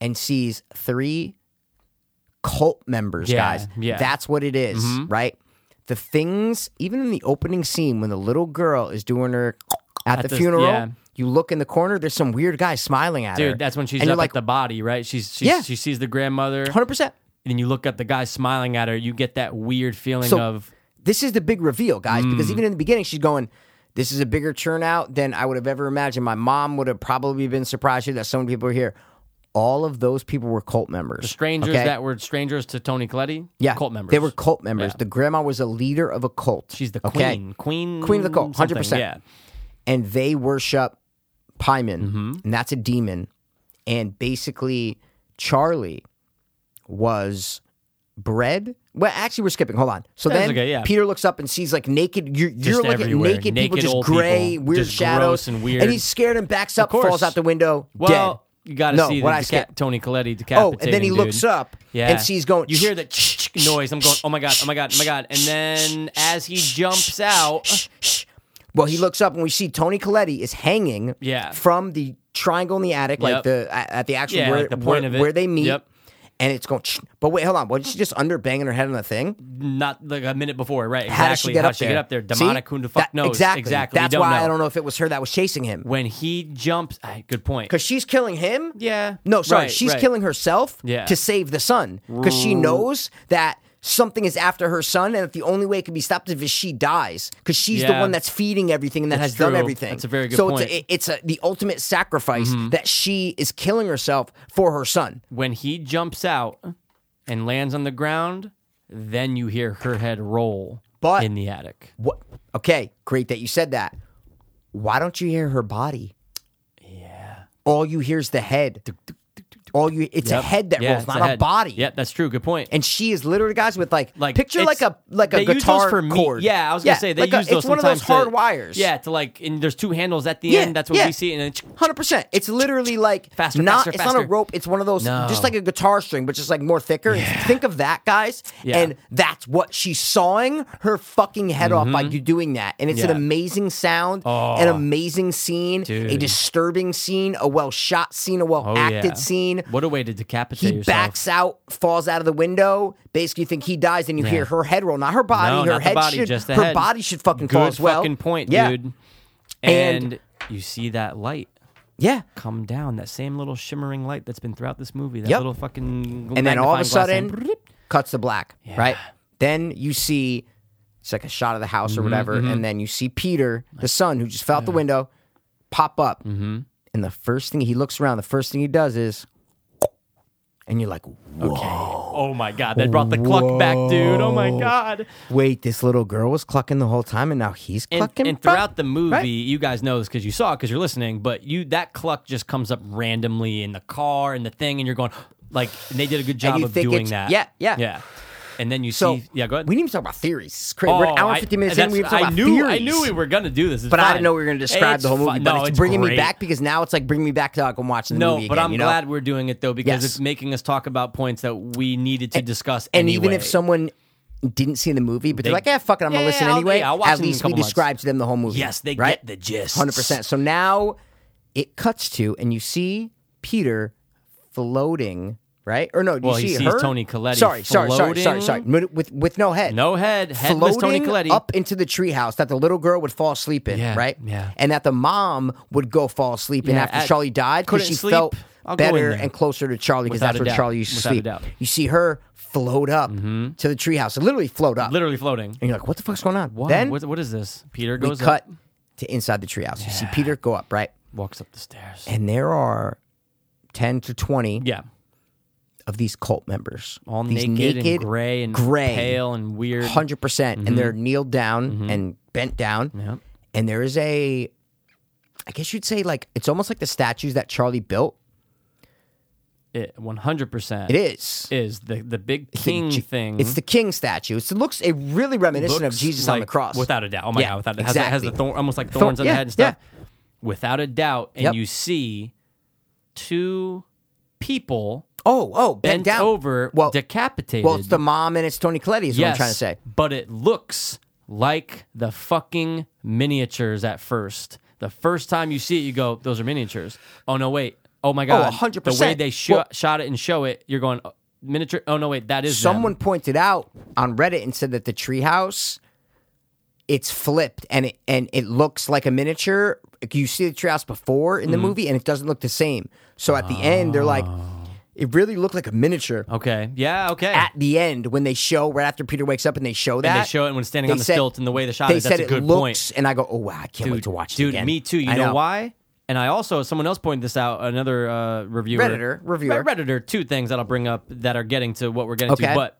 A: and sees three cult members,
B: Yeah,
A: guys.
B: yeah. Mm-hmm.
A: That's what it is, right? The things, even in the opening scene when the little girl is doing her at, the,
B: the-
A: funeral,
B: yeah.
A: you look in the corner, there's some weird guy smiling at her.
B: Dude, that's when she's
A: and
B: up
A: you're like,
B: at the body, right? She's, she's
A: Yeah.
B: she sees the grandmother, and
A: 100%.
B: then you look at the guy smiling at her. You get that weird feeling
A: So-
B: of
A: this is the big reveal, guys,
B: Hmm.
A: because even in the beginning, she's going, This is a bigger turnout than I would have ever imagined. My mom would have probably been surprised here that so many people were here. All of those people were cult members.
B: strangers
A: okay?
B: that were strangers to Tony Colletti.
A: yeah,
B: cult members.
A: They were cult members.
B: Yeah.
A: The grandma was a leader of a cult.
B: She's the
A: okay?
B: queen, queen,
A: Queen of the cult,
B: something,
A: 100%.
B: Yeah,
A: and they worship Pyman,
B: Mm-hmm.
A: and that's a demon. And basically, Charlie was bred. Well, actually, we're skipping. Hold on. So
B: That's
A: then
B: okay, yeah.
A: Peter looks up and sees like naked. You're, you're looking
B: everywhere.
A: at naked, people,
B: Naked
A: just
B: old
A: gray,
B: people,
A: weird
B: just
A: shadows,
B: gross and weird.
A: And he's scared and backs up,
B: course.
A: falls out the window.
B: well.
A: dead.
B: You got to
A: No,
B: see the
A: what I
B: deca-
A: skipped.
B: Tony Colletti decapitating.
A: Oh, and then he
B: dude.
A: looks up
B: Yeah.
A: and sees going.
B: You hear that <laughs> noise. I'm going, oh my God, oh my God, oh my God. And then as he jumps out,
A: Well, he looks up and we see Tony Colletti is hanging
B: Yeah.
A: from the triangle in the attic,
B: Yep.
A: like the at at the actual
B: Yeah,
A: where,
B: like the
A: where,
B: point of it.
A: where they meet.
B: Yep.
A: And it's going. But wait, hold on. Wasn't she just under banging her head on the thing?
B: not like a minute before, right?
A: How did
B: exactly.
A: she get
B: How
A: up
B: she
A: there?
B: get up there?
A: See?
B: Demonic, who the fuck
A: That-
B: knows?
A: Exactly.
B: Exactly. We
A: That's
B: don't
A: why
B: know.
A: I don't know if it was her that was chasing him
B: When he jumps, ah, good point.
A: because she's killing him.
B: Yeah.
A: No, sorry,
B: Right,
A: she's
B: right.
A: killing herself
B: Yeah.
A: to save the son because she knows that something is after her son, and that the only way it can be stopped is if she dies because she's
B: Yeah.
A: the one that's feeding everything and that
B: That's
A: has
B: true.
A: done everything.
B: That's a very good
A: so
B: point. Mm-hmm.
A: it's a, it's a, the ultimate sacrifice that she is killing herself for her son.
B: When he jumps out and lands on the ground, then you hear her head roll
A: But-
B: in the attic.
A: What? Okay, great that you said that. Why don't you hear her body? Yeah. All you hear is the head. All you it's a
B: Yep.
A: head that
B: Yeah,
A: rolls,
B: it's
A: not a,
B: head.
A: body.
B: Yeah, that's true. Good point.
A: and she is literally guys with like,
B: like
A: picture
B: it's-
A: like a like a
B: they use those
A: guitar
B: for me-
A: cord.
B: Yeah, I was gonna say they
A: like a-
B: use those.
A: It's one of those
B: sometimes
A: hard
B: to-
A: wires.
B: Yeah, to like and there's two handles at the
A: Yeah,
B: end. That's what
A: yeah.
B: we see. And then
A: hundred percent. It's literally like
B: Faster,
A: not.
B: faster,
A: it's not
B: faster.
A: a rope. It's one of those,
B: No.
A: just like a guitar string, but just like more thicker. Think of that, guys.
B: Yeah.
A: And that's what she's sawing her fucking head off by you doing that. And it's an
B: Mm-hmm. Yeah. Oh.
A: amazing sound, an amazing scene, a
B: Dude.
A: disturbing scene, a well shot scene, a well
B: Oh,
A: acted
B: yeah.
A: scene.
B: what a way to decapitate
A: He
B: yourself.
A: backs out, falls out of the window. Basically, you think he dies, and you hear her head roll. Not her body.
B: No,
A: her
B: not the
A: head
B: body,
A: should.
B: just the
A: her
B: head.
A: body should fucking fall
B: Good
A: as well.
B: fucking point,
A: yeah.
B: dude.
A: And-
B: And you see that light.
A: Yeah.
B: come down. That same little shimmering light that's been throughout this movie. That
A: Yep.
B: little fucking
A: and then all of a
B: magnifying
A: sudden
B: glass
A: <laughs> cuts to black right then you see it's like a shot of the house or
B: Mm-hmm,
A: whatever and then you see peter the son who just fell out the window
B: Mm-hmm.
A: pop up and the first thing he looks around the first thing he does is and you're like, whoa.
B: Oh my god, that brought the cluck back, dude. Oh my god.
A: Wait, this little girl was clucking the whole time, and now he's
B: And,
A: clucking.
B: and
A: bro?
B: throughout the movie,
A: Right.
B: you guys know this because you saw it because you're listening. But you that cluck just comes up randomly in the car and the thing, and you're going like and they did a good job
A: you
B: of
A: think
B: doing
A: it's-
B: that.
A: yeah, yeah.
B: yeah. And then you
A: So
B: see, yeah, go ahead.
A: We didn't even talk about theories. It's crazy. We're an
B: Oh,
A: hour
B: I-
A: and fifty minutes in.
B: that's-
A: We didn't talk
B: I
A: about
B: knew,
A: theories.
B: I knew we were gonna do this. It's
A: But I
B: fine.
A: didn't know we were going to
B: Hey,
A: describe
B: it's
A: the whole movie.
B: fine.
A: But
B: No,
A: it's, bringing me
B: great.
A: back because now it's like bringing me back to like I'm watching the
B: No,
A: movie
B: but
A: again,
B: I'm
A: you know?
B: glad we're doing it though because
A: Yes.
B: it's making us talk about points that we needed to discuss.
A: And even
B: anyway.
A: if someone didn't see the movie, but they, are like, "Yeah, fuck it, I'm
B: Yeah,
A: gonna listen
B: yeah, I'll-
A: anyway."
B: yeah, I'll watch it
A: At
B: in a
A: least we
B: couple months.
A: described to them the whole movie.
B: yes, they
A: right?
B: get the gist.
A: hundred percent. So now it cuts to, and you see Peter floating, right? Or no, you
B: Well,
A: see
B: he sees
A: her?
B: Tony Colletti
A: Sorry, sorry, sorry, sorry,
B: floating.
A: sorry. With with- with no head,
B: No head, headless Tony
A: floating
B: Colletti.
A: up into the treehouse that the little girl would fall asleep in,
B: Yeah,
A: right?
B: yeah.
A: and that the mom would go fall asleep in
B: Yeah,
A: after
B: at-
A: Charlie died because
B: couldn't
A: she
B: sleep.
A: felt
B: I'll go in
A: better
B: there.
A: and closer to Charlie because
B: Without
A: that's
B: a
A: where
B: doubt.
A: Charlie used to
B: Without a
A: sleep.
B: doubt. Mm-hmm.
A: You see her float up to the treehouse, literally float up,
B: Literally floating.
A: and you're like, "What the fuck's going on?"
B: Wow,
A: then
B: what, what is this? Peter
A: we
B: goes
A: cut
B: up,
A: to inside the treehouse. You see Peter go up, right?
B: walks up the stairs.
A: and there are 10 to 20
B: Yeah,
A: of these cult members
B: all
A: these
B: naked, and gray and
A: gray,
B: pale and weird.
A: 100% percent and they're
B: Mm-hmm.
A: kneeled down and bent down
B: Yeah.
A: and there is a i guess you'd say like it's almost like the statues that charlie built
B: It one hundred percent
A: it is
B: is the the big
A: The
B: king
A: G-
B: thing.
A: it's the king statue it's, it looks it really reminiscent of
B: Mm-hmm. looks
A: jesus on the
B: like-
A: cross
B: without a doubt. Oh my
A: Yeah,
B: god, without it has, it has the
A: exactly.
B: thorn, almost like
A: Thorn-
B: thorns on
A: yeah,
B: the head and stuff.
A: yeah.
B: Without a doubt, and
A: Yep.
B: you see two people
A: oh oh bent,
B: bent
A: down
B: over,
A: well
B: decapitated.
A: well it's the mom and it's tony Colletti is what i'm
B: yes,
A: trying to say
B: but it looks like the fucking miniatures at first. The first time you see it, you go, "Those are miniatures." Oh no, wait. Oh my god,
A: 100%.
B: The way they sho-
A: Well-
B: shot it and show it, you're going oh, miniature. Oh no, wait, that is them."
A: Someone pointed out on Reddit and said that the treehouse, it's flipped and it and it looks like a miniature. Like, You see the treehouse before
B: Mm.
A: in the movie, and it doesn't look the same. So at the end, they're like,
B: Oh.
A: it really looked like a miniature.
B: Okay, yeah, okay.
A: At the end, when they show right after Peter wakes up and they show that,
B: and they show it when standing
A: they
B: on the
A: said-
B: stilt and the way the shot
A: they
B: is.
A: said
B: That's a
A: it
B: good
A: looks,
B: point.
A: and I go, oh wow, I can't wait to watch
B: dude,
A: it again.
B: me too. You
A: I
B: know. why? And I also someone else pointed this out. Another uh, reviewer,
A: Redditor, reviewer.
B: Re- redditor. Two things that I'll bring up that are getting to what we're getting
A: Okay.
B: to. But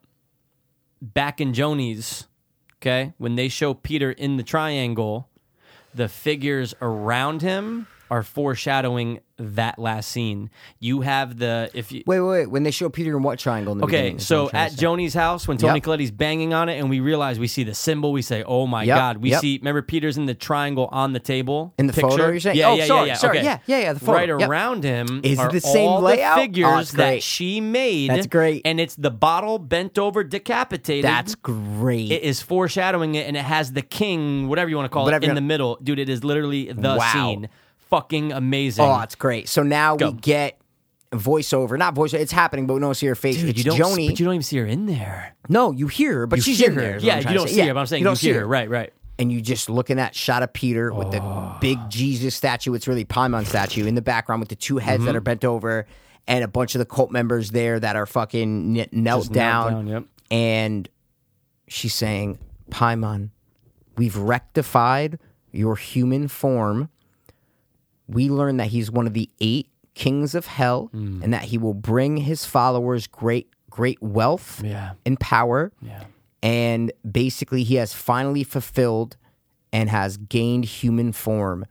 B: back in Joni's, okay, when they show Peter in the triangle, the figures around him are foreshadowing that last scene. You have the if you
A: Wait, wait, wait. When they show Peter in what triangle? In the beginning
B: Okay,
A: is what I'm
B: so
A: trying
B: at
A: to say.
B: Joni's house, when Tony
A: Yep.
B: Colletti's banging on it, and we realize we see the symbol, we say, "Oh my
A: Yep,
B: god!" We
A: yep.
B: see. Remember, Peter's in the triangle on the table
A: In the
B: picture?
A: photo, you're saying?
B: Yeah,
A: Oh,
B: yeah,
A: sorry,
B: yeah, yeah.
A: sorry.
B: okay.
A: Yeah, yeah, yeah, the photo,
B: Right
A: yep.
B: around him
A: Is it
B: are
A: the same
B: all
A: layout? Oh,
B: The
A: it's
B: figures
A: great.
B: that she made.
A: That's great.
B: And it's the bottle bent over, decapitated.
A: That's great.
B: It is foreshadowing it, and it has the king, whatever you want to call
A: Whatever
B: it,
A: you
B: in the
A: wanna-
B: middle, dude. It is literally the
A: Wow.
B: scene. Fucking amazing.
A: Oh, it's great. So now we get voiceover, not voiceover. It's happening, but we don't see her face.
B: Dude,
A: it's
B: you don't,
A: Joni.
B: but you don't even see her in there.
A: no, you hear her, but
B: You
A: she's
B: hear
A: in there.
B: her.
A: is what
B: Yeah,
A: I'm
B: you
A: trying to
B: don't
A: say.
B: see
A: Yeah,
B: her. But I'm saying
A: you
B: you,
A: don't
B: see her. Right, right.
A: And you just look in that shot of Peter with
B: Oh.
A: the big Jesus statue. It's really Paimon statue in the background with the two heads
B: Mm-hmm.
A: that are bent over, and a bunch of the cult members there that are fucking kn- knelt
B: Just knelt
A: down.
B: down, yep.
A: And she's saying, Paimon, we've rectified your human form. we learn that he's one of the eight kings of hell
B: Mm.
A: and that he will bring his followers great great wealth
B: Yeah.
A: and power
B: Yeah.
A: and basically he has finally fulfilled and has gained human form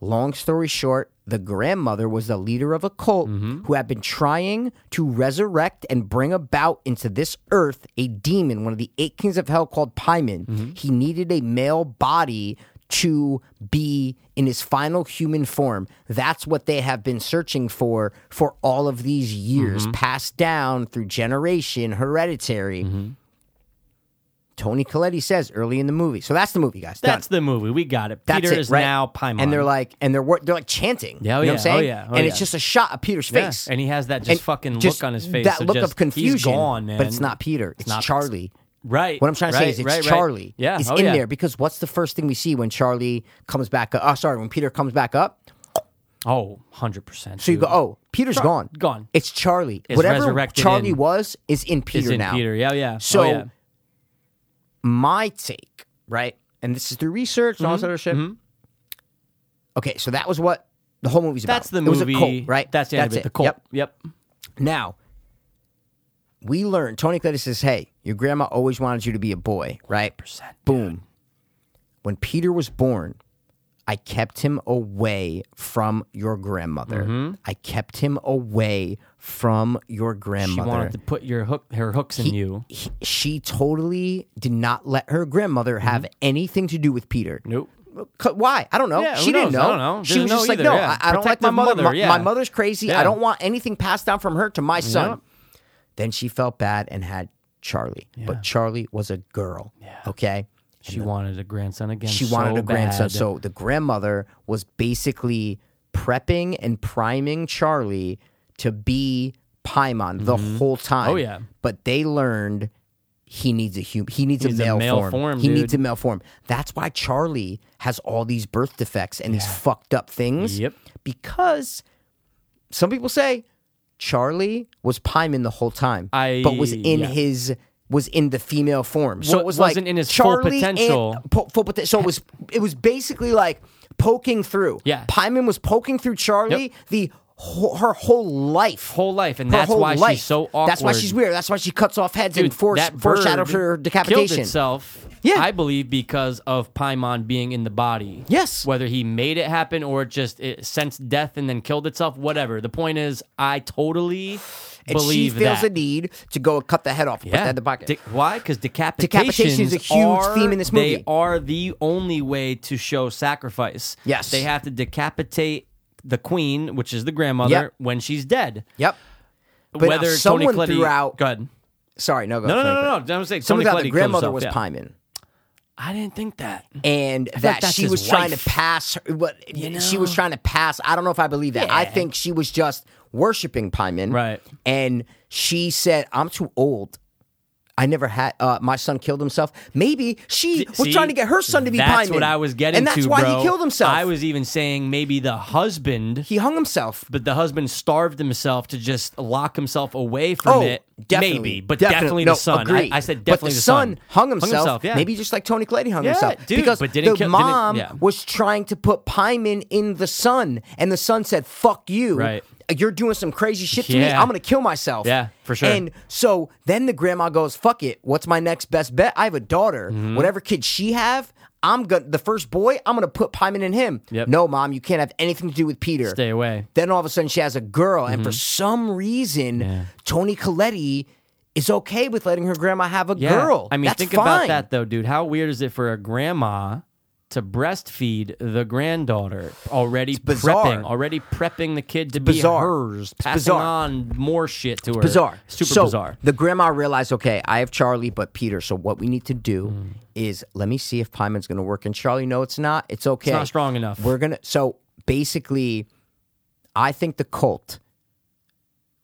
A: long story short the grandmother was the leader of a cult who had been trying to resurrect and bring about into this earth a demon one of the eight kings of hell called Pyman he needed a male body to be in his final human form. That's what they have been searching for for all of these years, passed down through generation, hereditary. Tony Colletti says early in the movie. So that's the movie, guys. Done.
B: That's the movie. We got it.
A: That's
B: Peter
A: it,
B: is
A: right?
B: now Paimon.
A: And they're like, and they're wor- they're like chanting.
B: Yeah,
A: you know
B: oh yeah,
A: what I'm saying?
B: oh yeah, oh
A: and it's
B: yeah.
A: just a shot of Peter's
B: Yeah.
A: face.
B: And he has that just
A: And
B: fucking
A: just
B: look on his face.
A: That
B: so
A: look
B: just-
A: of confusion.
B: He's gone, man.
A: But it's not Peter. It's,
B: not-
A: Charlie.
B: Right.
A: What I'm trying to
B: right,
A: say is it's
B: right, right.
A: Charlie.
B: Yeah.
A: It's
B: oh,
A: in
B: yeah.
A: there because what's the first thing we see when Charlie comes back up? Oh, sorry, when Peter comes back up?
B: Oh, 100%.
A: So you go, oh, Peter's gone.
B: gone.
A: It's Charlie.
B: It's
A: Whatever
B: resurrected
A: Charlie
B: in-
A: was is in Peter
B: It's in
A: now.
B: Peter. Yeah, yeah.
A: So
B: oh, yeah.
A: my take, right? And this is through research and all
B: Mm-hmm.
A: this other shit. Okay, so that was what the whole movie's about.
B: that's the
A: It
B: movie.
A: was a cult, right?
B: That's the end of it.
A: it.
B: The cult.
A: Yep.
B: Yep.
A: Now, we learned Tony Cletton says, "Hey, your grandma always wanted you to be a boy, right?"
B: Percent.
A: Boom. When Peter was born, I kept him away from your grandmother. I kept him away from your
B: Mm-hmm. She
A: grandmother.
B: wanted to put your hook, her hooks in you.
A: He- she totally did not let her grandmother
B: Mm-hmm.
A: have anything to do with Peter.
B: Nope.
A: C- Why? I don't know.
B: Yeah, who
A: she didn't
B: knows?
A: know.
B: I don't know.
A: She
B: Didn't
A: was
B: know
A: just like,
B: either,
A: no,
B: yeah.
A: I, I don't like
B: Protect
A: my
B: the
A: mother.
B: mother,
A: my,
B: yeah.
A: my mother's crazy.
B: Yeah.
A: I don't want anything passed down from her to my son.
B: Yep.
A: Then she felt bad and had Charlie. But Charlie was a girl. Okay.
B: She wanted a grandson again.
A: She wanted
B: so
A: a grandson.
B: bad.
A: So the grandmother was basically prepping and priming Charlie to be Paimon the whole time.
B: Oh, yeah.
A: But they learned he needs a human. He needs,
B: needs
A: a male, form. He
B: dude.
A: needs a male form. That's why Charlie has all these birth defects and these fucked up things.
B: Yep.
A: Because some people say Charlie was Paimon the whole time,
B: I-
A: but was in
B: yeah.
A: his was in the female form. So
B: Wa-
A: it was like
B: wasn't in his full
A: Charlie and-
B: potential.
A: po- full poten- So it was it was basically like poking through.
B: Yeah.
A: Pyman was poking through Charlie the whole, her whole life.
B: whole life, and
A: Her
B: that's
A: whole
B: why
A: life.
B: she's so awkward.
A: That's why she's weird. That's why she cuts off heads
B: Dude,
A: and force,
B: that bird
A: foreshadows her
B: Killed
A: decapitation.
B: itself.
A: Yeah.
B: I believe because of Paimon being in the body.
A: Yes.
B: Whether he made it happen or just it sensed death and then killed itself, whatever. The point is, I totally
A: And
B: believe
A: she feels
B: that.
A: the need to go and cut the head off. and Put that in the pocket.
B: De- why? Because decapitations
A: Decapitation is a huge
B: are-
A: theme in this
B: They
A: movie.
B: are the only way to show sacrifice.
A: Yes.
B: They have to decapitate the queen, which is the grandmother,
A: Yep.
B: when she's dead.
A: yep. But now
B: Whether
A: someone
B: Tony Colletti,
A: threw out-
B: Go ahead.
A: Sorry, no go.
B: No, no, no,
A: Frank.
B: no, no. I'm saying
A: Someone
B: Tony
A: thought
B: Colletti
A: the
B: killed
A: grandmother
B: himself,
A: was
B: yeah.
A: Pyman.
B: I didn't think that.
A: and
B: like
A: that
B: that's
A: she
B: his
A: was trying
B: wife.
A: to pass her- what she was trying to pass i don't know if i believe that i
B: Yeah.
A: think she was just worshiping pyman
B: Right.
A: and she said i'm too old I never had uh, my son killed himself. Maybe she was
B: See,
A: trying to get her son to be
B: That's
A: Pyman.
B: what I was getting
A: and that's
B: to,
A: why
B: bro.
A: he killed himself.
B: I was even saying maybe the husband,
A: he hung himself.
B: but the husband starved himself to just lock himself away from
A: oh,
B: it.
A: definitely,
B: Maybe, but
A: definitely,
B: definitely,
A: no,
B: the son. I,
A: Agree.
B: I said
A: But
B: definitely
A: the
B: the
A: son, hung himself.
B: yeah.
A: Maybe just like Tony Colletti hung
B: Yeah,
A: himself.
B: dude,
A: because
B: but didn't
A: the
B: kill- didn't-
A: mom
B: yeah.
A: was trying to put Pyman in the son, and the son said, "Fuck you,
B: Right.
A: You're doing some crazy shit to me.
B: Yeah.
A: I'm gonna kill myself."
B: Yeah, for sure.
A: And so then the grandma goes, "Fuck it. What's my next best bet? I have a daughter.
B: Mm-hmm.
A: Whatever kid she have." I'm gonna the first boy. I'm gonna put Pyman in him.
B: Yep.
A: No, mom, you can't have anything to do with Peter.
B: Stay away.
A: Then all of a sudden she has a girl, and
B: Mm-hmm.
A: for some reason, Tony Colletti is okay with letting her grandma have a
B: Yeah.
A: girl.
B: I mean,
A: That's
B: think
A: fine.
B: about that though, dude. How weird is it for a grandma to breastfeed the granddaughter already
A: bizarre.
B: prepping, already prepping the kid to
A: bizarre.
B: be hers, passing
A: bizarre.
B: on more shit to her.
A: Bizarre,
B: super
A: so
B: bizarre.
A: The grandma realized, okay, I have Charlie, but Peter. So what we need to do
B: Hmm.
A: is let me see if Pyman's going to work. And Charlie, no, it's not. It's okay.
B: not strong enough.
A: We're gonna. So basically, I think the cult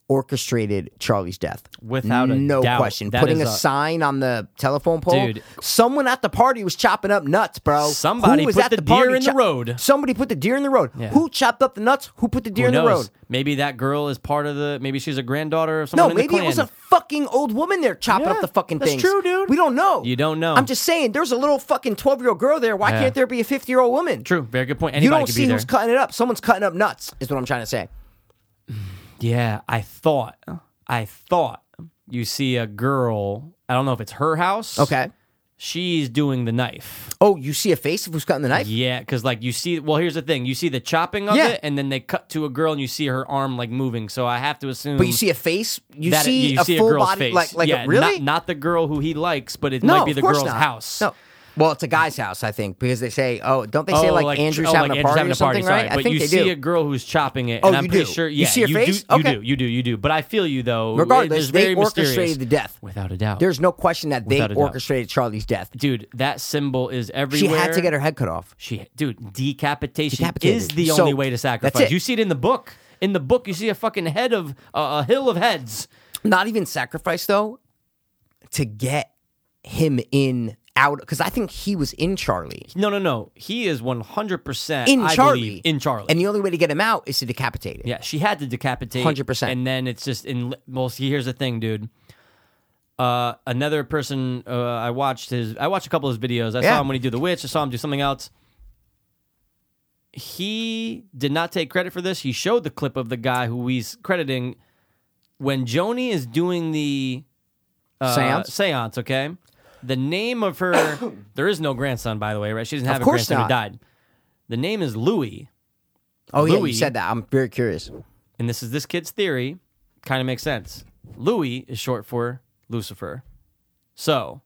A: orchestrated Charlie's death
B: Without a
A: no
B: doubt.
A: question.
B: That
A: Putting
B: is
A: a,
B: a-
A: sign on the telephone pole.
B: Dude.
A: someone at the party was chopping up nuts, bro.
B: Somebody
A: Who was
B: put
A: at
B: the
A: the, party
B: deer in the
A: chop-
B: road.
A: Somebody put the deer in the road.
B: Yeah.
A: Who chopped up the nuts? Who put the deer
B: Who
A: in the
B: knows?
A: road?
B: Maybe that girl is part of the. Maybe she's a granddaughter of
A: No,
B: someone. in the
A: maybe it was a
B: clan.
A: fucking old woman there chopping
B: Yeah,
A: up the fucking
B: that's
A: things.
B: true, dude.
A: We don't know.
B: You don't know.
A: I'm just saying, there's a little fucking 12 year old girl there. Why
B: Yeah.
A: can't there be a 50 year old woman?
B: True, very good point. Anybody
A: You don't
B: could
A: see
B: be there.
A: who's cutting it up. Someone's cutting up nuts, is what I'm trying to say.
B: Yeah, I thought,
A: Oh.
B: I thought you see a girl. I don't know if it's her house.
A: Okay.
B: she's doing the knife.
A: Oh, you see a face of who's cutting the knife?
B: Yeah, because like you see, well, here's the thing: you see the chopping of
A: Yeah.
B: it, and then they cut to a girl, and you see her arm like moving. So I have to assume.
A: But you see a face. You
B: that it-
A: see
B: you
A: a
B: see
A: full
B: a girl's
A: body.
B: face.
A: Like, like
B: yeah,
A: a, really?
B: Not, not the girl who he likes, but it
A: no,
B: might be the
A: of course
B: girl's
A: not.
B: house.
A: No. Well, it's a guy's house, I think, because they say, oh, don't they say
B: Oh,
A: like, Andrew's
B: oh,
A: having
B: like
A: a
B: Andrew's
A: party
B: having
A: or something,
B: sorry,
A: right?
B: But
A: I think
B: you
A: they
B: see
A: do.
B: a girl who's chopping it,
A: Oh,
B: and I'm
A: you
B: pretty
A: do?
B: sure.
A: You
B: Yeah,
A: see her face?
B: Do, you
A: Okay.
B: do, you do, you do. But I feel you though. It
A: Regardless,
B: is very
A: they
B: mysterious.
A: orchestrated the death.
B: without a doubt.
A: There's no question that they
B: Without a doubt.
A: orchestrated Charlie's death.
B: dude, that symbol is
A: She
B: everywhere.
A: had to get her head cut off.
B: She, dude, decapitation
A: Decapitated.
B: is the
A: So,
B: only way to
A: that's
B: sacrifice.
A: it.
B: You see it in the book. In the book, you see a fucking head of uh, a hill of heads.
A: not even sacrifice though to get him in out because I think he was in Charlie.
B: No, no, no. He is one hundred percent
A: In Charlie.
B: in Charlie.
A: And the only way to get him out is to decapitate it.
B: Yeah, she had to decapitate.
A: 100%.
B: And then it's just in. Well, see, here's the thing, dude. Uh, another person uh, I watched his. I watched a couple of his videos. I saw
A: Yeah.
B: him when he did the witch. I saw him do something else. He did not take credit for this. He showed the clip of the guy who he's crediting when Joni is doing the uh,
A: Seance?
B: Seance, okay? The name of her, <coughs> there is no grandson, by the way, right? She doesn't have a
A: course
B: grandson who
A: not.
B: died. The name is Louis,
A: Oh yeah,
B: Louis-
A: you said that. I'm very curious.
B: and this is this kid's theory. Kind of makes sense. Louis is short for Lucifer. So,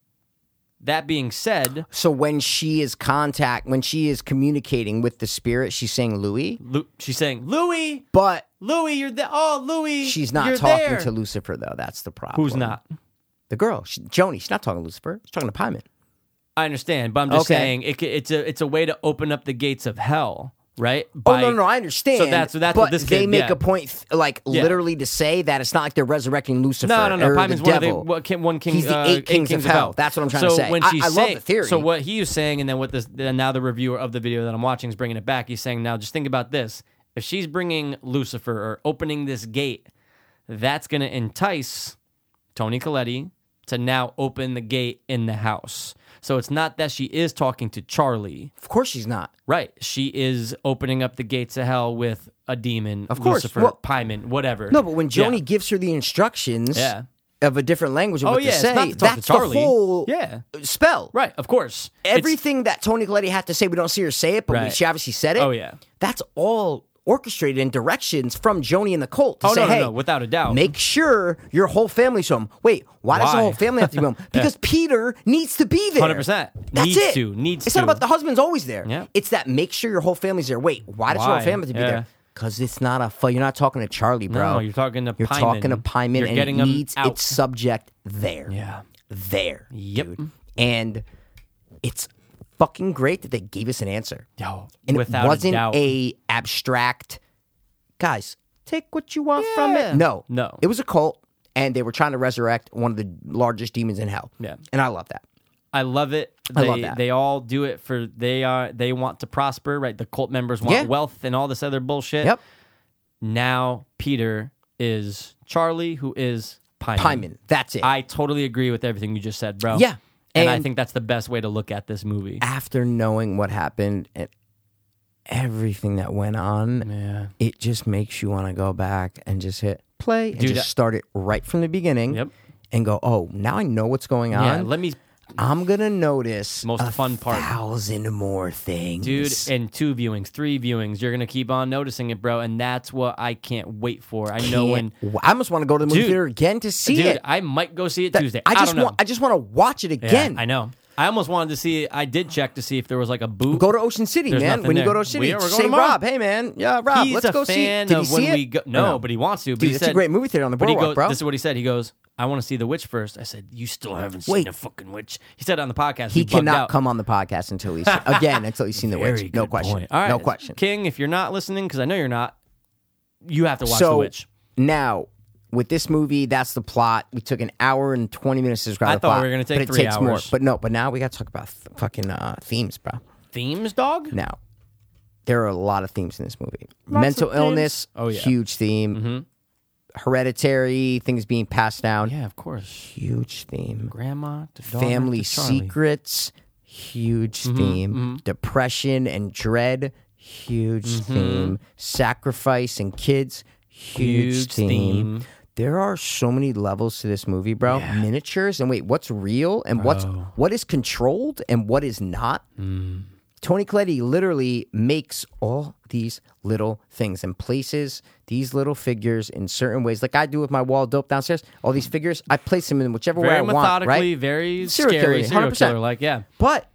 B: that being said,
A: So when she is contact, when she is communicating with the spirit, she's saying Louis,
B: Lu- she's saying, Louis,
A: but
B: Louis, you're there. Oh, Louis.
A: she's not
B: you're
A: talking
B: there."
A: to Lucifer though. That's the problem.
B: Who's not?
A: The girl, she, Joni. She's not talking to Lucifer. She's talking to Pyman.
B: I understand, but I'm just
A: Okay.
B: saying it, c- it's a it's a way to open up the gates of hell, right?
A: Oh
B: By-
A: no, no, no, I understand.
B: So that's that's
A: but
B: what this
A: they
B: kid-
A: make
B: yeah.
A: a point, th- like
B: Yeah.
A: literally, to say that it's not like they're resurrecting Lucifer.
B: No, no, no.
A: or
B: Pyman's
A: the
B: one of the
A: devil.
B: what, king, one king,
A: He's the
B: uh,
A: eight kings
B: kings
A: of hell. That's what I'm trying to
B: so
A: say.
B: When
A: I-
B: she's
A: I love
B: saying-
A: the theory.
B: So what he was saying, and then what this then now the reviewer of the video that I'm watching is bringing it back. He's saying now, just think about this: if she's bringing Lucifer or opening this gate, that's going to entice Tony Colletti to now open the gate in the house. So it's not that she is talking to Charlie.
A: Of course, she's not.
B: Right. She is opening up the gates of hell with a demon, of
A: course.
B: Lucifer,
A: Well-
B: Pyman, whatever.
A: No, but when
B: Yeah.
A: Joni gives her the instructions
B: Yeah.
A: of a different language of
B: Oh
A: what
B: yeah,
A: to
B: it's
A: say,
B: not to talk
A: that's
B: to Charlie.
A: the whole
B: yeah,
A: spell.
B: right. Of course, It's-
A: Everything that Tony Colletti had to say, we don't see her say it, but we-
B: Right.
A: she obviously said it.
B: Oh, yeah.
A: that's all orchestrated in directions from Joni and the cult. To
B: Oh,
A: say,
B: no, no,
A: hey,
B: no, without a doubt.
A: Make sure your whole family's home. Wait, why, does the
B: Why?
A: whole family have to be
B: <laughs>
A: home? Because Peter needs to be there.
B: 100%.
A: That's
B: Needs
A: it.
B: to, needs
A: it's
B: to.
A: not about the husband's always there.
B: Yeah.
A: It's that make sure your whole family's there. Wait, why does your
B: Why?
A: whole family have to be
B: Yeah.
A: there? Because it's not a. Fu- you're not talking to Charlie, bro.
B: No, you're talking to
A: You're
B: Pyman.
A: talking to Pyman,
B: You're
A: and
B: getting
A: it
B: him
A: needs
B: out.
A: its subject there.
B: Yeah.
A: there.
B: Yep.
A: dude. And it's fucking great that they gave us an answer.
B: Yo,
A: And
B: without
A: it wasn't
B: a doubt.
A: abstract guys, take what you want from
B: Yeah.
A: it. No.
B: No.
A: It was a cult and they were trying to resurrect one of the largest demons in hell.
B: Yeah.
A: And I love that.
B: I love it. They,
A: I love that.
B: They all do it for they are they want to prosper, right? The cult members want
A: Yeah.
B: wealth and all this other bullshit.
A: Yep.
B: Now Peter is Charlie, who is Pyman.
A: Pyman. That's it.
B: I totally agree with everything you just said, bro.
A: Yeah.
B: and I
A: And-
B: think that's the best way to look at this movie.
A: After knowing what happened and everything that went on,
B: Yeah.
A: it just makes you want to go back and just hit play and
B: Dude,
A: just
B: I-
A: start it right from the beginning.
B: Yep.
A: And go, oh, now I know what's going on.
B: Yeah, let me,
A: I'm gonna notice
B: Most
A: a
B: fun part.
A: thousand more things,
B: dude, and two viewings, three viewings. You're gonna keep on noticing it, bro, and that's what I can't wait for. I know when,
A: Can't- I almost want to go to the movie
B: Dude.
A: theater again to see
B: dude,
A: it.
B: I might go see it
A: That-
B: Tuesday.
A: I just
B: don't know.
A: want, I just want to watch it
B: Yeah,
A: again.
B: I know. I almost wanted to see. I did check to see if there was like a boot.
A: Go to Ocean City,
B: There's
A: man.
B: nothing
A: When you
B: there.
A: go to Ocean
B: We-
A: City,
B: we're going
A: say
B: tomorrow.
A: Rob, hey man, yeah, Rob,
B: He's
A: let's
B: a
A: go see.
B: fan
A: it. Did he
B: of
A: see
B: when
A: it?
B: we go.
A: Or
B: No, but he wants to. But
A: Dude,
B: he
A: that's a
B: said,
A: great movie theater on the
B: but he
A: boardwalk,
B: goes-
A: bro.
B: This is what he said. He goes, "I want to see the witch first. I said, "You still haven't seen
A: Wait.
B: the fucking witch." He said on the podcast,
A: he
B: bugged
A: cannot
B: out.
A: come on the podcast until he's
B: <laughs>
A: again until he's seen the
B: Very
A: witch. No
B: good
A: question.
B: point. All right,
A: No question.
B: King, if you're not listening, because I know you're not, you have to watch
A: so
B: the witch.
A: now. With this movie, that's the plot. We took an hour and twenty minutes to describe
B: I
A: the
B: thought we
A: plot,
B: were gonna take
A: but it
B: three
A: takes more.
B: hours.
A: But no, but now we got to talk about th- fucking uh, themes, bro.
B: Themes, dog.
A: Now, there are a lot of themes in this movie. Mental
B: of themes.
A: illness,
B: Oh, yeah. Mm-hmm.
A: huge theme. Hereditary, things being passed down,
B: Yeah, of course.
A: huge theme.
B: Grandma, to daughter,
A: Family
B: to Charlie. Mm-hmm,
A: secrets, huge theme. Depression and dread, huge
B: Mm-hmm.
A: theme. Sacrifice and kids, huge,
B: Huge
A: theme.
B: theme.
A: There are so many levels to this movie, bro. Miniatures and wait, what's real and what's what is controlled and what is not.
B: Mm.
A: Tony Colletti literally makes all these little things and places these little figures in certain ways, like I do with my wall of dope downstairs. All these figures, I place them in whichever way I
B: Very
A: want,
B: methodically,
A: right?
B: very
A: Serial
B: scary,
A: killer,
B: serial
A: 100%.
B: killer. Like, yeah.
A: But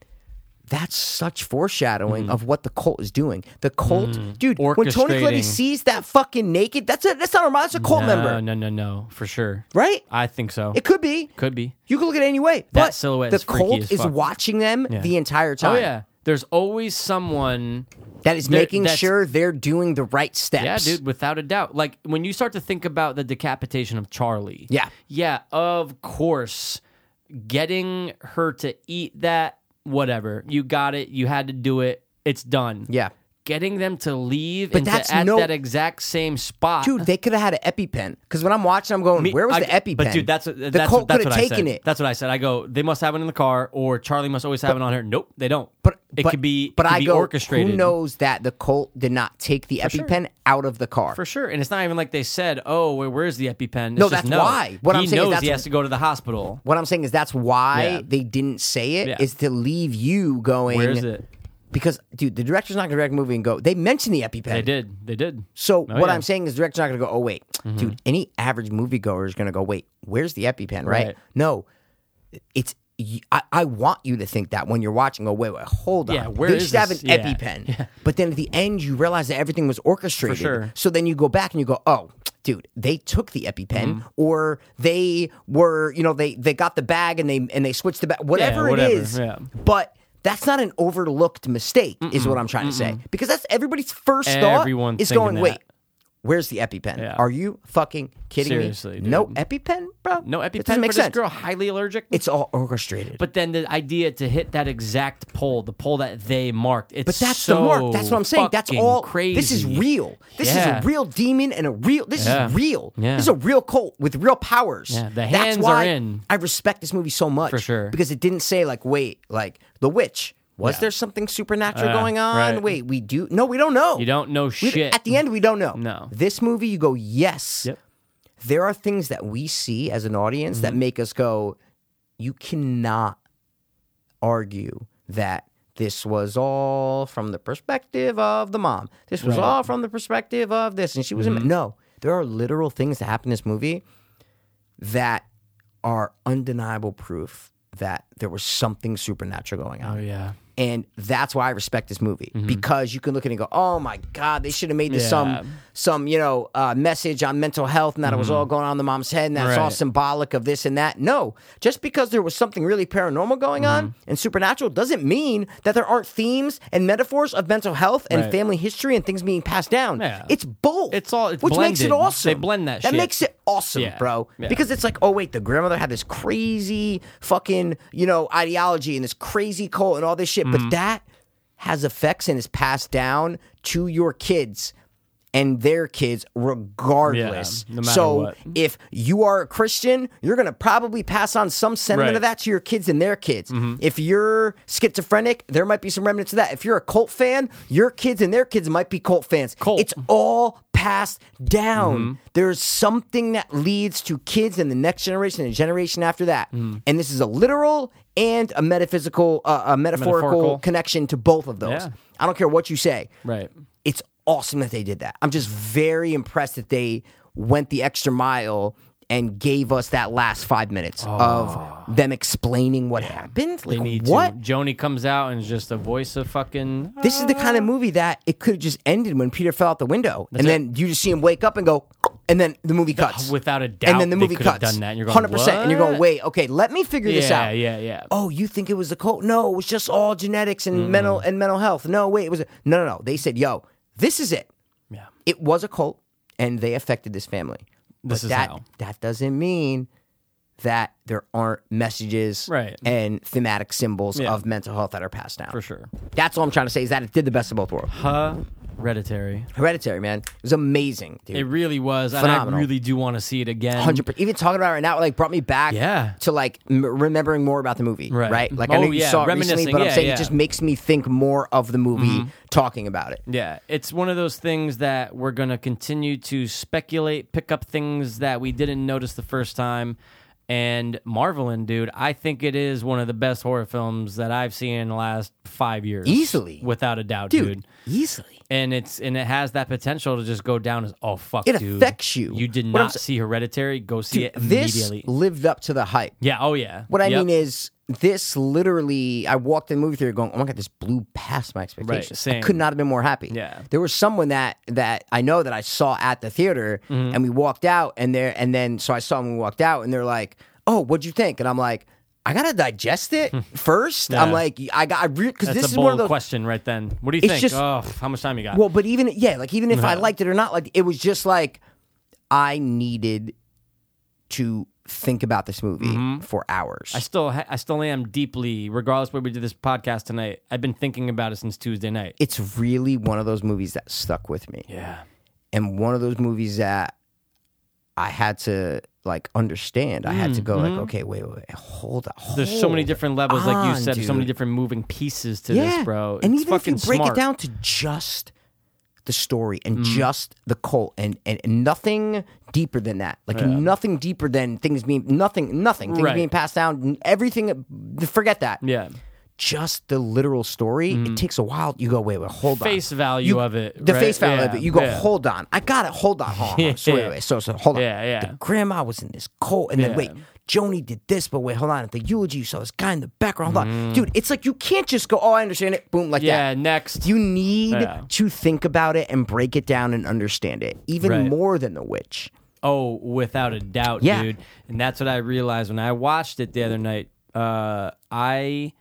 A: that's such foreshadowing
B: Mm.
A: of what the cult is doing. The cult, dude. When Tony
B: Orchestrating.
A: Colletti sees that fucking naked, that's a that's not a that's a cult member,
B: No, no, no, no, for sure.
A: right?
B: I think so.
A: It could be.
B: Could be.
A: You can look at it any way. but
B: silhouette
A: the
B: is freaky
A: cult
B: as
A: is
B: fuck.
A: watching them the entire time.
B: Oh yeah. There's always someone.
A: That is
B: They're-
A: making
B: that's-
A: sure they're doing the right steps.
B: Yeah, dude, without a doubt. Like when you start to think about the decapitation of Charlie.
A: Yeah.
B: Yeah, of course. Getting her to eat that, whatever. You got it. You had to do it. It's done.
A: Yeah.
B: getting them to leave
A: But
B: and to-
A: that's
B: at
A: no-
B: that exact same spot.
A: Dude, they could have had an EpiPen. Because when I'm watching, I'm going,
B: Me-
A: where was
B: I-
A: the EpiPen?
B: But dude, that's, uh,
A: the
B: that's, that's
A: Colt
B: what
A: could have
B: I
A: taken
B: said.
A: it.
B: That's what I said. I go, they must have it in the car, or Charlie must always have it on her. Nope, they don't.
A: But
B: it
A: but-
B: could be,
A: But
B: it could
A: I
B: be
A: go,
B: orchestrated.
A: Who knows that the Colt did not take the
B: sure.
A: EpiPen out of the car?
B: For sure, and it's not even like they said, "Oh, where- where's the EpiPen?" It's
A: No,
B: just,
A: that's why. What
B: he
A: I'm saying is
B: knows he
A: that's-
B: has to go to the hospital.
A: What I'm saying is that's why
B: Yeah.
A: they didn't say it. Is to
B: Yeah.
A: leave you going.
B: Where is it?
A: Because, dude, the director's not going to direct a movie and go. They mentioned the EpiPen.
B: They did. They did.
A: So
B: Oh,
A: what
B: yeah. Mm-hmm.
A: I'm saying is, the director's not going to go. Oh wait, dude. Any average moviegoer is going to go. Wait, where's the EpiPen? Right?
B: Right.
A: No, it's. y- I, I want you to think that when you're watching. Oh wait, wait, hold on.
B: Yeah, where
A: they
B: is
A: should have an
B: this? <laughs> Yeah,
A: EpiPen. But then at the end, you realize that everything was orchestrated.
B: sure.
A: So then you go back and you go, oh. Dude, they took the EpiPen,
B: Mm-hmm.
A: or they were, you know, they they got the bag and they and they switched the bag, whatever,
B: whatever,
A: it is.
B: yeah.
A: But that's not an overlooked mistake, is what I'm trying to say, because that's everybody's first
B: Everyone's
A: thought is
B: thinking
A: going,
B: that.
A: wait, Where's the EpiPen?
B: Yeah.
A: Are you fucking kidding
B: Seriously,
A: me?
B: dude.
A: No EpiPen, bro.
B: No EpiPen.
A: It doesn't
B: for
A: make
B: This
A: sense.
B: girl highly allergic.
A: It's all orchestrated.
B: but then the idea to hit that exact pole, the pole that they marked. It's
A: But that's
B: so
A: the mark. That's what I'm saying. That's
B: fucking
A: all.
B: crazy.
A: This is real. This
B: Yeah.
A: is a real demon and a real. This
B: Yeah.
A: is real.
B: Yeah.
A: This is a real cult with real powers.
B: Yeah, the
A: that's
B: hands
A: why
B: are in.
A: I respect this movie so much
B: For sure.
A: because it didn't say like, wait, like the witch. Was there something supernatural going on?
B: Uh, right.
A: Wait, we do. No, we don't know.
B: You don't know
A: We-
B: shit.
A: At the end, we don't know.
B: No.
A: This movie, you go, yes.
B: Yep. Mm-hmm.
A: There are things that we see as an audience that make us go, you cannot argue that this was all from the perspective of the mom. This was all from the perspective of this. And she was, a
B: Mm-hmm.
A: ma- no, there are literal things that happen in this movie that are undeniable proof that there was something supernatural going on.
B: Oh yeah.
A: And that's why I respect this movie because you can look at it and go, "Oh my God, they should have made this
B: Mm-hmm. Yeah. Mm-hmm.
A: some some you know uh, message on mental health and that it was all going on in the mom's head and that's all
B: Right.
A: symbolic of this and that." No, just because there was something really paranormal going on
B: Mm-hmm.
A: and supernatural doesn't mean that there aren't themes and metaphors of mental health and
B: Right.
A: family history and things being passed down.
B: Yeah.
A: It's both.
B: It's all- it's
A: which makes it
B: blended. They
A: awesome.
B: blend that
A: That
B: shit.
A: makes it awesome,
B: Yeah.
A: bro.
B: Yeah.
A: Because it's like, oh wait, the grandmother had this crazy fucking, you know, ideology and this crazy cult and all this shit.
B: Mm-hmm.
A: But that has effects and is passed down to your kids and their kids regardless.
B: no matter
A: so
B: what.
A: if you are a Christian, you're gonna probably pass on some sentiment
B: Right. Mm-hmm.
A: of that to your kids and their kids. If you're schizophrenic, there might be some remnants of that. If you're a cult fan, your kids and their kids might be cult fans.
B: Cult. Mm-hmm.
A: It's all passed down. There's something that leads to kids and the next generation and the generation after that.
B: Mm-hmm.
A: And this is a literal and a metaphysical, uh, a metaphorical,
B: Metaphorical.
A: connection to both of those.
B: Yeah.
A: I don't care what you say.
B: Right.
A: It's awesome that they did that. I'm just very impressed that they went the extra mile and gave us that last five minutes of them explaining what happened. Like,
B: Oh. They need
A: what?
B: to. Joni comes out and is just a voice of fucking.
A: This is the kind of movie that it could have just ended when Peter fell out the window, and then you just see him wake up and go, and then the movie cuts
B: uh, Without a doubt,
A: and then the
B: they
A: movie
B: could have
A: cuts.
B: done that, and you're going,
A: hundred percent, and you're going,
B: "What?"
A: wait, okay, let me figure this
B: Yeah,
A: out.
B: yeah, yeah.
A: Oh, you think it was the cult? No, it was just all genetics and mental
B: Mm-hmm.
A: and mental health. No, wait, it was no, no, no. They said, yo, this is it.
B: Yeah.
A: It was a cult, and they affected this family.
B: This
A: but
B: is
A: that
B: how.
A: that doesn't mean that there aren't messages
B: Right.
A: and thematic symbols
B: Yeah.
A: of mental health that are passed down.
B: For sure.
A: That's all I'm trying to say is that it did the best of both worlds.
B: Hereditary.
A: Hereditary, man. It was amazing, dude.
B: It really was. And I
A: Phenomenal.
B: really do want to see it again.
A: Hundred percent. Even talking about it right now, like brought me back
B: Yeah.
A: to like m- remembering more about the movie,
B: Right.
A: right? Like I
B: Oh,
A: know you
B: yeah,
A: saw it recently,
B: reminiscing.
A: but I'm
B: Yeah,
A: saying
B: yeah. Mm-hmm.
A: it just makes me think more of the movie talking about it.
B: Yeah, it's one of those things that we're going to continue to speculate, pick up things that we didn't notice the first time. And Marvelin, dude, I think it is one of the best horror films that I've seen in the last five years.
A: Easily.
B: Without a doubt, dude.
A: Dude, easily.
B: And it's and it has that potential to just go down as oh fuck,
A: It
B: dude.
A: affects you.
B: You did
A: What I'm
B: not
A: sa-
B: see Hereditary, go see it
A: This
B: immediately.
A: lived up to the hype.
B: yeah, oh yeah.
A: What I
B: Yep.
A: mean is this literally I walked in the movie theater going, Oh my god, this blew past my expectations. I
B: same.
A: could not have been more happy.
B: Yeah.
A: There was someone that that I know that I saw at the theater
B: Mm-hmm.
A: and we walked out and there and then so I saw him when we walked out and they're like, Oh, what'd you think? And I'm like, I gotta digest
B: <laughs>
A: it first. I'm
B: Yeah.
A: like, I got I because
B: that's
A: this
B: a
A: is
B: bold
A: one of those
B: question right then. What do you
A: It's
B: think?
A: just-
B: oh, how much time you got?
A: well, but even yeah, like even if I liked it or not, like it was just like I needed to think about this movie for hours.
B: Mm-hmm. I still, ha- I still am deeply, regardless where we did this podcast tonight. I've been thinking about it since Tuesday night.
A: it's really one of those movies that stuck with me.
B: Yeah,
A: and one of those movies that I had to like understand. I had to go like, okay, wait, wait, wait hold up.
B: Mm-hmm. there's so many
A: hold
B: different levels, like you
A: on,
B: said. There's so many
A: dude.
B: different moving pieces to
A: yeah,
B: this, bro.
A: And
B: It's
A: even if you
B: fucking
A: break
B: smart. Mm.
A: it down to just the story and just the cult and, and, and nothing deeper than that. Like nothing deeper than things being nothing, nothing things
B: Right.
A: being passed down. n- Everything. Forget that.
B: yeah, Mm.
A: Just the literal story. It takes a while. You go, wait, wait, hold on.
B: face value
A: You-
B: of it,
A: The
B: right?
A: face value of
B: Yeah,
A: it. You go,
B: yeah.
A: hold on. I got it. Hold on. Hold on. So,
B: <laughs> Yeah.
A: wait, wait, so, so hold on.
B: Yeah, yeah.
A: The grandma was in this cult. And
B: Yeah.
A: then, wait, Joni did this, but wait, hold on. At the eulogy, you saw this guy in the background. Hold on. Dude, it's like you can't just go, oh, I understand it. Boom, like
B: Mm. yeah.
A: that.
B: Next,
A: You need
B: Yeah.
A: to think about it and break it down and understand it, even
B: Right.
A: more than The Witch.
B: Oh, without a doubt,
A: Yeah.
B: dude. And that's what I realized when I watched it the other night. Uh, I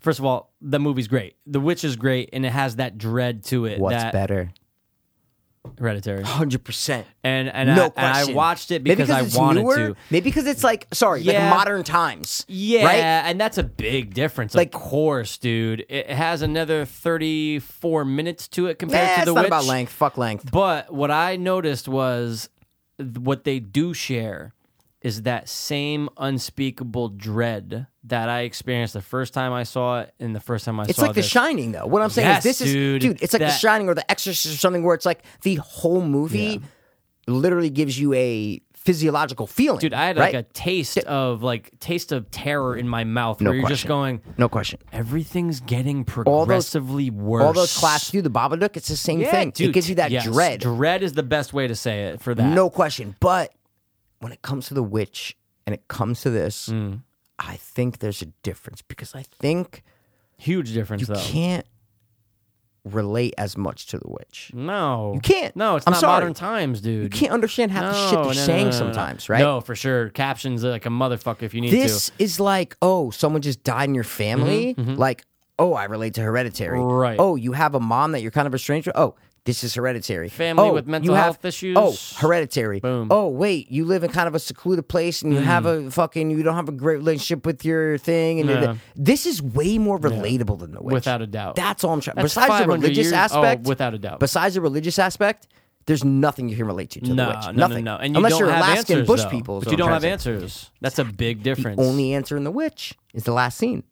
B: first of all, the movie's great. The Witch is great, and it has that dread to it.
A: What's
B: that
A: better? <gasps>
B: Hereditary.
A: 100%.
B: And and,
A: No
B: I, and I
A: question.
B: watched it
A: Maybe
B: because I
A: it's
B: wanted
A: newer.
B: to.
A: Maybe because it's like, sorry,
B: Yeah.
A: like modern times.
B: Yeah,
A: Right?
B: and that's a big difference.
A: Like-
B: of course, dude. It has another thirty-four minutes to it compared
A: Eh,
B: to
A: it's
B: the
A: not
B: Witch.
A: about length. Fuck length.
B: But what I noticed was th- what they do share is that same unspeakable dread that I experienced the first time I saw it and the first time I
A: It's
B: saw
A: like The
B: this.
A: Shining, though. What I'm saying
B: Yes,
A: is, this
B: dude,
A: is dude. It's like The
B: that-
A: Shining or The Exorcist or something, where it's like the whole movie literally gives you a physiological feeling.
B: Dude, I had
A: right?
B: like a taste of like taste of terror in my mouth where you're just
A: question.
B: going,
A: no question.
B: everything's getting
A: those-
B: progressively worse.
A: All those classes do the Babadook. It's the same
B: Yeah,
A: thing.
B: dude,
A: it gives you that
B: yes.
A: dread,
B: Dread is the best way to say it for that.
A: no question. But when it comes to the witch and it comes to this,
B: Mm.
A: I think there's a difference because I think
B: huge difference though.
A: can't relate as much to the witch.
B: No, you
A: can't.
B: No, it's
A: I'm
B: not
A: sorry.
B: modern times, dude.
A: You can't understand half the
B: Oh,
A: shit they're saying sometimes, right?
B: No, for sure. Captions are like a motherfucker if you need
A: this
B: to.
A: is like oh someone just died in your family like oh i relate to hereditary
B: Mm-hmm, Right.
A: oh you have a mom that you're kind of a stranger oh this is hereditary
B: Family
A: Oh,
B: with mental
A: you have-
B: health issues?
A: oh hereditary boom oh wait you live in kind of a secluded place
B: Mm.
A: and you have a fucking you don't have a great relationship with your thing and
B: Yeah.
A: this is way more relatable than the witch
B: Without a doubt.
A: that's all i'm trying
B: That's
A: besides the
B: 500
A: religious
B: years- oh,
A: aspect
B: without a doubt.
A: besides the religious aspect there's nothing you can relate to to the
B: No, no,
A: witch
B: no,
A: nothing
B: no, And you
A: unless
B: don't
A: you're
B: have
A: alaskan
B: answers,
A: bush
B: though.
A: people is
B: But
A: what
B: you
A: I'm
B: don't
A: trying
B: have
A: to say.
B: answers. That's a big difference.
A: Only answer in The Witch is the last scene.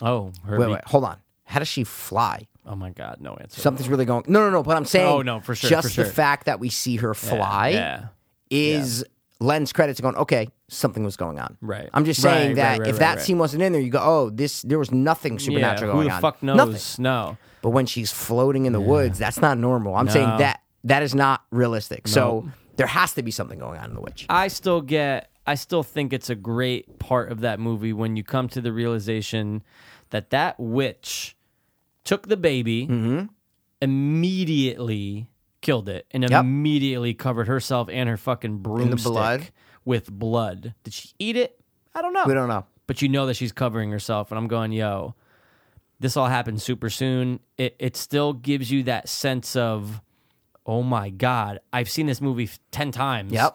B: oh, Herbie.
A: Wait, wait, hold on. How does she fly?
B: Oh my God, no answer.
A: Something's really going. No, no, no. But I'm saying,
B: Oh, no, for sure,
A: Just
B: for sure.
A: the fact that we see her fly
B: yeah.
A: is lends credit to going. Okay, something was going on.
B: Right.
A: I'm just
B: Right,
A: saying
B: right,
A: that
B: right,
A: if
B: right,
A: that
B: right.
A: scene wasn't in there, you go, oh, this there was nothing
B: Yeah,
A: supernatural
B: who
A: going
B: the
A: on.
B: fuck knows?
A: Nothing.
B: No.
A: But when she's floating in the woods, that's not normal. I'm
B: No.
A: saying that that is not realistic. So there has to be something going on in The Witch.
B: I still get I still think it's a great part of that movie when you come to the realization that that witch took the baby immediately killed it and immediately covered herself and her fucking broomstick
A: blood?
B: with blood. Did she eat it? I don't know.
A: We don't know.
B: But you know that she's covering herself and I'm going, "Yo, this all happened super soon." It it still gives you that sense of Oh my God! I've seen this movie f- ten times
A: Yep.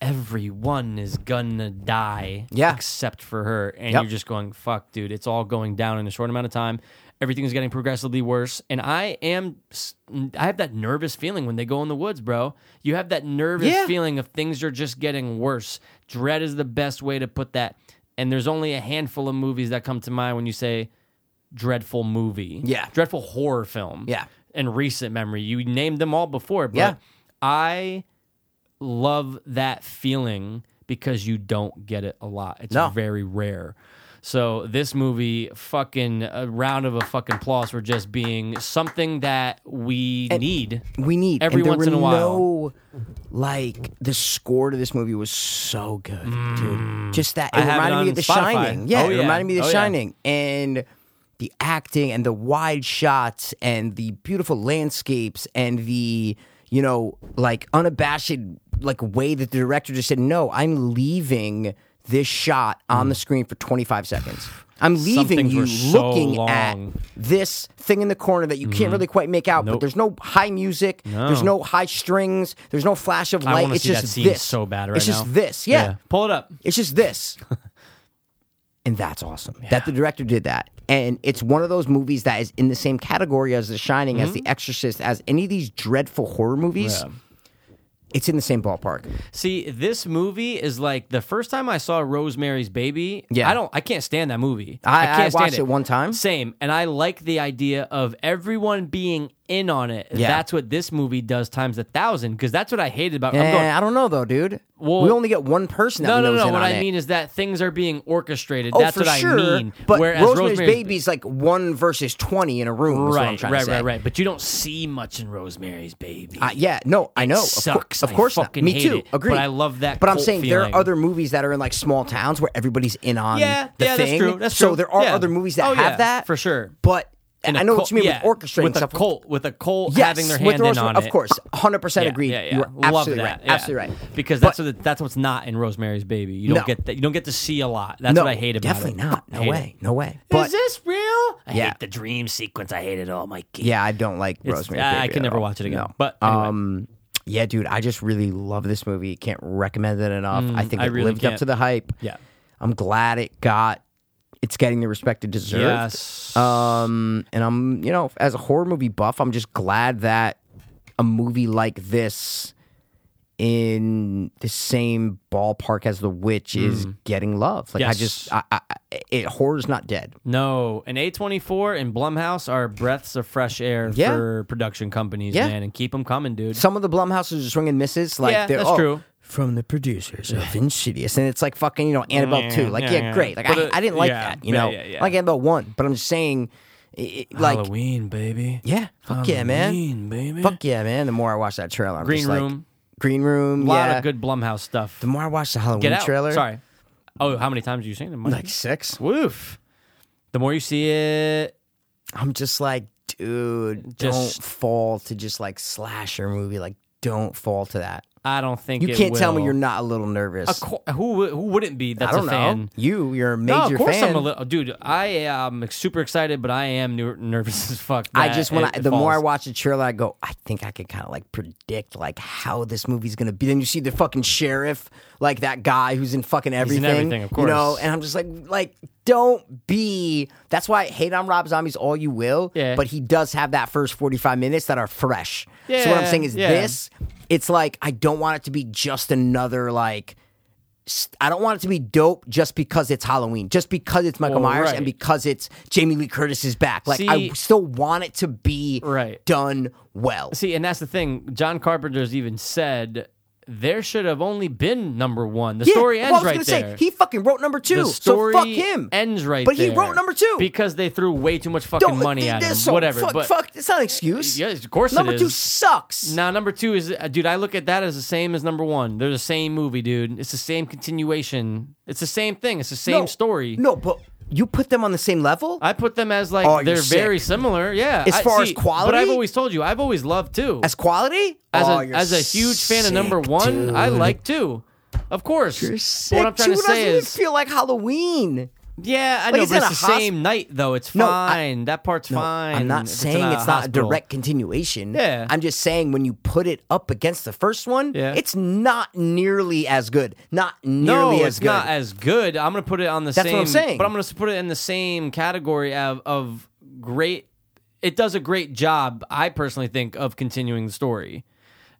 B: everyone is gonna die
A: Yeah.
B: except for her and
A: Yep.
B: you're just going fuck dude it's all going down in a short amount of time everything's getting progressively worse and i am s- i have that nervous feeling when they go in the woods bro you have that nervous
A: Yeah.
B: feeling of things are just getting worse dread is the best way to put that and there's only a handful of movies that come to mind when you say dreadful movie
A: Yeah.
B: dreadful horror film
A: Yeah.
B: in recent memory you named them all before but
A: Yeah.
B: i love that feeling because you don't get it a lot. It's
A: No.
B: very rare. So this movie, fucking a round of a fucking applause for just being something that we need.
A: We need
B: Every
A: and there
B: once in
A: were
B: a while.
A: No, like the score to this movie was so good, dude. Just that it
B: Mm. I have it
A: reminded
B: on
A: me of The
B: Spotify.
A: Shining. Yeah,
B: Oh,
A: it
B: yeah.
A: reminded me of The
B: Oh, yeah.
A: Shining and the acting and the wide shots and the beautiful landscapes and the you know like unabashed like way that the director just said no, I'm leaving this shot on the screen for 25 seconds. I'm leaving
B: Something
A: you
B: for so
A: looking at
B: long. Mm-hmm.
A: this thing in the corner that you can't really quite make out, but
B: Nope.
A: there's no high music, there's
B: No.
A: no high strings, there's no flash of
B: I
A: light.
B: wanna
A: It's
B: see
A: just
B: that scene
A: this.
B: so bad right
A: It's just
B: now.
A: this. yeah.
B: Pull it up.
A: It's just this. <laughs> and that's awesome that the director did that. And it's one of those movies that is in the same category as The Shining, as The Exorcist, as any of these dreadful horror movies.
B: Mm-hmm. Yeah.
A: It's in the same ballpark.
B: See, this movie is like the first time I saw Rosemary's Baby.
A: Yeah.
B: I don't. I can't stand that movie.
A: I-
B: can't
A: I watched it one time.
B: Same, and I like the idea of everyone being in on it.
A: Yeah.
B: That's what this movie does times a thousand. Because that's what I hated about.
A: Eh,
B: I'm going,
A: I don't know though, dude.
B: Well-
A: we only get one person. That
B: no,
A: we know
B: no,
A: is
B: no.
A: in
B: What
A: on
B: I
A: it.
B: mean is that things are being orchestrated.
A: Oh,
B: that's
A: for
B: what
A: sure.
B: I mean.
A: But
B: Whereas
A: Rosemary's,
B: Rosemary's
A: Baby's like one versus twenty in a room. Is what I'm
B: Right,
A: trying
B: right,
A: to say.
B: right, right. But you don't see much in Rosemary's Baby.
A: Uh, yeah, no, I know. Of cour-
B: sucks.
A: Of,
B: I
A: course, not.
B: fucking
A: me
B: hate
A: too.
B: it, but
A: Agree.
B: I love that
A: But I'm
B: cult
A: saying there
B: feeling.
A: are other movies that are in like small towns where everybody's in on.
B: Yeah,
A: the
B: yeah, that's
A: thing.
B: true, that's
A: So
B: true.
A: there are
B: Yeah.
A: other movies that
B: Oh,
A: have
B: yeah,
A: that
B: for sure.
A: But
B: And
A: I
B: a
A: know
B: cult-
A: what you mean
B: yeah,
A: with orchestrating
B: with
A: stuff.
B: A cult, with a cult
A: Yes,
B: having their
A: with
B: hand in
A: orchestra-
B: on
A: of
B: it.
A: course, 100%
B: Yeah,
A: agreed.
B: yeah, yeah.
A: You're absolutely
B: Love
A: right.
B: that. yeah.
A: Absolutely right.
B: Because
A: But-
B: that's what that's what's not in Rosemary's Baby. You don't
A: No.
B: get that. You don't get to see a lot. That's
A: no,
B: what I hate about
A: definitely
B: it.
A: not. No
B: Hate
A: way.
B: it.
A: No way.
B: Is
A: But
B: this real? I
A: Yeah.
B: hate the dream sequence. I hate it Oh, all, Mikey.
A: yeah, I don't like
B: It's-
A: Rosemary.
B: I can never watch it again. But anyway.
A: Um, yeah, dude, I just really love this movie. Can't recommend it enough. I think
B: Mm, I
A: it
B: really
A: lived
B: can't.
A: up to the hype.
B: Yeah.
A: I'm glad it got. It's getting the respect it deserves.
B: Yes.
A: Um, and I'm, you know, as a horror movie buff, I'm just glad that a movie like this in the same ballpark as The Witch is getting love. Like I
B: Mm. Yes.
A: just, I, I, it horror's not dead.
B: No, and A24 and Blumhouse are breaths of fresh air
A: Yeah.
B: for production companies,
A: Yeah.
B: man, and keep them coming, dude.
A: Some of the Blumhouse are just ring and misses. Like
B: Yeah,
A: they're,
B: that's
A: oh,
B: true.
A: From the producers of Insidious, and it's like fucking you know Annabelle
B: Yeah,
A: two. Like
B: yeah,
A: yeah,
B: yeah.
A: great. Like
B: But,
A: I,
B: uh,
A: I didn't like
B: yeah,
A: that. You
B: yeah,
A: know,
B: yeah, yeah.
A: I like Annabelle one, but I'm just saying, it, it- like
B: Halloween, baby.
A: yeah, fuck yeah, man.
B: Halloween, baby.
A: Fuck yeah, man. The more I watch that trailer, I'm
B: Green
A: just like,
B: Room.
A: Green Room,
B: A lot
A: yeah.
B: of good Blumhouse stuff.
A: The more I watch the
B: Get
A: Halloween
B: out.
A: trailer,
B: Sorry. Oh, how many times have you seen them?
A: like six,
B: Woof. The more you see it,
A: I'm just like, dude,
B: Just-
A: don't fall to just like slasher movie. Like, don't fall to that.
B: I don't think
A: You
B: it
A: can't tell me
B: will.
A: you're not a little nervous.
B: Of cour- who wou- who wouldn't be? That's
A: I don't
B: a
A: know.
B: fan.
A: You, you're a major
B: No, of course
A: fan.
B: I'm a little dude. I am super excited, but I am ner- nervous <laughs> as fuck.
A: I
B: that
A: just want
B: it-
A: to.
B: it
A: The more I
B: falls.
A: watch the trailer, I go, I think I can kind of like predict like how this movie's gonna be. Then you see the fucking sheriff, like that guy who's in fucking everything,
B: everything, of
A: you know.
B: course.
A: And I'm just like, like don't be. That's why I hate on Rob Zombies all you will,
B: Yeah.
A: but he does have that first 45 minutes that are fresh. so what I'm
B: Yeah,
A: saying is
B: yeah.
A: this. It's like I don't want it to be just another like. s- I don't want it to be dope just because it's Halloween, just because it's Michael
B: Well,
A: Myers,
B: right.
A: and because it's Jamie Lee Curtis is back. Like
B: See-
A: I still want it to be
B: Right.
A: done well.
B: See, and that's the thing. John Carpenter's even said there should have only been number one. The
A: Yeah,
B: story ends
A: well, I was
B: right
A: gonna
B: there.
A: Say, he fucking wrote number two,
B: the story
A: so fuck him.
B: ends right
A: But
B: there.
A: he wrote number two.
B: because they threw way too much fucking money
A: th-
B: at
A: th-
B: him.
A: so
B: Whatever.
A: Fuck,
B: but
A: fuck, it's not an excuse.
B: Yes, of course it
A: number two
B: is.
A: sucks.
B: Now, number two is, uh, dude, I look at that as the same as number one. They're the same movie, dude. It's the same continuation. It's the same thing. It's the same
A: No,
B: story.
A: No, but you put them on the same level.
B: I put them as like
A: Oh, you're
B: they're very
A: sick.
B: similar. Yeah.
A: As
B: I-
A: far as
B: see,
A: quality?
B: But I've always told you, I've always loved two.
A: as quality,
B: As,
A: oh,
B: a,
A: you're
B: as a huge fan of number
A: sick,
B: one, I
A: dude.
B: like two. Of course.
A: You're
B: But
A: sick.
B: What I'm trying
A: two
B: to say
A: doesn't
B: is,
A: even feel like Halloween.
B: yeah, I
A: like
B: know,
A: it's
B: but
A: in
B: it's
A: a
B: the
A: hosp-
B: same night though. It's
A: No, I-
B: fine. that part's
A: No,
B: fine.
A: I'm not
B: if
A: saying
B: in
A: it's,
B: a
A: not
B: hospital.
A: a direct continuation.
B: Yeah.
A: I'm just saying when you put it up against the first one,
B: Yeah.
A: it's not nearly as good. Not
B: No,
A: nearly
B: it's
A: as good.
B: not as good. I'm gonna put it on the
A: That's
B: same.
A: what I'm saying.
B: But I'm gonna put it in the same category of of great. It does a great job, I personally think, of continuing the story.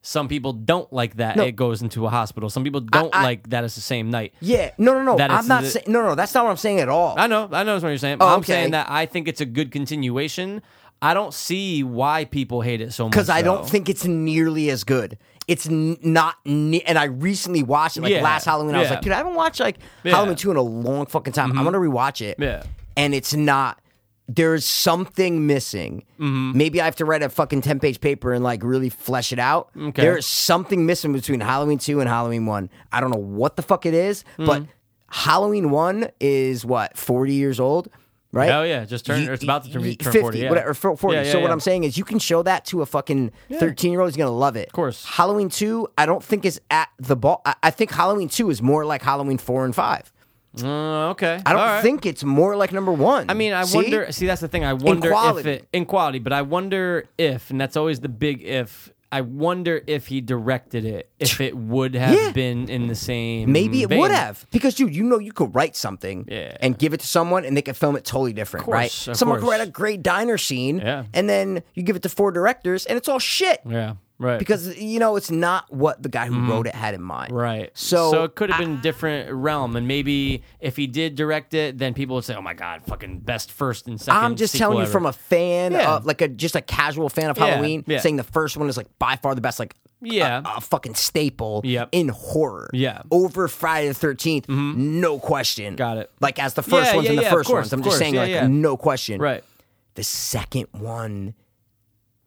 B: Some people don't like that it goes into a hospital. Some people don't
A: I-
B: like that it's the same night.
A: yeah. No, no, no.
B: That it's
A: I'm not
B: the-
A: saying. No, no. That's not what I'm saying at all.
B: I know, I know that's what you're saying.
A: Oh,
B: I'm
A: okay.
B: saying that I think it's a good continuation. I don't see why people hate it so much.
A: Because I
B: though.
A: don't think it's nearly as good. It's n- not, ne- and I recently watched it like
B: Yeah.
A: last Halloween. I was
B: Yeah.
A: like, dude, I haven't watched like
B: Yeah. Mm-hmm.
A: Halloween two in a long fucking time. I'm gonna rewatch it.
B: Yeah.
A: and it's not. There's something missing.
B: Mm-hmm.
A: Maybe I have to write a fucking ten page paper and like really flesh it out.
B: Okay.
A: There is something missing between Halloween two and Halloween one. I don't know what the fuck it is,
B: Mm.
A: but Halloween one is what forty years old, right?
B: Oh, yeah, just turned-
A: You-
B: it's about to turn-
A: you-
B: turn
A: 50,
B: 40, yeah.
A: whatever, for- 40.
B: Yeah, yeah,
A: so what
B: yeah.
A: I'm saying is you can show that to a fucking 13 year old. He's going to love it. Of
B: course.
A: Halloween 2, I don't think is at the ball. I, I think Halloween 2 is more like Halloween 4 and 5.
B: Uh, okay.
A: I don't
B: All right.
A: think it's more like number one.
B: I mean, I
A: See?
B: wonder. See, that's the thing. I wonder if
A: quality.
B: it in quality, but I wonder if, and that's always the big if. I wonder if he directed it, if it would have
A: Yeah.
B: been in the same.
A: Maybe it would
B: vein.
A: have because, dude, you know, you could write something
B: Yeah.
A: and give it to someone, and they could film it totally different,
B: course,
A: right?
B: of
A: Someone
B: course.
A: could write a great diner scene,
B: Yeah.
A: and then you give it to four directors, and it's all shit
B: Yeah. Right. Mm-hmm.
A: because you know it's not what the guy who wrote it had in mind,
B: Right.
A: So,
B: so it could have been different realm, and maybe if he did direct it, then people would say, "Oh my god, fucking best first and second
A: I'm just telling you from a fan,
B: Yeah.
A: of, like a just a casual fan of
B: Yeah,
A: Halloween,
B: yeah.
A: saying the first one is like by far the best, like
B: Yeah.
A: a, a fucking staple
B: Yep.
A: in horror,
B: Yeah. Mm-hmm.
A: over Friday the 13th no question.
B: Got it.
A: Like as the first
B: Yeah,
A: ones
B: yeah,
A: and the
B: yeah, of
A: first
B: course,
A: ones, I'm
B: of
A: just
B: course.
A: saying
B: Yeah,
A: like
B: yeah.
A: no question.
B: right.
A: The second one,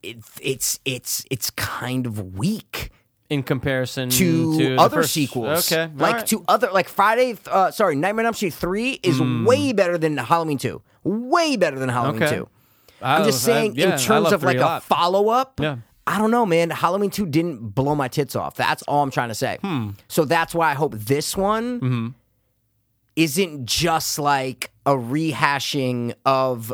A: it, it's it's it's kind of weak
B: In comparison
A: to,
B: Mm, the
A: other
B: first-
A: sequels.
B: Okay. all
A: like
B: right. Hmm.
A: to other like Friday. Uh, sorry, Nightmare on Elm Street three is way better than Halloween two. Way better than Halloween
B: Okay.
A: two.
B: I
A: I'm just
B: love- Oh, I-
A: saying
B: yeah, I
A: in terms
B: love
A: of like
B: three
A: a,
B: lot.
A: follow up.
B: Yeah.
A: I don't know, man. Halloween two didn't blow my tits off. That's all I'm trying to say.
B: Hmm.
A: So that's why I hope this one
B: Mm-hmm.
A: isn't just like a rehashing of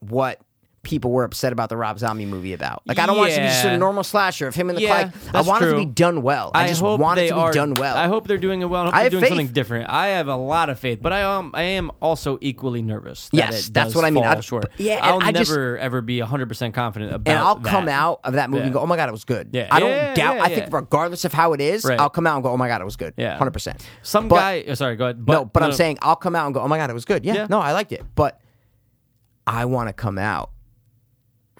A: what people were upset about the Rob Zombie movie about. Like I don't want it to be just
B: Yeah.
A: a normal slasher of him in the
B: Yeah,
A: yeah, I
B: that's
A: want it
B: true.
A: to be done well. I, just
B: hope
A: want it
B: they
A: to be
B: are,
A: done well.
B: I hope they're doing it well. I hope
A: I
B: they're
A: have
B: doing
A: faith.
B: something different. I have a lot of faith, but I am I am also equally nervous. That
A: Yes,
B: it
A: that's
B: does
A: what I mean.
B: Fall
A: I-
B: short.
A: yeah, and
B: I'll
A: I just-
B: never ever be hundred percent confident about.
A: and I'll
B: that.
A: come out of that movie and
B: Yeah.
A: go, "Oh my god, it was good."
B: Yeah.
A: I don't
B: Yeah,
A: doubt.
B: yeah,
A: I think
B: yeah.
A: regardless of how it is,
B: Right.
A: I'll come out and go, "Oh my god, it was good."
B: Yeah.
A: hundred percent.
B: Some
A: But-
B: guy. oh, Sorry, go ahead. But,
A: no, but I'm
B: no.
A: saying I'll come out and go, "Oh my god, it was good." Yeah,
B: Yeah.
A: no, I liked it, but I want to come out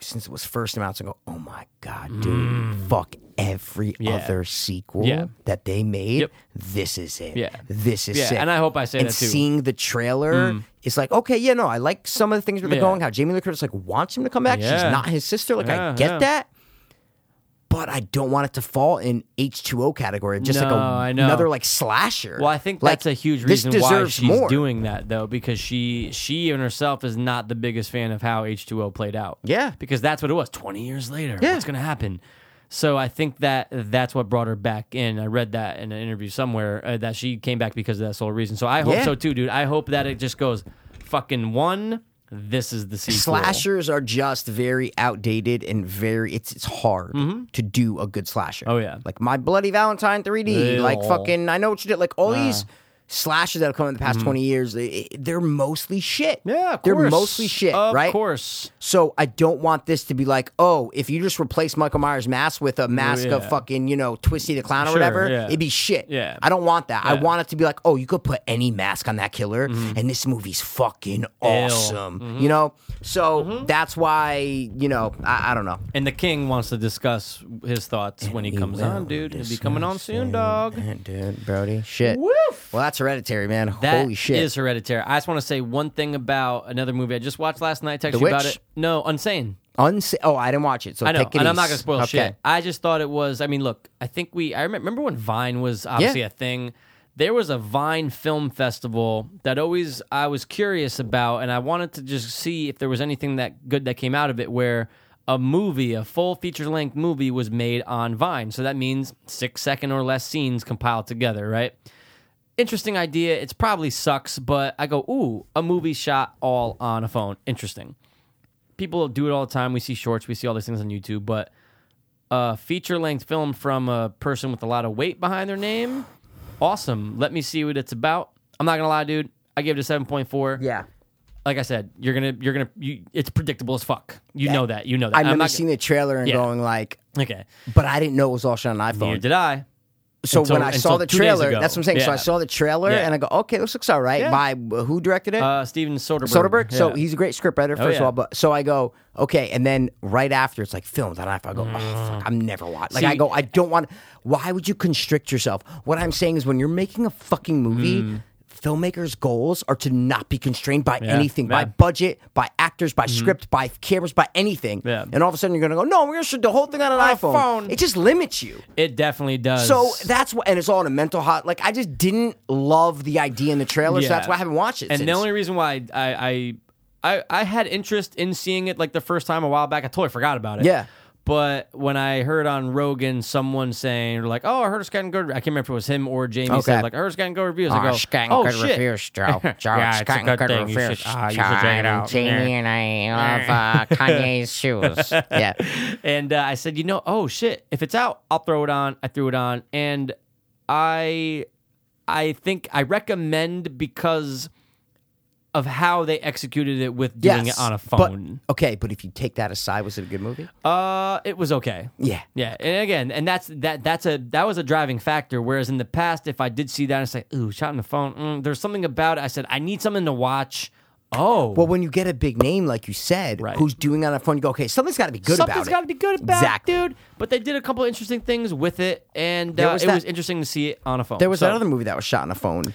A: since it was first announced and go, "Oh my god, dude, fuck every
B: Mm. Yeah.
A: other sequel
B: Yeah.
A: that they made.
B: Yep.
A: This is it.
B: Yeah.
A: this is
B: Yeah,
A: sick."
B: and I hope I say
A: and
B: that too. Mm.
A: seeing the trailer. It's like okay, yeah, no, I like some of the things where they're
B: Yeah.
A: going. How Jamie Lee Curtis like wants him to come back.
B: Yeah.
A: She's not his sister. Like
B: Yeah,
A: I get
B: yeah.
A: that, but I don't want it to fall in H two O category, just like
B: No,
A: a,
B: I know.
A: another like slasher.
B: Well, I think
A: Like,
B: that's a huge
A: this
B: reason why
A: deserves
B: she's
A: more.
B: doing that though, because she she and herself is not the biggest fan of how H two O played out.
A: Yeah.
B: because that's what it was. Twenty years later,
A: Yeah.
B: what's going to happen? So I think that that's what brought her back in. I read that in an interview somewhere uh, that she came back because of that sole reason. So I hope
A: Yeah.
B: so too, dude. I hope that it just goes fucking one. This is the sequel.
A: Slashers are just very outdated and very it's it's hard to do a good slasher.
B: Mm-hmm. Oh, yeah.
A: like My Bloody Valentine 3D,
B: Ew. Ah.
A: like fucking I know what you did. Like all these slashes that have come in the past 20 years, they, they're mostly shit.
B: Mm-hmm. Yeah, of
A: they're
B: course.
A: mostly shit,
B: of
A: right?
B: Of course.
A: So I don't want this to be like, oh, if you just replace Michael Myers' mask with a mask
B: yeah.
A: of fucking, you know, Twisty the Clown or
B: Sure,
A: whatever,
B: yeah.
A: it'd be shit.
B: Yeah.
A: I don't want that. I
B: Yeah. Mm-hmm.
A: want it to be like, oh, you could put any mask on that killer, and this movie's fucking awesome. You know? So
B: Mm-hmm.
A: that's why, you know, I, I don't know.
B: And the king wants to discuss his thoughts when he
A: We
B: comes on,
A: will
B: dude. He'll be
A: discuss
B: coming on soon,
A: it.
B: dog.
A: Dude, Brody. Shit.
B: Woof.
A: Well, that's hereditary, man.
B: That
A: Holy shit.
B: is hereditary. I just want to say one thing about another movie I just watched last night. Text
A: The
B: you about
A: Witch?
B: it. No, Unsane.
A: Unsa- oh, I didn't watch it. So
B: I know,
A: take it
B: and I'm not
A: easy.
B: gonna spoil
A: Okay.
B: shit. I just thought it was. I mean, look, I think we. I remember, remember when Vine was obviously a thing. There was a Vine Film Festival that always I was curious about, and I wanted to just see if there was anything that good that came out of it where a movie, a full feature length movie, was made on Vine. So that means six second or less scenes compiled together, right? interesting idea. It's probably sucks, but I go, ooh, a movie shot all on a phone. Interesting. People do it all the time. We see shorts, we see all these things on YouTube, but a feature length film from a person with a lot of weight behind their name. Awesome. Let me see what it's about. I'm not gonna lie, dude. I gave it a seven point four.
A: Yeah.
B: Like I said, you're gonna you're gonna you, it's predictable as fuck. You know that. You know that.
A: I
B: I'm
A: remember
B: not-
A: seeing the trailer and
B: Yeah.
A: going like,
B: Okay.
A: but I didn't know it was all shot on an
B: Neither
A: iPhone.
B: did I.
A: so
B: until-
A: when I
B: until
A: saw the
B: two days
A: trailer,
B: ago.
A: that's what I'm saying. So
B: Yeah.
A: I saw the trailer
B: Yeah.
A: and I go, okay, this looks all right.
B: Yeah.
A: By who directed it?
B: Uh Steven Soderbergh.
A: Soderbergh. So
B: Yeah. Oh,
A: he's a great scriptwriter, first of
B: yeah.
A: all. But so I go, okay, and then right after it's like filmed on iPhone. I go, oh, fuck, I'm never watching. Like
B: Mm. See-
A: I go, I don't want. Why would you constrict yourself? What I'm saying is, when you're making a fucking movie. Filmmakers' goals are to not be constrained by anything, by
B: Mm. yeah. Mm-hmm.
A: budget, by actors, by script, by cameras, by anything.
B: Yeah.
A: And all of a sudden, you're going to go, no, we're going to shoot the whole thing on an iPhone.
B: iPhone.
A: It just limits you.
B: it definitely does.
A: So that's what, and it's all in a mental hot. Like I just didn't love the idea in the trailer, so that's why I haven't watched it.
B: And
A: since.
B: the only reason why I I, I I had interest in seeing it like the first time a while back, I totally forgot about it.
A: Yeah.
B: But when I heard on Rogan someone saying, like, oh, I heard it's gotten good. I can't remember if it was him or Jamie
A: Okay.
B: said, like, I heard it's gotten good reviews. I
A: Oh,
B: go,
A: it's gotten
B: oh,
A: good
B: shit.
A: reviews,
B: <laughs>
A: Joe. Joe,
B: Yeah,
A: it's
B: it's
A: gotten
B: a good
A: good
B: thing. You
A: reviews.
B: should- ah, you should
A: Joe,
B: check it
A: I know
B: out.
A: Jamie and I
B: <laughs>
A: love uh, Kanye's shoes. Yeah.
B: And uh, I said, you know, oh shit, if it's out, I'll throw it on. I threw it on, and I, I think I recommend because of how they executed it with doing
A: Yes,
B: it on a
A: but-
B: phone.
A: Okay, but if you take that aside, was it a good movie?
B: uh, it was okay.
A: Yeah.
B: Yeah, and again, and that's that. That's a that was a driving factor. Whereas in the past, if I did see that, I say, "Ooh, shot in the phone." Mm, there's something about it. I said, "I need something to watch." Oh,
A: Well, when you get a big name, like you said,
B: Right.
A: who's doing it on a phone, you go, okay, something's got to be good about
B: Something's
A: it.
B: got to be good about
A: exactly.
B: it, dude. But they did a couple interesting things with it, and
A: There
B: uh,
A: was
B: it
A: that-
B: was interesting to see it on a phone.
A: There was
B: So-
A: that another movie that was shot on a phone.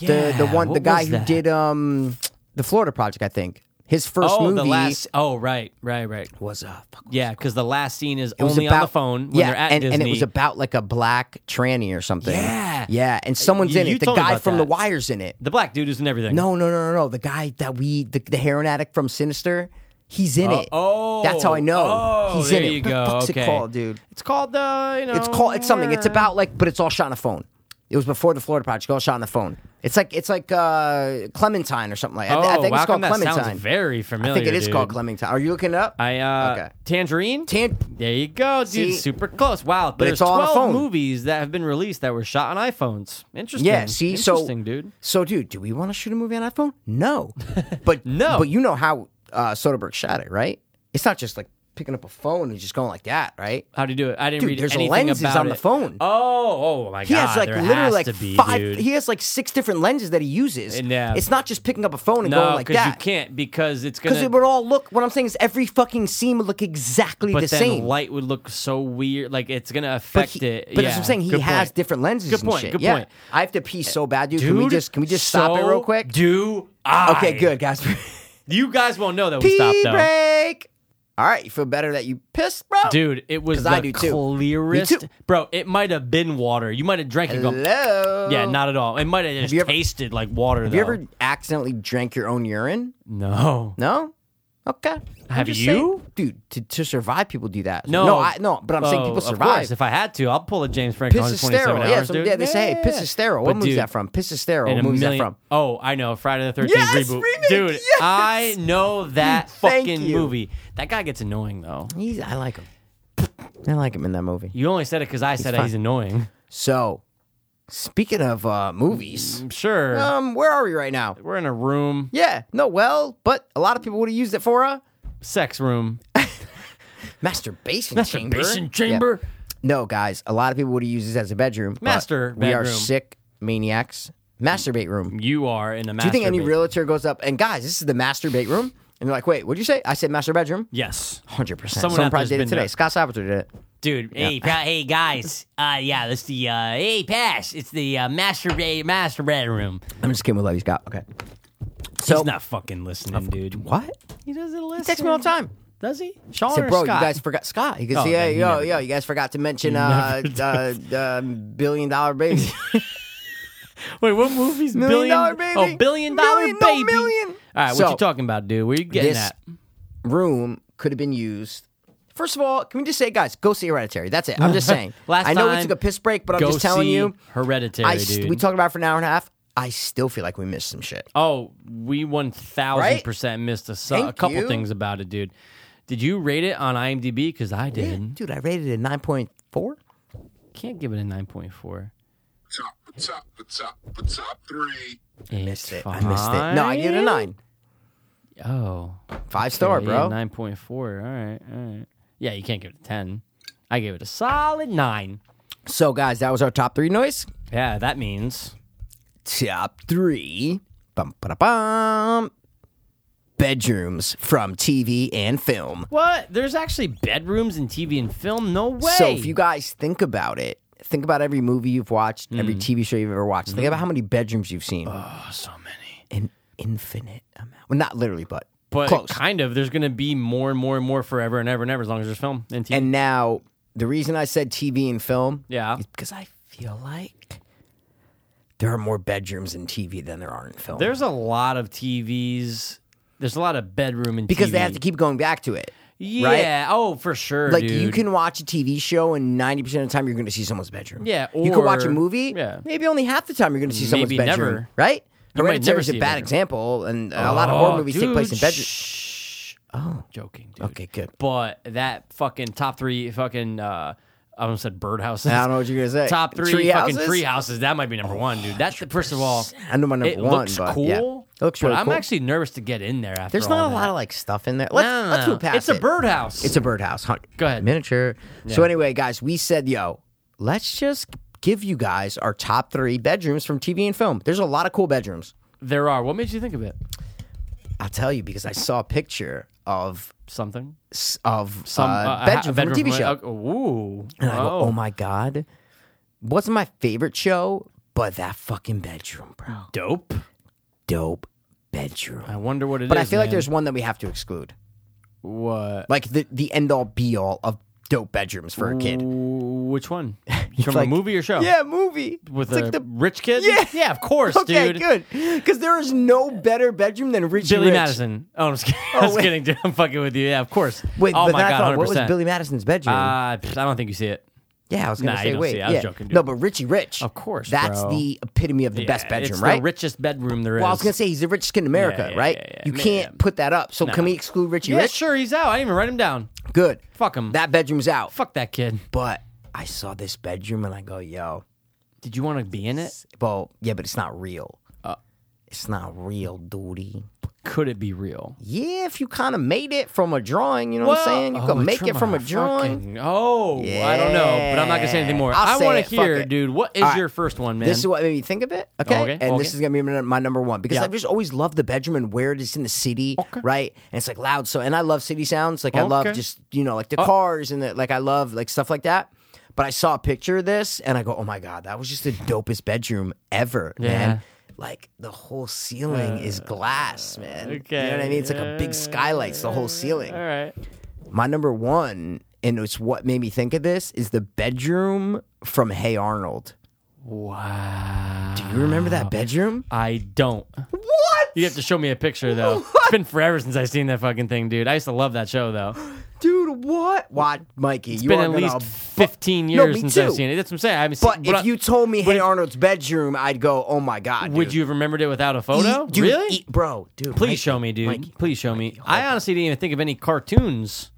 A: the the
B: Yeah,
A: one the
B: what
A: guy
B: was
A: who
B: that?
A: did um the Florida Project, I think. His first
B: Oh,
A: movie
B: the last. Oh, right, right, right.
A: was uh, fuck,
B: Yeah, because the last scene is
A: it was
B: only
A: about,
B: on the phone when
A: yeah,
B: they're at
A: and,
B: Disney.
A: and it was about like a black tranny or something.
B: Yeah.
A: yeah, and someone's
B: You-
A: in
B: you
A: it. The
B: told me
A: guy
B: about
A: from The
B: that.
A: Wire's in it.
B: the black dude is in everything.
A: No, no, no, no, no. The guy that we, the, the heroin addict from Sinister, he's in it.
B: oh,
A: that's how I know.
B: oh,
A: he's in
B: there
A: it.
B: you
A: What the
B: go,
A: fuck's
B: okay.
A: it called, dude?
B: It's called the. You know,
A: It's called. It's something. It's about like, but it's all shot on a phone. It was before the Florida Project. All shot on the phone. It's like it's like uh, Clementine or something like.
B: Oh,
A: I, I think
B: wow,
A: it's called
B: come that sounds
A: Clementine.
B: very familiar.
A: I think it is
B: dude.
A: called Clementine. Are you looking it up?
B: I uh,
A: Okay.
B: tangerine.
A: Tan-
B: There you go, dude.
A: See?
B: Super close. Wow, there's
A: it's all on a
B: 12
A: phone.
B: movies that have been released that were shot on iPhones. Interesting.
A: yeah. See, so
B: interesting, dude.
A: So, dude, do we want to shoot a movie on iPhone?
B: <laughs>
A: No, but
B: No.
A: But you know how uh, Soderbergh shot it, right? It's not just like picking up a phone and just going like that, right?
B: How do you do it? I didn't
A: Dude,
B: read
A: there's
B: anything
A: lenses
B: about
A: on the
B: it.
A: phone.
B: Oh, oh my
A: He
B: god!
A: has like
B: there
A: literally
B: has
A: like
B: to be,
A: five.
B: Dude.
A: He has like six different lenses that he uses.
B: And, yeah.
A: It's not just picking up a phone and going
B: no,
A: like
B: because
A: that.
B: you can't because it's
A: Because
B: gonna.
A: it would all look. What I'm saying is, every fucking scene would look exactly
B: but
A: the
B: then
A: same.
B: light would look so weird. Like it's gonna
A: but
B: affect
A: he,
B: it.
A: but that's
B: yeah.
A: what I'm saying. He
B: Good
A: has
B: point.
A: different lenses.
B: Good
A: and
B: point,
A: shit.
B: good
A: Yeah.
B: point.
A: I have to pee so bad, dude.
B: Dude,
A: can we just can we just stop it
B: so
A: real quick?
B: Do I?
A: Okay, good guys. <laughs>
B: You guys won't know that we
A: pee
B: stopped though.
A: break. All right, you feel better that you pissed, bro.
B: Dude, it was
A: 'Cause
B: the
A: I do too.
B: clearest,
A: Me too.
B: bro. It might have been water. You might have drank it. Go,
A: Hello.
B: yeah, not at all. It might have just
A: Oh. you ever-
B: tasted like water.
A: Have you ever accidentally drank your own urine?
B: No.
A: No. Okay. I'm
B: Have
A: just
B: you?
A: saying. dude? To, to survive, people do that.
B: No,
A: no, I, no. But I'm saying
B: Oh,
A: people
B: of
A: survive.
B: course, if I had to, I'll pull a James Franco.
A: piss is
B: 127
A: sterile.
B: Hours,
A: yeah, some-
B: dude.
A: yeah, they say
B: Yeah.
A: hey, piss is sterile. What
B: But,
A: movie's
B: dude,
A: that from? Piss is sterile.
B: in
A: What
B: a
A: movie's
B: million-
A: that from?
B: Oh, I know. Friday the Thirteenth
A: Yes,
B: reboot,
A: remake,
B: dude.
A: yes!
B: I know
A: <laughs>
B: that
A: Thank
B: fucking
A: you.
B: movie. That guy gets annoying though.
A: He's, I like him. I like him in that movie.
B: You only said it because I said that
A: fine.
B: he's annoying.
A: So, speaking of uh, movies,
B: Sure,
A: um, where are we right now?
B: we're in a room,
A: Yeah, no, well, but a lot of people would have used it for a
B: sex room,
A: masturbation,
B: masturbation
A: chamber. Yeah.
B: chamber.
A: No, guys, a lot of people would have used this as a bedroom. but
B: Master
A: We are
B: bedroom.
A: sick maniacs. Masturbate room.
B: You are in a.
A: Do you think any realtor goes up and guys, this is the masturbate room? And they're like, wait, what'd you say? I said master bedroom.
B: Yes,
A: Hundred percent.
B: Someone
A: Someone
B: out
A: probably
B: there's
A: did it
B: been
A: today.
B: there.
A: Scott Salvatore did it.
B: dude. Hey, pro- hey, guys. Uh, yeah, that's the. Uh, hey, pass. It's the uh, masturbate master bedroom.
A: I'm just kidding. We love you, Scott. Okay.
B: He's
A: So
B: not fucking listening, dude.
A: what?
B: He doesn't listen. He
A: Text me all the time.
B: Does he? Sean
A: I said,
B: or
A: bro,
B: Scott?
A: you guys forgot Scott. He goes,
B: Oh,
A: yeah,
B: then he
A: yo,
B: never
A: yo, you guys forgot to mention
B: <laughs>
A: uh, uh, uh, billion dollar baby.
B: Wait, what movie's
A: Million
B: billion
A: Dollar Baby.
B: Oh, billion dollar
A: Million, no,
B: baby.
A: million.
B: All right, what
A: So,
B: you talking about, dude? Where you getting
A: this-
B: at?
A: Room could have been used. First of all, can we just say, guys, go see Hereditary. That's it.
B: <laughs>
A: I'm just saying.
B: Last
A: I know
B: time,
A: we took a piss break, but I'm
B: Go
A: just telling
B: see
A: you,
B: Hereditary,
A: I
B: dude.
A: st- we talked about it for an hour and a half. I still feel like we missed some shit.
B: oh, we one thousand percent missed a, su- a
A: Thank
B: couple
A: you.
B: things about it, dude. Did you rate it on IMDb? Because I
A: Yeah,
B: did.
A: dude, I rated it a nine point four.
B: Can't give it a nine point four.
F: top, the top, the top, the top three.
B: I
A: Missed it. I missed it. No, I gave it a nine.
B: Oh,
A: Five star, bro.
B: Nine point four. All right, all right. Yeah, you can't give it a ten. I gave it a solid nine.
A: So, guys, that was our top three noise.
B: Yeah, that means
A: Top three. Bum, ba, bum. Bedrooms from TV and film.
B: what? There's actually bedrooms in TV and film. No way.
A: So, if you guys think about it, think about every movie you've watched, every TV show you've ever watched. Think about how many bedrooms you've seen.
B: Mm. Mm-hmm. oh, so many.
A: An infinite amount. Well, not literally, but,
B: but
A: close.
B: kind of. There's going to be more and more and more forever and ever and ever as long as there's film and TV.
A: And now, the reason I said TV and film
B: yeah,
A: is because I feel like there are more bedrooms in TV than there are in film.
B: there's a lot of TVs. There's a lot of bedroom and
A: because
B: TV.
A: they have to keep going back to it.
B: Yeah. Oh, for sure.
A: Like
B: dude.
A: you can watch a TV show and ninety percent of the time you're going to see someone's bedroom.
B: Yeah,
A: you can watch a
B: or-
A: movie.
B: yeah.
A: maybe only half the time you're going to see someone's
B: Maybe
A: bedroom.
B: never.
A: Right?
B: You might never
A: Hereditary is a
B: see a
A: bad
B: bedroom.
A: example, and a lot of horror
B: Oh,
A: movies take place in
B: dude,
A: bedrooms.
B: Shh. Oh, joking, dude.
A: Okay, good.
B: But that fuccking top three fucking uh, I almost said birdhouses.
A: I don't know what you're gonna say.
B: Top three
A: Tree
B: fucking
A: houses?
B: tree houses. That might be number one, dude. That's the first of all.
A: I know my number
B: it
A: one,
B: looks
A: but
B: cool.
A: yeah. It looks
B: but
A: really
B: I'm
A: cool.
B: actually nervous to get in there. After
A: There's
B: all
A: not a
B: that.
A: lot of like stuff in there. Let's
B: No, no,
A: let's
B: no.
A: move past
B: It's
A: it.
B: a birdhouse.
A: It's a birdhouse. Hun-
B: Go ahead.
A: Miniature. So anyway, guys, we said, yo, let's just give you guys our top three bedrooms from TV and film. There's a lot of cool bedrooms.
B: there are. What made you think of it?
A: I'll tell you because I saw a picture of
B: Something.
A: s- of
B: Some
A: uh,
B: uh,
A: bedroom,
B: a, a
A: from a TV show.
B: uh, ooh.
A: And I go,
B: Oh.
A: oh my god, wasn't my favorite show, but that fucking bedroom, bro,
B: Oh. Dope.
A: dope bedroom.
B: I wonder what it is.
A: But I feel like
B: man.
A: there's one that we have to exclude,
B: what.
A: like the the end all be all of dope bedrooms for a kid.
B: Ooh,
A: <laughs>
B: Which one? From
A: like-
B: a movie or show?
A: Yeah, movie
B: with
A: It's
B: a
A: like the
B: rich kid.
A: Yeah.
B: yeah, of course,
A: okay,
B: dude.
A: good. Because there is no better bedroom than Richie
B: Billy
A: Rich.
B: Madison. Oh, I'm just kidding. <laughs> I'm just
A: wait.
B: kidding, dude. I'm fucking with you. Yeah, of course.
A: Wait,
B: oh
A: but
B: my
A: then I
B: god,
A: thought,
B: 100%.
A: what was Billy Madison's bedroom?
B: Uh, pff, I don't think you see it.
A: yeah, I was gonna
B: nah, you
A: say,
B: don't
A: wait,
B: see it. I
A: yeah.
B: was joking, dude.
A: No, but Richie Rich,
B: Of course,
A: that's
B: bro.
A: the epitome of the best
B: Yeah,
A: bedroom,
B: it's
A: right?
B: The richest bedroom there is.
A: well, I was gonna say he's the richest kid in America,
B: yeah,
A: right?
B: yeah, yeah.
A: You
B: Man.
A: can't put that up. So can we exclude Richie
B: yeah,
A: Rich?
B: sure, he's out. I didn't even write him down.
A: Good.
B: Fuck him.
A: That bedroom's out.
B: Fuck that kid.
A: But I saw this bedroom and I go, yo.
B: Did you want to be in it?
A: Well, yeah, but it's not real.
B: Uh.
A: it's not real, duty.
B: Could it be real?
A: Yeah, if you kind of made it from a drawing, you know what I'm saying? You
B: oh,
A: could make it from a drawing.
B: fucking- oh, I don't know, but I'm not gonna say anything more.
A: I'll say
B: want
A: it,
B: to
A: fuck
B: hear,
A: it.
B: dude. What is
A: All right.
B: your first one, man?
A: This is what made me think of it. Okay.
B: Okay,
A: And
B: okay.
A: this is going to be my- my number one because
B: Yeah.
A: I've just always loved the bedroom and where it is in the city, right? And it's like loud. So, and I love city sounds. Like, I love
B: Okay. Uh,
A: just, you know, like the cars and the, like, I love like stuff like that. But I saw a picture of this and I go, oh my God, that was just the dopest bedroom ever, man. Like the whole ceiling
B: Uh,
A: is glass, man. You know what I
B: okay.
A: mean? It's like a big skylights, the whole ceiling.
B: All right.
A: My number one, and it's what made me think of this, is the bedroom from Hey Arnold.
B: Wow.
A: Do you remember
B: Ah.
A: that bedroom?
B: I don't.
A: What?
B: You have to show me a picture though.
A: <laughs>
B: It's been forever since I've seen that fucking thing, dude. I used to love that show though.
A: Dude, what? What, Mikey? you
B: It's been
A: are
B: at
A: gonna-
B: least fifteen
A: No,
B: years
A: me
B: since
A: too.
B: I've seen it. That's what I'm saying. I haven't
A: But
B: seen.
A: if
B: I-
A: you told me Hey
B: if-
A: Arnold's bedroom, I'd go, oh my god.
B: would
A: dude.
B: you have remembered it without a
A: E-
B: photo?
A: dude,
B: really?
A: e- bro, dude.
B: Please
A: Mikey,
B: show me, dude.
A: Mikey,
B: Please show me. I honestly didn't even think of any cartoons.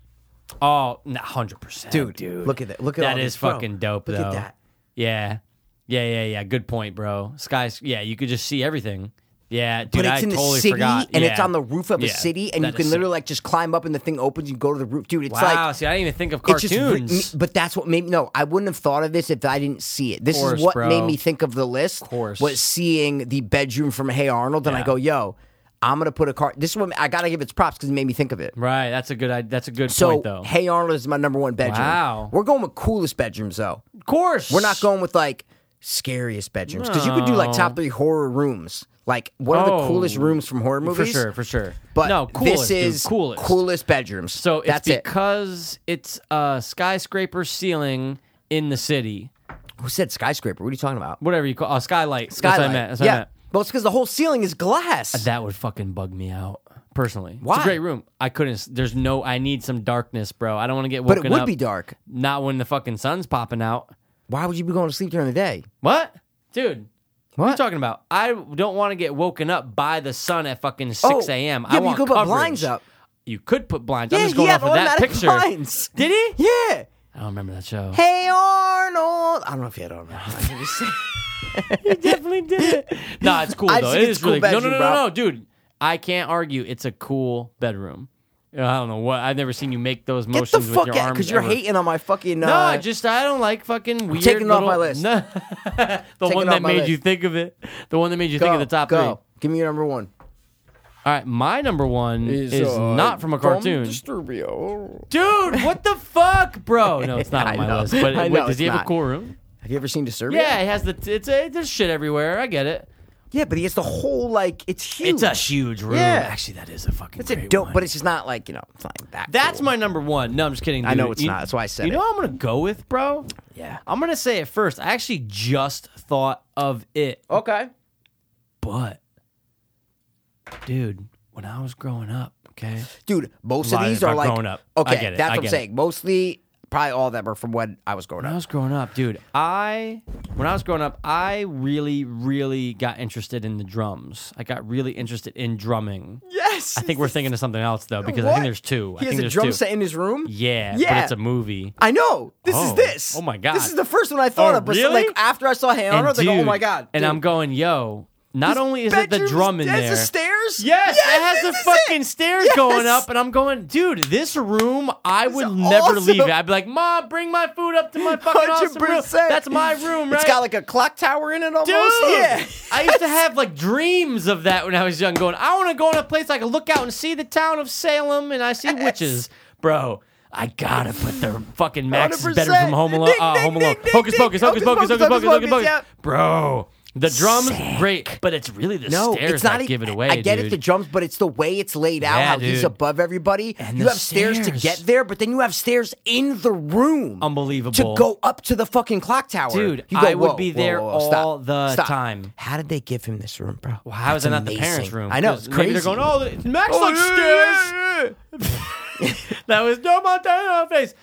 B: Oh, hundred percent,
A: dude, dude. Look at that. Look at
B: That
A: all
B: is
A: these- bro,
B: fucking dope,
A: Look
B: though.
A: at that.
B: Yeah, yeah, yeah, yeah. Good point, bro. Skies. Yeah, you could just see everything. Yeah, dude.
A: But it's
B: I
A: in the
B: totally
A: city,
B: forgot.
A: and
B: yeah.
A: it's on the roof of a
B: Yeah,
A: city, and you
B: that
A: can
B: is sick.
A: literally like just climb up, and the thing opens. You go to the roof, dude. It's
B: Wow.
A: like
B: see, I didn't even think of
A: it's just re-
B: cartoons.
A: me- but that's what made no. I wouldn't have thought of this if I didn't see it. This
B: Course,
A: is what
B: bro.
A: made me think of the list.
B: Course.
A: was seeing the bedroom from Hey Arnold, and I
B: Yeah.
A: go, "Yo, I'm gonna put a car." This is what I gotta give its props because it made me think of it.
B: Right, that's a good. i- That's a good
A: So
B: point, though.
A: Hey Arnold is my number one bedroom.
B: Wow.
A: we're going with coolest bedrooms though.
B: of course,
A: We're not going with like scariest bedrooms because you could do like top three horror rooms. Like what are the
B: Oh.
A: coolest rooms from horror
B: for
A: movies?
B: sure, for sure.
A: But
B: no, coolest,
A: this is
B: dude, coolest,
A: bedrooms.
B: So it's
A: that's it.
B: because it's a skyscraper ceiling in the city.
A: Who said skyscraper? What are you talking about?
B: Whatever you call a skylight.
A: Skylight.
B: That's what I meant. That's what
A: yeah.
B: I meant.
A: Well, it's because the whole ceiling is glass.
B: That would fucking bug me out personally. It's
A: Why?
B: a great room. I couldn't. s- There's no. I need some darkness, bro. I don't want to get
A: but
B: woken
A: it would
B: up.
A: be dark.
B: Not when the fucking sun's popping out.
A: Why would you be going to sleep during the day?
B: What, dude? What, are
A: What?
B: you talking about? I don't want to get woken up by the sun at fucking
A: Oh,
B: six a.m.
A: yeah,
B: I
A: but you
B: want
A: could put
B: coverage.
A: blinds up.
B: You could put blinds. I'm
A: yeah,
B: just
A: he
B: going
A: had
B: off of that
A: automatic
B: picture.
A: blinds.
B: Did he?
A: Yeah.
B: I don't remember that show.
A: Hey Arnold. I don't know if he had automatic. blinds. I'm just saying.
B: definitely <laughs> did it. Nah, it's cool
A: I
B: though.
A: think
B: It
A: it's
B: is
A: a cool
B: really no, no,
A: bedroom,
B: no,
A: bro.
B: no, no, dude. I can't argue. It's a cool bedroom. I don't know what. I've never seen you make those
A: Get
B: motions
A: the
B: with
A: fuck
B: your
A: out
B: arms.
A: because you're
B: ever.
A: hating on my fucking.
B: No,
A: uh,
B: I just I don't like fucking weird.
A: taking it off
B: little-
A: my
B: <laughs>
A: list.
B: No. the
A: Taking
B: one
A: it off
B: that
A: my
B: made
A: list.
B: you think of it. The one that made you
A: go,
B: think of the top
A: go.
B: three. All
A: Give me your number one.
B: right, my number one is, uh,
A: uh,
B: not from a cartoon. Dude, what the <laughs>
A: <laughs>
B: fuck, bro? No, it's not
A: I
B: on my
A: know.
B: list. But
A: I
B: wait,
A: know
B: does
A: it's
B: he have
A: not.
B: a cool room?
A: Have you ever seen Disturbia?
B: Yeah, it has the. It's a, there's shit everywhere. I get it.
A: Yeah, but he has the whole like it's huge.
B: It's a huge room.
A: Yeah.
B: Actually, that is a fucking.
A: It's a
B: great
A: dope,
B: one.
A: but it's just not like you know. It's not like that.
B: That's
A: cool.
B: my number one. No, I'm just kidding.
A: I know
B: dude.
A: it's
B: You-
A: not. That's why I said
B: You
A: it.
B: know what I'm gonna go with, bro?
A: Yeah.
B: I'm gonna say it first. I actually just thought of it,
A: Okay.
B: but dude, when I was growing up, Okay.
A: Dude, most
B: A
A: of
B: lot of
A: these
B: them
A: are
B: are
A: like
B: grown up. I
A: Okay,
B: get it,
A: that's
B: I
A: what I'm
B: get it.
A: saying. Mostly, probably all of them are from when I was growing
B: When I
A: up.
B: was growing up, dude, I when I was growing up, I really, really got interested in the drums. I got really interested in drumming.
A: <gasps> Yes,
B: I think we're thinking of something else though, because I think there's two.
A: He
B: I
A: has
B: think
A: a
B: there's
A: drum
B: two.
A: set in his room.
B: Yeah, but
A: Yeah.
B: it's a movie.
A: I know. This
B: Oh.
A: is this.
B: Oh my God.
A: This is the first one I thought
B: Oh,
A: of, but so,
B: really?
A: like after I saw Hannah, I was like, oh
B: dude-
A: my god.
B: And
A: dude.
B: I'm going, yo.
A: His
B: Not only is it the
A: bedroom's-
B: drum in
A: it has
B: there,
A: the stairs.
B: Yes, it has
A: this
B: the
A: is
B: fucking
A: it.
B: stairs
A: Yes.
B: going up, and I'm going, dude. This room, I would
A: is
B: never
A: awesome.
B: leave it. I'd be like, Mom, bring my food up to
A: <laughs>
B: my fucking awesome room.
A: 100%.
B: That's my room, right?
A: It's got like a clock tower in it almost.
B: dude.
A: Yeah.
B: <laughs> I used to have like dreams of that when I was young. Going, I want to go in a place I can look out and see the town of Salem, and I see witches, bro. I gotta put the fucking Max's
A: 100%.
B: bedroom from Home Alone.
A: Ding,
B: Uh,
A: ding,
B: Home Alone.
A: ding, ding,
B: Hocus
A: ding.
B: Pocus, Hocus Pocus, Hocus Pocus, Hocus Pocus,
A: yep.
B: bro. The drums, great, but it's really the
A: No,
B: stairs
A: it's not
B: that
A: e-
B: give it away.
A: I get
B: dude.
A: it, the drums, but it's the way it's laid out.
B: Yeah,
A: how he's
B: dude.
A: above everybody.
B: And
A: you
B: the
A: have stairs. to
B: stairs.
A: get there, but then you have stairs in the room.
B: Unbelievable.
A: To go up to the fucking clock tower,
B: Dude,
A: You go,
B: I would
A: "Whoa,
B: be
A: whoa,
B: there
A: whoa, whoa, stop,
B: all the
A: stop."
B: time.
A: How did they give him this room, bro? Wow,
B: How is it not the parents' room?
A: I know.
B: 'Cause
A: It's
B: maybe
A: crazy.
B: they're going, oh, the- Max
A: Oh,
B: likes
A: yeah,
B: stairs. <laughs> that was no Montana face.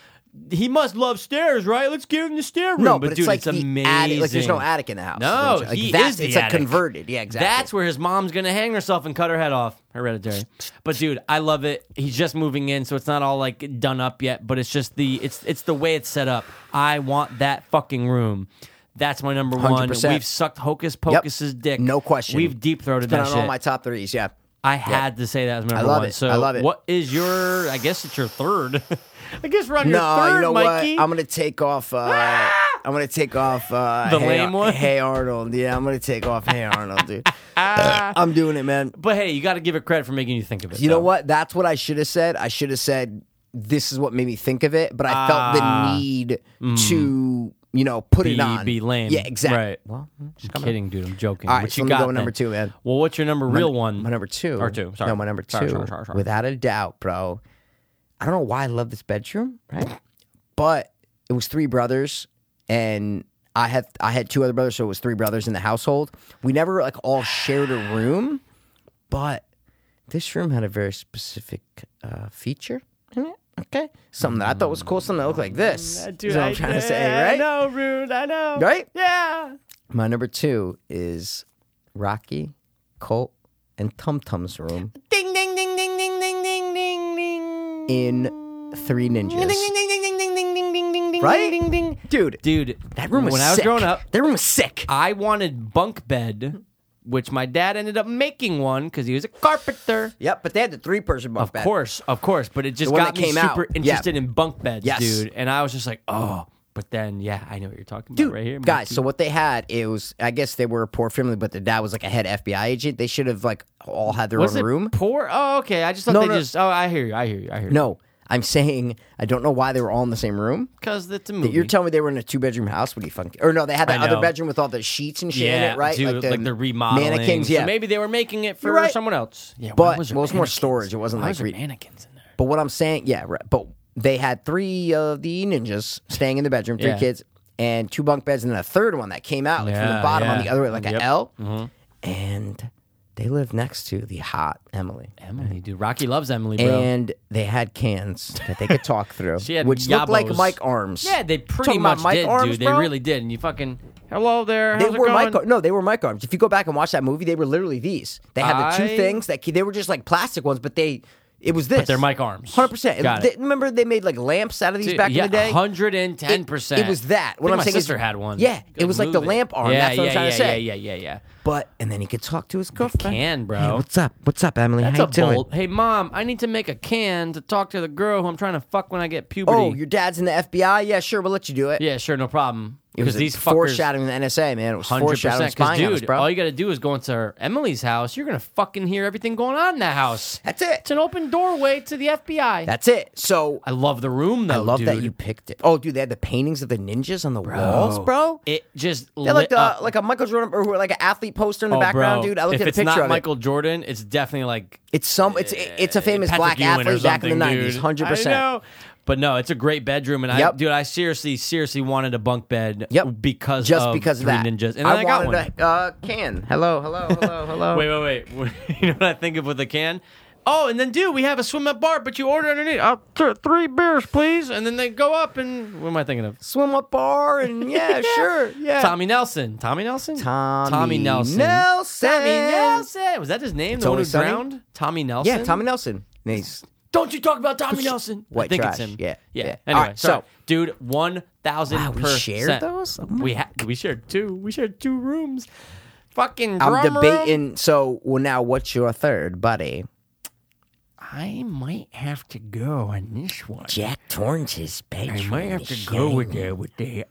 B: He must love stairs, right? Let's give him the stair room.
A: No, but, it's
B: dude,
A: like
B: it's
A: the
B: amazing.
A: attic. Like there's no attic in the house.
B: No,
A: Like,
B: he
A: that's,
B: is the
A: it's like
B: attic.
A: converted. Yeah, exactly.
B: That's where his mom's gonna hang herself and cut her head off. Hereditary. But dude, I love it. He's just moving in, so it's not all like done up yet, but it's just the it's it's the way it's set up. I want that fucking room. That's my number one.
A: 100%.
B: We've sucked Hocus Pocus's dick.
A: No question.
B: We've deep throated
A: it's been
B: that
A: on
B: shit.
A: all my top threes. Yeah.
B: I had to say that as my number
A: love
B: one.
A: it.
B: So
A: I love it.
B: What is your? I guess it's your third. <laughs> I guess we're on
A: No,
B: your third,
A: you know
B: Mikey.
A: what? I'm gonna take off. Uh, I'm gonna take off. Uh,
B: The
A: hey,
B: lame one?
A: Hey Arnold. Yeah, I'm gonna take off. Hey Arnold,
B: <laughs>
A: dude.
B: Ah.
A: I'm doing it, man.
B: but hey, you got to give it credit for making you think of it.
A: You know
B: though.
A: what? That's what I should have said. I should have said this is what made me think of it, but I felt
B: Ah. Mm.
A: the need to, you know, put
B: Be,
A: it on.
B: be lame.
A: Yeah, exactly.
B: Right.
A: Well,
B: Just kidding, dude. I'm joking.
A: All right,
B: what
A: so
B: you
A: let me
B: got?
A: go with number
B: then?
A: two, man.
B: Well, what's your number real one?
A: My number two.
B: Or two, sorry.
A: No, my number two.
B: Sorry, sorry, sorry, sorry.
A: Without a doubt, bro. I don't know why I love this bedroom, right? But it was three brothers, and I had I had two other brothers, so it was three brothers in the household. We never like all shared a room, but this room had a very specific uh, feature in it. Okay, something that I thought was cool, something that looked like this. That's what I'm trying to say, right?
B: know, Rude. I know.
A: Right?
B: Yeah.
A: My number two is Rocky, Colt, and Tum Tum's room
B: Ding, ding, ding, ding, ding, ding, ding, ding, ding.
A: in Three
B: Ding,
A: Ninjas.
B: ding, ding, ding, ding, ding, ding, ding, ding, ding, ding,
A: Right?
B: ding, ding.
A: Dude,
B: Dude,
A: that room was
B: when I was
A: sick.
B: growing up, Uh,
A: That room was sick.
B: I wanted bunk bed, which my dad ended up making one because he was a carpenter.
A: Yep, but they had the three person bunk
B: Of course, of course, but it just
A: The one
B: got
A: that
B: me
A: came out.
B: super
A: Yeah.
B: interested in bunk beds,
A: Yes.
B: dude. And I was just like, oh. But then, yeah, I know what you're talking about
A: Dude,
B: right here,
A: guys.
B: Mikey.
A: So what they had it was, I guess they were a poor family, but the dad was like a head FBI agent. They should have like all had their
B: was
A: own
B: it
A: room.
B: poor? Oh, okay. I just thought
A: No,
B: they
A: no.
B: just. Oh, I hear you. I hear you. I hear you.
A: No, I'm saying I don't know why they were all in the same room.
B: because it's a movie.
A: You're telling me they were in a two bedroom house? What do you think? Or no, they had that
B: I know.
A: other bedroom with all the sheets and shit in
B: yeah,
A: it, right?
B: Dude, like, the, remodeling.
A: mannequins. Yeah,
B: So maybe they were making it for
A: You're right.
B: someone else. Yeah, why
A: But-
B: was there
A: well, it's more
B: mannequins?
A: storage. It wasn't
B: Why
A: like
B: was there
A: re-
B: mannequins in there.
A: But what I'm saying, yeah, right, but they had three of the ninjas staying in the bedroom, three
B: Yeah.
A: kids, and two bunk beds, and then a third one that came out like, from
B: Yeah,
A: the bottom on
B: yeah.
A: the other way, like an
B: Yep. Mm-hmm.
A: L. And they lived next to the hot Emily.
B: Emily, dude, Rocky loves Emily, bro.
A: And they had cans that they could talk through,
B: <laughs> She had
A: which looked like
B: yabos.
A: Mike arms.
B: Yeah, they pretty
A: Talking about
B: much
A: Mike
B: did,
A: arms,
B: dude.
A: bro?
B: They really did. And you fucking hello there.
A: They
B: how's it
A: were
B: going?
A: Mike. ar- No, they were Mike arms. If you go back and watch that movie, they were literally these. They had the
B: I-
A: two things that they were just like plastic ones, but they it was this.
B: But they're Mike arms.
A: Hundred percent.
B: Got it.
A: Remember they made like lamps out of these
B: Dude,
A: back
B: yeah,
A: in the day.
B: hundred and ten percent.
A: It- it was that. What
B: I think
A: I'm
B: my
A: saying is-
B: sister had one.
A: Yeah, it
B: Good
A: was like the
B: movie.
A: lamp arm.
B: Yeah,
A: That's what I'm
B: yeah,
A: trying to
B: yeah,
A: say.
B: Yeah, yeah, yeah, yeah.
A: But and then he could talk to his girlfriend.
B: Can, bro.
A: Hey, what's up? What's up, Emily?
B: That's
A: How
B: a
A: you doing?
B: bolt. Hey, mom, I need to make a can to talk to the girl who I'm trying to fuck when I get puberty.
A: Oh, your dad's in the FBI. Yeah, sure, we'll let you do it.
B: yeah, sure, no problem.
A: it was
B: Because these fuckers,
A: foreshadowing the NSA, man. It was
B: hundred
A: foreshadowing
B: percent. Because
A: spying
B: dude,
A: on us, bro.
B: all you got to do is go into Emily's house. You're gonna fucking hear everything going on in that house.
A: That's it.
B: It's an open doorway to the FBI.
A: That's it. So
B: I love the room though.
A: I love that
B: dude.
A: you picked it. Oh, dude, they had the paintings of the ninjas on the walls, bro.
B: It just
A: They had,
B: lit
A: like the,
B: up.
A: like a Michael Jordan or like an athlete poster in the
B: Oh,
A: background,
B: bro.
A: dude. I looked
B: if
A: at a
B: it's
A: picture
B: not
A: of it.
B: Michael Jordan, it's definitely like
A: It's some. It's it's a famous
B: Patrick
A: black
B: Ewing or
A: athlete back in the
B: something,
A: nineties.
B: dude.
A: Hundred
B: I
A: percent.
B: know. But no, it's a great bedroom, and I,
A: Yep.
B: dude, I seriously, seriously wanted a bunk bed.
A: Yep.
B: because
A: Just
B: of
A: because of
B: Three
A: that.
B: Ninjas, and then
A: I,
B: I, got one.
A: wanted a uh, can. Hello, hello, hello, hello.
B: <laughs> Wait, wait, wait. you know what I think of with a can? Oh, and then dude, we have a swim up bar, but you order underneath. I'll th- three beers, please. And then they go up and what am I thinking of?
A: Swim up bar
B: <laughs>
A: and yeah, sure. Yeah.
B: Tommy Nelson. Tommy Nelson.
A: Tommy
B: Tommy Nelson.
A: Nelson.
B: Tommy Nelson. Was that his name? the one
A: Only
B: who
A: Sunny?
B: drowned? Tommy Nelson.
A: Yeah, Tommy Nelson. And he's-
B: Don't you talk about Tommy Nelson? I
A: White
B: think
A: trash.
B: it's him.
A: Yeah,
B: Yeah.
A: yeah.
B: Anyway,
A: All right,
B: sorry.
A: so-
B: dude, one thousand.
A: Wow, we shared those? Oh my
B: we ha- we shared two. We shared two rooms. Fucking.
A: I'm
B: drum room.
A: debating. So, well, now what's your third, buddy?
B: I might have to go on this one.
A: Jack Torrance's bedroom.
B: I might have to go with the with the.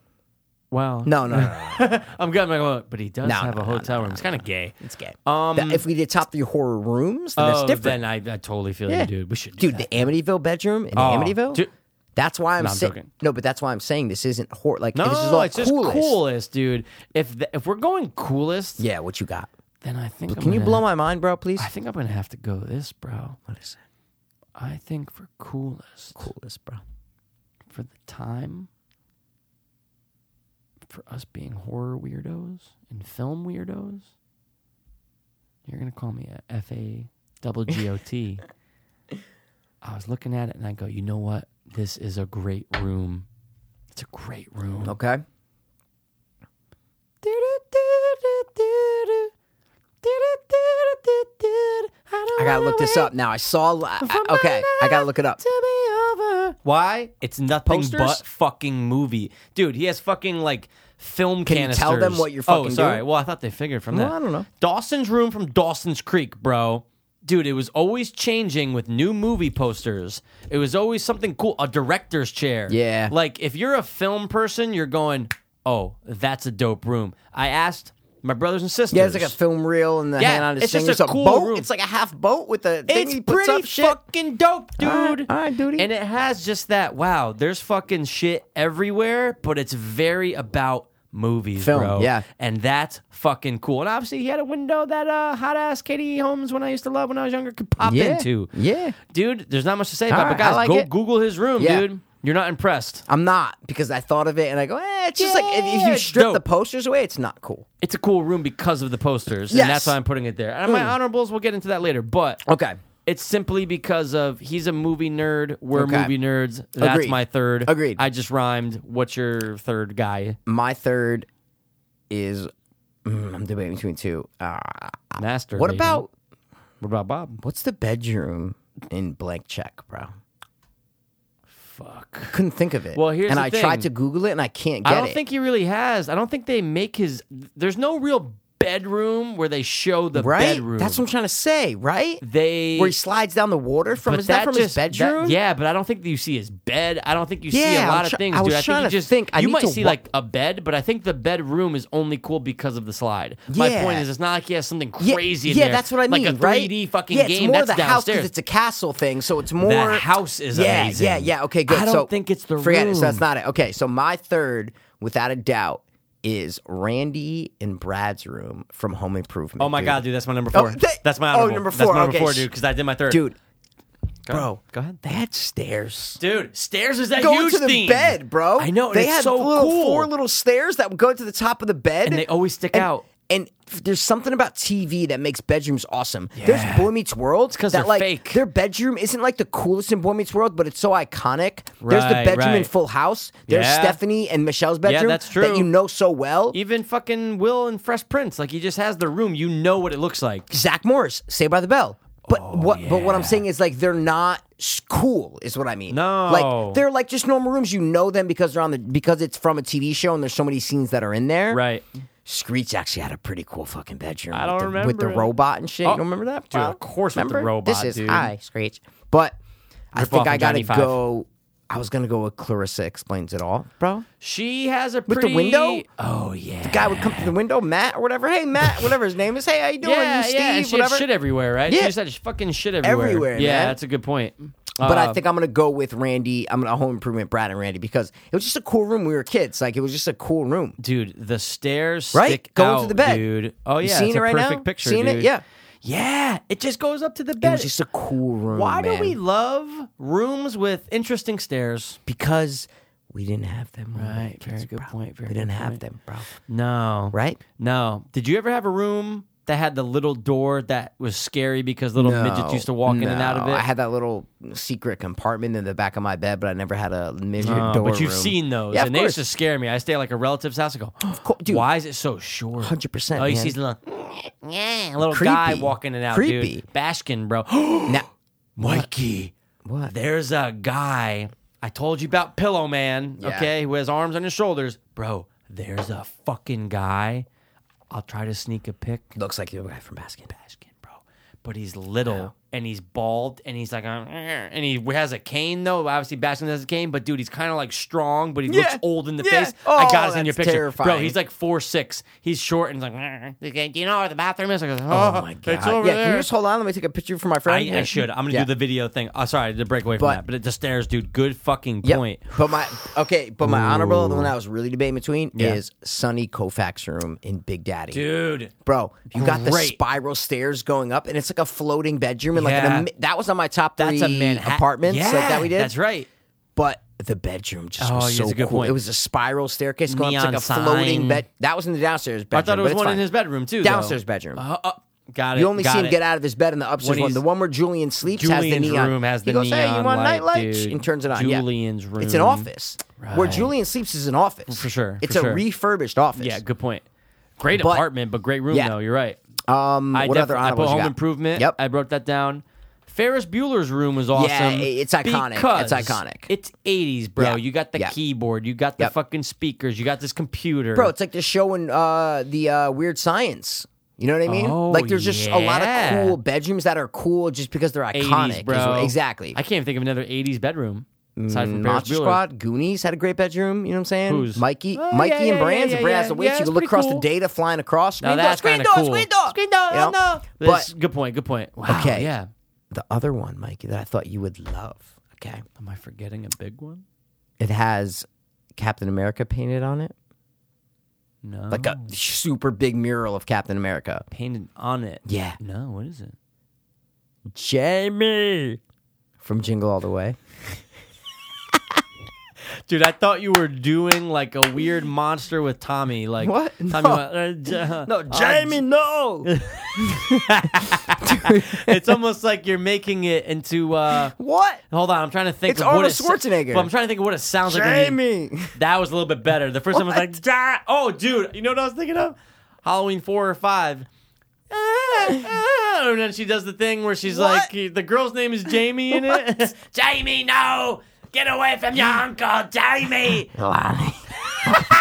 B: Wow.
A: No, no, no,
B: <laughs>
A: no.
B: I'm glad. I'm like, but he does
A: No,
B: have
A: no,
B: a
A: no,
B: hotel room. it's kind of gay.
A: it's gay.
B: Um,
A: That- if we did top three horror rooms, then that's
B: oh,
A: different.
B: Then I, I totally feel you,
A: Yeah.
B: dude. We should, do
A: Dude,
B: that.
A: the Amityville bedroom in
B: Oh,
A: Amityville.
B: dude.
A: that's why I'm,
B: No, I'm
A: saying
B: joking.
A: no, but that's why I'm saying this isn't horror. Like
B: No,
A: this is all
B: it's just
A: coolest.
B: coolest, dude. If the, if we're going coolest,
A: Yeah, what you got?
B: then I think I'm
A: Can you
B: gonna-
A: blow my mind, bro? Please.
B: I think I'm gonna have to go this, bro.
A: What is it?
B: I think for coolest
A: Coolest, bro.
B: for the time for us being horror weirdos and film weirdos. You're gonna call me a F A double G O
A: <laughs>
B: T. I was looking at it and I go, you know what? This is a great room. It's a great room.
A: Okay. I
B: I
A: gotta look this up now. I saw. I- I- okay, I gotta look it up.
B: Why? It's nothing
A: Posters?
B: but fucking movie, dude. He has fucking like film
A: Can you
B: canisters.
A: tell them what you're
B: Oh,
A: fucking
B: sorry.
A: doing?
B: Well, I thought they figured from
A: No,
B: that.
A: I don't know.
B: Dawson's room from Dawson's Creek, bro. Dude, it was always changing with new movie posters. It was always something cool. A director's chair.
A: Yeah.
B: Like if you're a film person, you're going, oh, that's a dope room. I asked my brothers and sisters.
A: Yeah, it's like a film reel and the
B: Yeah,
A: hand on his
B: it's just
A: fingers.
B: a
A: It's
B: cool
A: boat.
B: room.
A: It's like a half boat with a thing
B: It's
A: he puts
B: pretty
A: up shit.
B: fucking dope, dude.
A: right, all right, duty.
B: And it has just that wow. There's fucking shit everywhere, but it's very about movies,
A: Film,
B: bro.
A: yeah.
B: and that's fucking cool. And obviously, he had a window that uh, hot ass Katie Holmes, when I used to love when I was younger, could pop
A: Yeah,
B: into.
A: yeah.
B: dude. There's not much to say
A: All
B: about, it, but
A: right, I
B: guys,
A: like
B: go
A: it.
B: Google his room,
A: Yeah.
B: dude. You're not impressed.
A: I'm not because I thought of it and I go, eh, it's just like if, if
B: Yeah,
A: you
B: it's
A: strip the
B: dope.
A: posters away, it's not cool.
B: It's a cool room because of the posters,
A: Yes. Mm.
B: and that's why I'm putting it there. And my honorables, we'll get into that later, but
A: Okay.
B: It's simply because of he's a movie nerd. We're
A: Okay.
B: movie nerds. That's
A: Agreed.
B: my third.
A: Agreed.
B: I just rhymed. What's your third guy?
A: My third is mm, I'm debating between two. Uh,
B: Master.
A: what
B: Legion.
A: about
B: what about Bob?
A: what's the bedroom in blank check, bro?
B: Fuck.
A: Couldn't think of it.
B: Well, here's
A: and
B: the
A: I tried
B: thing.
A: to Google it and I can't get
B: I don't
A: it.
B: think he really has. I don't think they make his. There's no real bedroom where they show the
A: right?
B: bedroom.
A: That's what I'm trying to say, right?
B: they.
A: Where he slides down the water from
B: but
A: is that, from his
B: just- that-
A: bedroom?
B: yeah, but I don't think that you see his bed. I don't think you see
A: Yeah,
B: a
A: I'm
B: lot
A: try-
B: of things,
A: I
B: dude.
A: was
B: I think
A: trying
B: you
A: to
B: just
A: think. I
B: you
A: need
B: might
A: to
B: see
A: wa-
B: like a bed, but I think the bedroom is only cool because of the slide. My
A: Yeah.
B: point is, it's not like he has something
A: Yeah,
B: crazy in
A: yeah,
B: there.
A: that's what I mean,
B: Like a 3D
A: right?
B: fucking
A: yeah,
B: game
A: It's more
B: that's
A: the house
B: downstairs.
A: it's a castle thing, so it's more
B: the house is
A: yeah,
B: amazing.
A: Yeah, yeah, Okay, good.
B: I don't
A: so,
B: think it's the
A: forget
B: room.
A: it. So that's not it. Okay, so my third, without a doubt, is Randy and Brad's room from Home Improvement.
B: Oh my
A: dude.
B: god, dude, that's my number
A: Oh,
B: four.
A: th-
B: that's my
A: oh,
B: honorable.
A: number
B: That's
A: four,
B: my number
A: okay,
B: four,
A: sh-
B: dude, because I did my third.
A: dude,
B: Go
A: bro,
B: ahead. go ahead.
A: that stairs.
B: Dude, stairs is that
A: Go
B: huge
A: to the
B: theme.
A: bed, bro.
B: I know. and
A: they
B: it's
A: had
B: so
A: little,
B: cool.
A: four little stairs that would go to the top of the bed,
B: And they always stick
A: and-
B: out.
A: And f- there's something about TV that makes bedrooms awesome. There's Boy Meets World
B: 'cause
A: that
B: they're
A: like
B: fake.
A: their bedroom isn't like the coolest in Boy Meets World, but it's so iconic. there's the
B: Right,
A: bedroom in
B: right.
A: Full House. There's
B: Yeah.
A: Stephanie and Michelle's bedroom
B: that's
A: that you
B: true.
A: know so well.
B: Even fucking Will and Fresh Prince, like he just has the room. You know what it looks like.
A: Zach Morris, Saved by the Bell. But
B: Oh,
A: what? But what I'm saying is like they're not s- cool, is what I mean.
B: No.
A: like they're like just normal rooms. You know them because they're on the because it's from a TV show and there's so many scenes that are in
B: <laughs>
A: there.
B: Right.
A: Screech actually had a pretty cool fucking bedroom.
B: I don't
A: with the,
B: remember
A: with the
B: it.
A: robot and shit.
B: Oh,
A: you don't remember that?
B: dude,
A: Bob?
B: of course with the
A: Remember?
B: robot,
A: This is
B: dude.
A: hi Screech. But I
B: Rip
A: think
B: off
A: I
B: of
A: gotta
B: Johnny Five.
A: go. I was gonna go with Clarissa explains it all, bro.
B: She has a
A: the
B: pretty
A: window?
B: Oh yeah.
A: Guy would come through the window, Matt or whatever. Hey, Matt, whatever his name is. Hey, how you doing?
B: yeah,
A: You Steve,
B: yeah. And she
A: whatever.
B: had shit everywhere, right? She
A: Yeah.
B: just had fucking shit everywhere.
A: Everywhere,
B: Yeah,
A: man.
B: that's a good point.
A: But
B: Um,
A: I think I'm gonna go with Randy. I'm gonna home improvement Brad and Randy because it was just a cool room. when We were kids, like it was just a cool room.
B: dude, the stairs
A: Right?
B: stick
A: Going to
B: out,
A: the bed.
B: dude. Oh yeah,
A: You seeing
B: it's
A: it
B: a
A: right now?
B: perfect picture,
A: Seeing it?
B: dude.
A: Yeah.
B: yeah. It just goes up to the
A: It
B: bed.
A: was just a cool room.
B: Why
A: man.
B: do we love rooms with interesting stairs?
A: Because we didn't have them. when we were
B: Right,
A: kids,
B: very good
A: bro.
B: point, very
A: we didn't
B: good
A: have
B: point.
A: them, bro.
B: No,
A: Right?
B: No. Did you ever have a room that had the little door that was scary because little midgets used to walk in and out of
A: no.
B: it?
A: I had that little secret compartment in the back of my bed, but I never had a midget
B: Uh,
A: door.
B: but you've
A: room.
B: seen those,
A: yeah,
B: and
A: of
B: they
A: course.
B: used to scare me. I stay at like a relative's house and go, <gasps>
A: course, dude.
B: why is it so short?
A: 100%,
B: Oh, you
A: man.
B: see the little, yeah, little guy
A: Creepy.
B: walking in and out,
A: Creepy.
B: dude. Bashkin,
A: <gasps>
B: bro.
A: Now,
B: Mikey,
A: what?
B: there's a guy. I told you about Pillow Man,
A: Yeah.
B: okay, who has arms on his shoulders. Bro, there's a fucking guy. I'll try to sneak a pic.
A: Looks like you're a guy from Baskin.
B: Bashkin, bro. But he's little and he's bald and he's like, uh, and he has a cane though. Obviously, Bashkin has a cane, but dude, he's kind of like strong, but he looks
A: Yeah.
B: old in the
A: Yeah.
B: face. I got
A: Oh,
B: us in your
A: that's
B: picture, bro.
A: terrifying.
B: He's like four six. He's short and he's like, "Eh, he's like, do you know where the bathroom is? I go,
A: Oh my god!
B: It's over
A: yeah, can
B: there."
A: you just hold on? Let me take a picture for my friend.
B: I, I should. I'm gonna
A: Yeah.
B: do the video thing. Oh, sorry to break away from
A: But-
B: that, but it, the stairs, dude. Good fucking
A: Yep.
B: point.
A: But my okay, but my honorable, the one I was really debating between
B: Yeah.
A: is Sonny Koufax room in Big Daddy.
B: Dude,
A: Bro, you got the
B: Great.
A: spiral stairs going up, and it's like a floating bedroom, and like
B: Yeah.
A: an, ama- that was on my top three
B: that's a Manhattan
A: apartments
B: yeah,
A: like that we did.
B: That's right.
A: But the bedroom just
B: Oh,
A: was
B: yeah,
A: so
B: that's a good
A: cool.
B: point.
A: It was a spiral staircase going up to
B: Neon
A: like a floating
B: sign.
A: bed. That was in the downstairs bedroom.
B: I thought it
A: but
B: was
A: it's
B: one
A: fine.
B: in his bedroom too. though.
A: Downstairs bedroom.
B: Uh, uh, got it.
A: you only
B: got
A: see him
B: it.
A: get out of his bed in the upstairs
B: When
A: one. The
B: he's-
A: one where Julian sleeps has the
B: Julian's
A: neon.
B: room has the
A: he goes, "Hey,
B: neon
A: you want a
B: light,
A: nightlight?"
B: dude.
A: And turns it on. Yeah.
B: Julian's
A: It's an
B: room.
A: office where
B: Right.
A: Julian sleeps is an office
B: For sure,
A: It's
B: for
A: a
B: sure.
A: refurbished office.
B: Yeah, good point. Great
A: But-
B: apartment, but great room
A: Yeah.
B: though. You're right.
A: Um,
B: I
A: what
B: def-
A: other
B: I
A: honorables
B: put
A: you
B: Home
A: got?
B: Improvement.
A: Yep.
B: I wrote that down. Ferris Bueller's room was awesome.
A: i- it's iconic.
B: because
A: It's iconic.
B: It's 80s, bro.
A: Yeah.
B: You got the
A: Yeah.
B: keyboard. You got the
A: Yep.
B: fucking speakers. You got this computer.
A: Bro, it's like the show in uh, the uh, Weird Science. You know what I mean?
B: Oh,
A: like there's just a lot
B: yeah.
A: of cool bedrooms that are cool just because they're
B: 80s,
A: iconic. is
B: bro.
A: what- exactly. Mm,
B: I can't even think of another 80s bedroom aside from Ferris
A: Monster
B: Bueller.
A: Squad, Goonies had a great bedroom. You know what I'm saying?
B: Who's?
A: Mikey,
B: Oh,
A: Mikey
B: yeah,
A: and
B: yeah,
A: Brands
B: yeah,
A: and Brands
B: yeah,
A: the Witch.
B: yeah,
A: you
B: it's
A: can look
B: pretty
A: across the
B: cool.
A: data flying across. Screen
B: Now
A: door,
B: that's
A: screen
B: kind of
A: door,
B: cool.
A: screen door,
B: Screen door.
A: You know?
B: oh, no. That's-
A: But
B: good point. Good point. Wow.
A: Okay.
B: Yeah.
A: the other one, Mikey, that I thought you would love. Okay,
B: Am I forgetting a big one?
A: it has Captain America painted on it,
B: No.
A: like a super big mural of Captain America.
B: painted on it.
A: Yeah.
B: No. What is it?
A: Jamie from Jingle All the Way.
B: Dude, I thought you were doing like a weird monster with Tommy. Like
A: What?
B: Tommy
A: No.
B: went, uh, j-
A: <laughs> No,
B: uh,
A: Jamie, <laughs> no.
B: j- it's almost like you're making it into. uh
A: what?
B: Hold on, I'm trying to think.
A: It's
B: of what
A: Arnold
B: it sa-
A: Schwarzenegger.
B: But I'm trying to think of what it sounds like. when you-
A: Jamie.
B: that was a little bit better. The first time I was like, "Dah." oh, dude, you know what I was thinking of? Halloween four or five. Ah, and then she does the thing where she's
A: What?
B: like, the girl's name is Jamie in it. <laughs> Jamie, no! Get away from your uncle, Jamie!
A: Lonnie.
B: <laughs>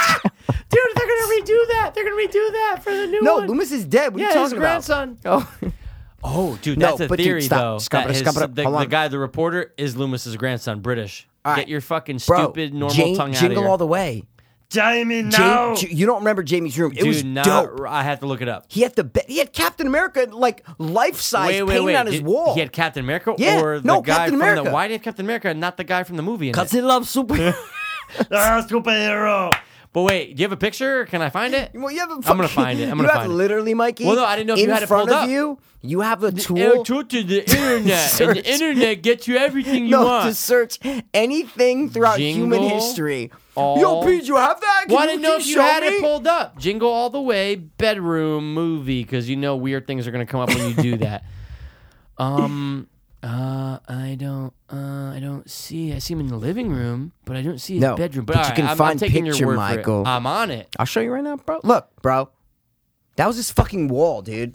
B: Dude, they're gonna redo that. They're gonna redo that for the new
A: <laughs> No,
B: one.
A: Loomis is dead. What are
B: yeah,
A: you
B: his
A: talking about?
B: grandson.
A: <laughs> Oh,
B: Oh, dude,
A: No,
B: that's a
A: but dude,
B: theory
A: stop.
B: though.
A: Scump it
B: that
A: up,
B: his-
A: scump it up.
B: The,
A: Hold
B: the
A: on.
B: guy, the reporter, is Loomis's grandson, British.
A: right.
B: Get your fucking
A: bro,
B: stupid normal
A: Jane-
B: tongue out of
A: Jingle
B: here.
A: all the way.
B: Jamie,
A: Jane- J- you don't remember Jamie's room? It
B: dude,
A: was
B: not,
A: dope.
B: I have to look it up.
A: He had the be- he had Captain America like life size
B: Wait,
A: painted
B: wait, wait.
A: on his
B: Did-
A: wall.
B: He had Captain America
A: Yeah,
B: or the
A: no,
B: guy
A: Captain
B: from the.
A: America.
B: Why did he have Captain America and not the guy from the movie? in it?
A: Cause
B: <laughs>
A: he loves super.
B: Ah, superhero. But wait, do you have a picture? Can I find it?
A: <laughs> well, you have a
B: I'm gonna
A: fucking-
B: find it. I'm
A: you
B: gonna
A: have
B: find it.
A: literally, Mikey.
B: Well, no, I didn't know if
A: in
B: you had it
A: front
B: pulled
A: of
B: up.
A: you. You have a tool.
B: Eric took to the internet,
A: <laughs>
B: and
A: Search.
B: the internet gets you everything
A: <laughs>
B: you
A: no,
B: want.
A: to search anything throughout human
B: Jingle
A: history.
B: all-
A: Yo, Pete, you have that? Can
B: Why
A: you,
B: didn't
A: can
B: know if you
A: show
B: had
A: me?
B: it pulled up? Jingle all the way, bedroom movie, because you know weird things are gonna come up when you
A: <laughs>
B: do that. um, uh, I don't, uh, I don't see. I see him in the living room, but I don't see his
A: No,
B: bedroom.
A: but you
B: all right,
A: can
B: I'm, I'm
A: find
B: taking
A: picture,
B: your word
A: Michael.
B: For it. I'm on it.
A: I'll show you right now, bro. Look, bro. That was his fucking wall, dude.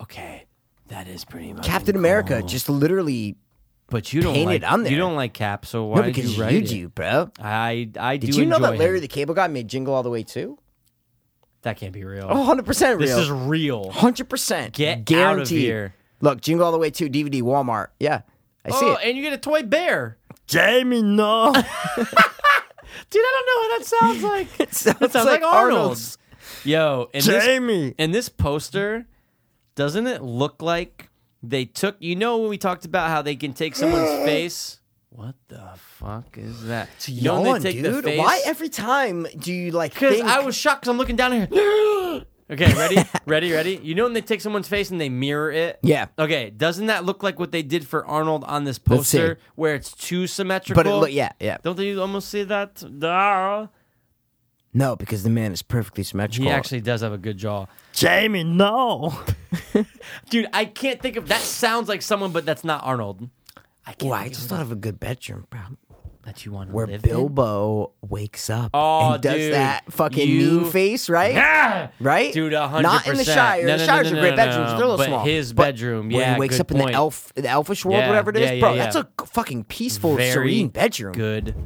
B: Okay, that is pretty much
A: Captain America just literally
B: But you don't
A: painted
B: like
A: on there.
B: you don't like Cap, so why
A: no
B: did
A: because
B: you
A: you,
B: write it?
A: do, bro.
B: I I do
A: Did you know
B: enjoy
A: that Larry
B: him.
A: the Cable Guy made Jingle All the Way too?
B: That can't be real.
A: 100 percent Oh, real.
B: Oh. this is real.
A: hundred percent.
B: Get out of
A: guaranteed.
B: here.
A: Look, Jingle All the Way Two DVD Walmart. Yeah, I see
B: Oh,
A: it.
B: and you get a toy bear.
A: Jamie, <laughs> no.
B: Dude, I don't know what that
A: <laughs>
B: sounds like. it
A: sounds like
B: like, Arnold's. Yo, and this,
A: Jamie.
B: and this poster, doesn't it look like they took? You know when we talked about how they can take <gasps> someone's face. What the fuck is that? You know when
A: Yawn,
B: they take the
A: dude.
B: face-
A: Why every time do you like?
B: Because
A: Think,
B: I was shocked because I'm looking down here. <gasps> okay,
A: <laughs>
B: ready? ready, ready? You know when they take someone's face and they mirror it?
A: Yeah.
B: Okay, doesn't that look like what they did for Arnold on this
A: Let's see.
B: poster where it's too symmetrical?
A: but it look, yeah, yeah.
B: Don't they almost see that? Duh.
A: No, because the man is perfectly symmetrical.
B: He actually does have a good jaw.
A: Jamie, no.
B: Dude, I can't think of that sounds like someone, but that's not <laughs> Arnold. I can't
A: Well,
B: think
A: I
B: of
A: just thought of a good bedroom problem
B: one that you want to
A: where
B: live in.
A: Bilbo wakes up
B: Oh,
A: and does
B: dude.
A: that fucking
B: You-
A: mean face, right? Right?
B: Dude, a hundred
A: Not in the
B: percent.
A: Shire.
B: No,
A: the
B: no,
A: Shire's
B: no,
A: a
B: no,
A: great
B: no,
A: bedroom. It's a
B: no.
A: little
B: But
A: small.
B: his bedroom,
A: When
B: yeah,
A: he wakes
B: good
A: up in
B: point.
A: the elf, the elfish world,
B: Yeah,
A: whatever it is,
B: yeah, yeah,
A: bro,
B: yeah.
A: that's a g- fucking peaceful,
B: Very
A: serene bedroom.
B: Good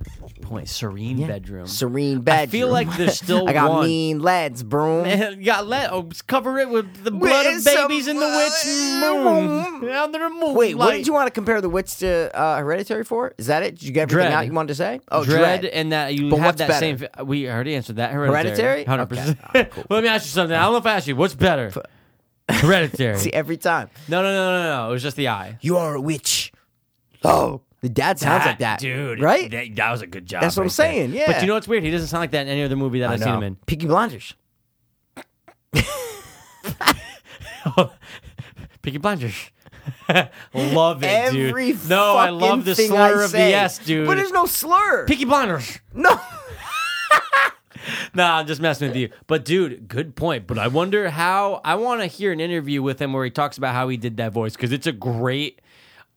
B: point. Serene bedroom.
A: Serene bedroom.
B: I feel
A: <laughs>
B: like there's still
A: I got
B: one.
A: mean leads, bro.
B: <laughs> And got let oh, cover it with the blood of
A: With some
B: babies and the
A: blood. <laughs>
B: witch moon. Out there in
A: <laughs> Wait, what
B: moonlight.
A: did you want to compare the witch to uh, Hereditary for? Is that it? Did you get everything
B: Dread.
A: out you wanted to say? Oh,
B: dread,
A: Dread.
B: and that you
A: But
B: have
A: what's
B: that
A: better?
B: same. fi- We already answered that. Hereditary.
A: Hereditary?
B: 100%. <laughs> Let me ask you something. I don't know if I asked you
A: <laughs>
B: what's better. Hereditary.
A: See, every time.
B: no, no, no, no, no. It was just the eye.
A: You are a witch. Oh, the dad sounds like that.
B: Ah, dude.
A: Right?
B: That, that was a good job.
A: That's what I'm
B: right there.
A: saying,
B: But
A: yeah.
B: you know what's weird? He doesn't sound like that in any other movie that
A: I
B: I've seen
A: know.
B: him in.
A: Peaky Blinders.
B: <laughs> Peaky Blinders. <laughs> love it,
A: Every
B: dude. No, I
A: fucking
B: love the
A: thing
B: slur
A: I
B: of
A: say.
B: the S, dude.
A: But there's no slur.
B: Peaky Blinders.
A: no. <laughs>
B: Nah, I'm just messing with you. But dude, good point. But I wonder how I want to hear an interview with him where he talks about how he did that voice because it's a great.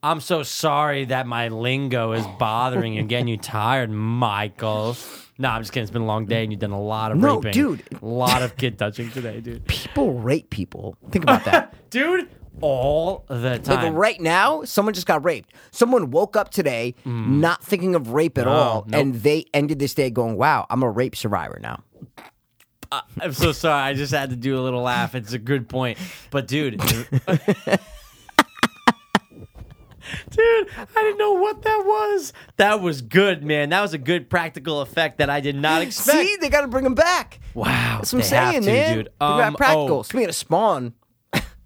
B: I'm so sorry that my lingo is bothering you and getting you tired, Michael. No, I'm just kidding. It's been a long day and you've done a lot of
A: No,
B: raping.
A: dude.
B: A lot of kid touching today, dude.
A: People rape people. Think about that.
B: Dude, all the
A: Like,
B: time.
A: right now, someone just got raped. Someone woke up today not thinking of rape at all,
B: Mm. nope.
A: and they ended this day going, "Wow, I'm a rape survivor now."
B: I'm so sorry. I just had to do a little laugh. It's a good point. But dude.
A: <laughs>
B: dude, I didn't know what that was. That was good, man. That was a good practical effect that I did not expect.
A: See, they got to bring him back.
B: wow.
A: That's what I'm
B: they have
A: saying,
B: to,
A: man.
B: dude.
A: we got
B: Um,
A: practical.
B: oh,
A: Speaking of Spawn,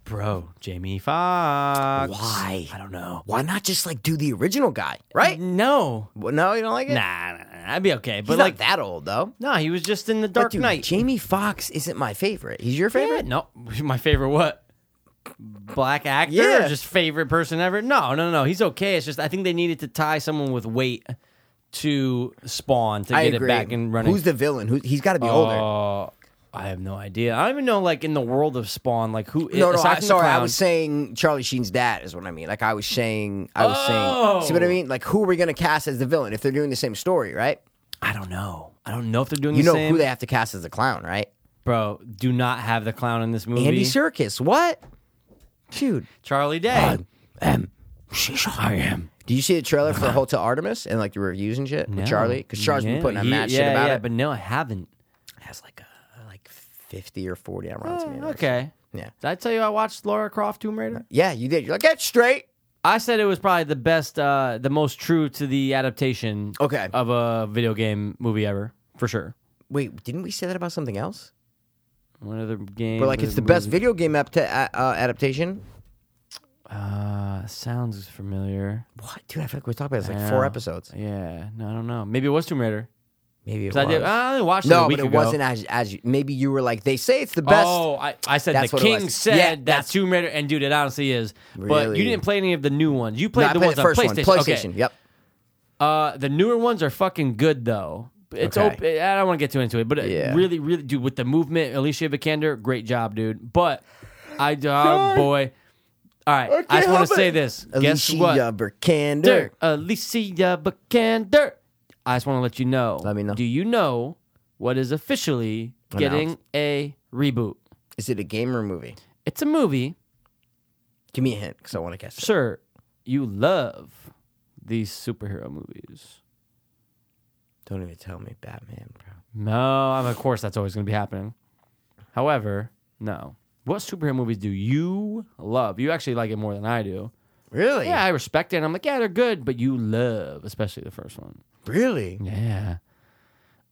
B: bro, Jamie Foxx.
A: why?
B: I don't know.
A: Why not just like do the original guy, right?
B: No.
A: Well, no, you don't like it.
B: Mm-hmm. Nah, nah, nah, I'd be okay. But
A: He's
B: like
A: not that old though.
B: No, he was just in the
A: But,
B: Dark
A: dude,
B: Knight.
A: Jamie Foxx isn't my favorite. He's your
B: Yeah,
A: favorite?
B: No,
A: <laughs>
B: my favorite what? Black actor or
A: Yeah.
B: just favorite person ever? No, no, no. He's okay. It's just I think they needed to tie someone with weight to Spawn to
A: I
B: get
A: agree.
B: it back and running.
A: Who's the villain? Who, he's got to be older.
B: Uh, I have no idea. I don't even know, like in the world of Spawn, like who is?
A: No, no.
B: aside
A: I,
B: from the
A: sorry, I
B: clown-
A: was saying Charlie Sheen's dad is what I mean. Like I was saying, I was saying. See what I
B: Oh.
A: mean? Like who are we gonna cast as the villain if they're doing the same story, right?
B: I don't know. I don't know if they're doing
A: You
B: the
A: know
B: same.
A: who they have to cast as the clown, right?
B: Bro, do not have the clown in this movie.
A: Andy Serkis. What? Dude,
B: Charlie Day. I am.
A: do you see the trailer for Hotel Artemis and like the reviews and shit with Charlie? Because Charlie's
B: Yeah,
A: been putting out
B: he-
A: mad
B: yeah,
A: shit about
B: yeah,
A: it.
B: But no, I haven't.
A: has like a like fifty or forty on Rotten Tomatoes.
B: Oh, Okay.
A: Yeah.
B: Did I tell you I watched Laura Croft Tomb Raider?
A: Yeah, you did. You're like, get straight.
B: I said it was probably the best, uh, the most true to the adaptation
A: Okay.
B: of a video game movie ever, for sure.
A: Wait, didn't we say that about something else?
B: One other game.
A: But like, it's the best video game apt- uh, uh, adaptation.
B: Uh, sounds familiar.
A: What, dude? I feel like we talked about this like
B: Yeah.
A: four episodes.
B: Yeah. No, I don't know. Maybe it was Tomb Raider.
A: Maybe it
B: 'Cause I, did,
A: was.
B: I only watched it a
A: ah, no,
B: week
A: but it
B: ago.
A: wasn't as as you, maybe you were like they say it's the best.
B: Oh, I, I said
A: That's
B: the
A: what it
B: king
A: was.
B: said
A: Yeah,
B: that
A: that's-
B: Tomb Raider, and dude, it honestly is. But you
A: Really?
B: didn't play any of the new ones. You
A: no,
B: played
A: I
B: the
A: played
B: ones
A: the first
B: on
A: one.
B: PlayStation. Okay.
A: PlayStation. Yep.
B: Uh, the newer ones are fucking good though. It's
A: Okay.
B: open. I don't want to get too into it, but it
A: Yeah.
B: really, really, dude, with the movement, Alicia Vikander, great job, dude. But I, oh boy, all right, I, just want to say this. Guess what?
A: Alicia Vikander.
B: Vikander, Alicia Vikander. I just want to let you know.
A: Let me know.
B: Do you know what is officially getting a reboot?
A: Is it a game or a movie?
B: It's a movie.
A: Give me a hint, because I want to guess. it.
B: Sir, you love these superhero movies.
A: Don't even tell me Batman, bro.
B: No, I'm, of course that's always going to be happening. However, no. What superhero movies do you love? You actually like it more than I do.
A: Really?
B: Yeah, I respect it. And I'm like, yeah, they're good, but you love, especially the first one.
A: Really?
B: Yeah.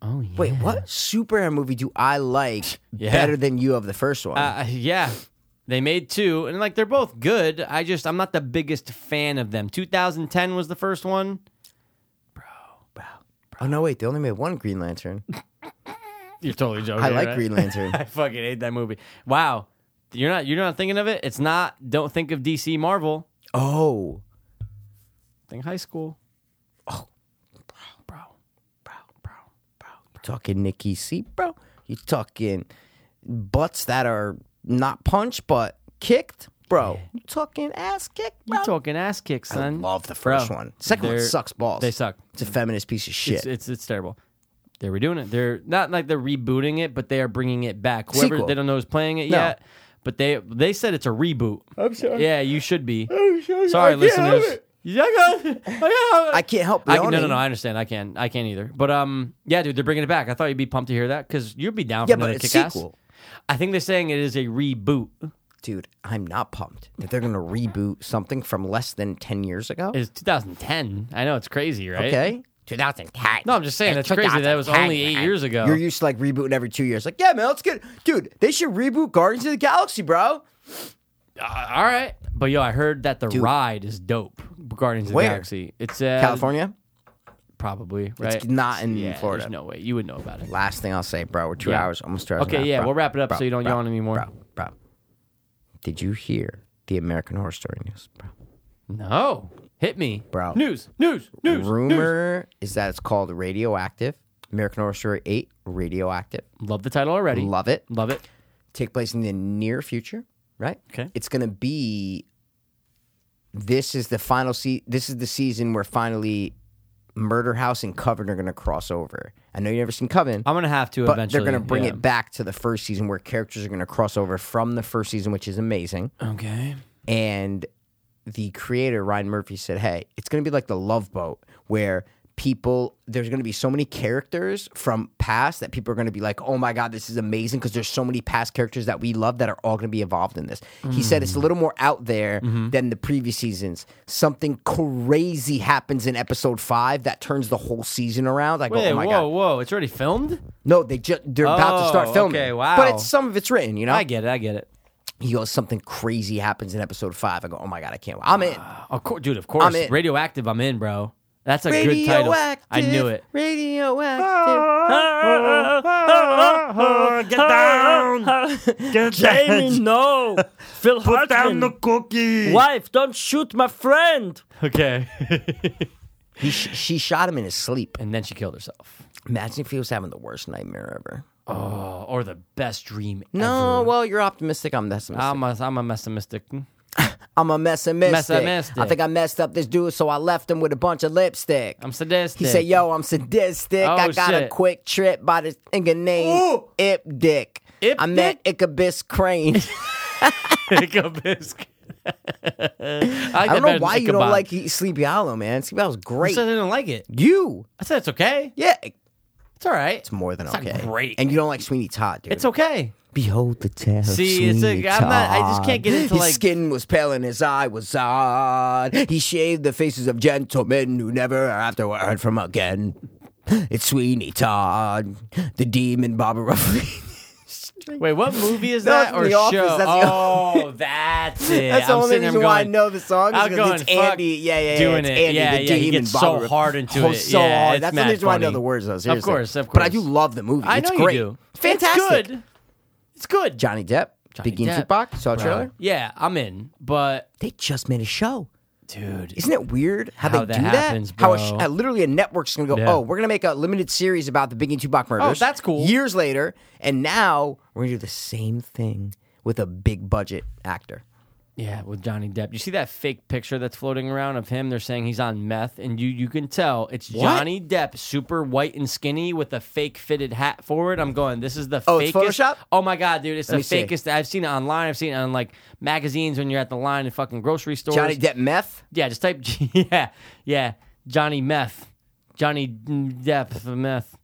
B: Oh yeah.
A: Wait, what superhero movie do I <laughs> like
B: Yeah.
A: better than you of the first one?
B: Uh, yeah. They made two, and like they're both good. I just I'm not the biggest fan of them. 2010 was the first one.
A: oh no, wait, they only made one Green Lantern.
B: You're totally joking.
A: I like
B: right?
A: Green Lantern. <laughs>
B: I fucking hate that movie. Wow. You're not you're not thinking of it? It's not don't think of DC Marvel.
A: oh,
B: Think high school. Oh, bro, bro, bro, bro, bro,
A: talking Nikki C, bro. You talking butts that are not punched but kicked, bro. You talking ass kicked, bro.
B: You talking ass kick, son?
A: Love the first
B: Bro,
A: one. Second one
B: they're-
A: sucks balls.
B: They suck.
A: It's a feminist piece of shit.
B: It's, it's it's terrible. They're redoing it. They're not like they're rebooting it, but they are bringing it back. Whoever
A: Sequel.
B: they don't know is playing it yet, but they they said it's a reboot. I'm sorry. Yeah, you should be. I'm sorry, listeners. Yeah, I got it. I got it.
A: I can't help
B: I can, no,
A: Leone.
B: no, no. I understand. I can. I can't either. But um, yeah, dude, they're bringing it back. I thought you'd be pumped to hear that because you'd be down for
A: Yeah, but
B: another
A: it's
B: kick-ass.
A: sequel.
B: I think they're saying it is a reboot.
A: Dude, I'm not pumped that they're gonna reboot something from less than ten years ago.
B: It's 2010. I know it's crazy, right?
A: Okay. 2010.
B: No, I'm just saying
A: It's
B: that's crazy. That was
A: 2010,
B: only eight
A: man.
B: years ago.
A: You're used to like rebooting every two years. Like, yeah, man, let's get, dude. They should reboot Guardians of the Galaxy, bro.
B: Uh, all right, but yo, I heard that the ride is dope. Guardians of the
A: Where?
B: Galaxy. It's uh,
A: California,
B: probably right.
A: not in
B: yeah, there's
A: Florida.
B: no way you would know about it.
A: Last thing I'll say, bro. We're two
B: Yeah.
A: hours, almost two hours.
B: Okay,
A: now.
B: yeah,
A: Bro,
B: we'll wrap it up so you don't
A: bro,
B: yawn anymore.
A: bro. Bro, did you hear the American Horror Story news, bro?
B: No, hit me,
A: Bro.
B: News, news, news.
A: Rumor is that it's called Radioactive. American Horror Story Eight, Radioactive.
B: Love the title already.
A: Love it.
B: Love it.
A: take place in the near future, right?
B: Okay.
A: It's going to be. This is the final se- This is the season where finally, Murder House and Coven are going to cross over. I know you never seen Coven,
B: I'm gonna have to
A: but
B: Oh, eventually.
A: they're going to bring
B: yeah.
A: it back to the first season where characters are going to cross over from the first season, which is amazing.
B: Okay.
A: And the creator Ryan Murphy said, "Hey, it's going to be like the Love Boat, where people there's going to be so many characters from past that people are going to be like, oh my god, this is amazing because there's so many past characters that we love that are all going to be involved in this." He said
B: Mm.
A: it's a little more out there
B: Mm-hmm.
A: than the previous seasons. Something crazy happens in episode five that turns the whole season around. I go,
B: Wait,
A: oh my
B: whoa,
A: god,
B: whoa! It's already filmed.
A: no, they just they're about to
B: Oh,
A: start filming.
B: okay, wow.
A: But it's some of it's written, you know.
B: I get it. I get it.
A: he goes, something crazy happens in episode five. I go, oh my god, I can't. I'm in.
B: Of course, dude. Of course.
A: I'm in.
B: Radioactive. I'm in, bro. That's a good title. I knew it. Ah.
A: Radioactive.
G: Get down! Get
H: Jamie, no! Phil
G: Put down
H: Hartman!
G: the cookie!
H: Wife, don't shoot my friend!
B: Okay.
A: He sh- she shot him in his sleep.
B: and then she killed herself.
A: Imagine if he was having the worst nightmare ever.
B: Oh, or the best dream
A: No,
B: ever.
A: well, you're optimistic. I'm pessimistic.
B: I'm a, I'm a pessimistic.
A: I'm a pessimistic.
B: Pessimistic.
A: I think I messed up this dude, so I left him with a bunch of lipstick.
B: I'm sadistic.
A: he
B: <laughs>
A: said, "Yo, I'm sadistic.
B: Oh,
A: I got a
B: shit.
A: quick trip by this nigga named Ip Dick.
B: Ip
A: I met Ichabis Crane.
B: <laughs> pick
A: <laughs>
B: a biscuit. I,
A: I don't know why you don't like Sleepy Hollow, man. Sleepy Hollow's
B: I
A: great.
B: said I didn't like it.
A: You,
B: I said it's okay.
A: yeah,
B: It's all right.
A: it's more than
B: not
A: okay.
B: great.
A: and you don't like Sweeney Todd, dude.
B: It's okay.
A: Behold the tale.
B: See, it's a- I'm not- I just can't get into,
A: his
B: like-
A: skin was pale and his eye was odd. He shaved the faces of gentlemen who never after were heard from again. It's Sweeney Todd, the demon Barbara. Fleet.
B: Wait, what movie
A: <laughs>
B: is
A: No,
B: that
A: it's
B: or
A: The
B: show?
A: Office. That's The
B: oh, <laughs> that's
A: <laughs>
B: it.
A: That's the
B: I'm
A: only
B: sitting there,
A: reason
B: I'm
A: why I
B: going,
A: know the song.
B: I'm
A: Is because it's
B: going, fuck,
A: Andy. Yeah, yeah, yeah.
B: doing
A: it's
B: it.
A: Andy,
B: Yeah,
A: the
B: yeah, he
A: demon
B: gets so
A: Barbara.
B: hard into
A: oh,
B: it.
A: So
B: Yeah,
A: hard.
B: it's
A: That's the
B: mad
A: only reason why I know
B: funny.
A: the words. Though,
B: Of
A: seriously.
B: course, of
A: But I
B: course.
A: do love the movie.
B: I
A: it's
B: know
A: great.
B: you do.
A: Fantastic.
B: It's good. It's good.
A: Johnny Depp, Biggie and
B: Depp,
A: Tupac. Saw a
B: bro.
A: trailer.
B: Yeah, I'm in. But
A: They just made a show.
B: dude,
A: Isn't it weird how,
B: How
A: they
B: that
A: do
B: happens,
A: that? How a
B: bro.
A: sh- uh, literally a network's gonna go,
B: Yeah. Oh,
A: oh, we're gonna make a limited series about the Biggie and Tupac murders.
B: that's cool.
A: Years later, and now we're gonna do the same thing with a big budget actor.
B: Yeah, with Johnny Depp. You see that fake picture that's floating around of him? They're saying he's on meth, and you you can tell it's Johnny Depp, super white and skinny with a fake fitted hat forward. I'm going, this is the
A: Oh,
B: fakest.
A: it's Photoshop?
B: Oh my god, dude, it's
A: me
B: the
A: see.
B: fakest. I've seen it online. I've seen it on like magazines when you're at the line in fucking grocery stores.
A: Johnny Depp meth.
B: Yeah, just type <laughs> yeah, yeah, Johnny meth, Johnny Depp meth.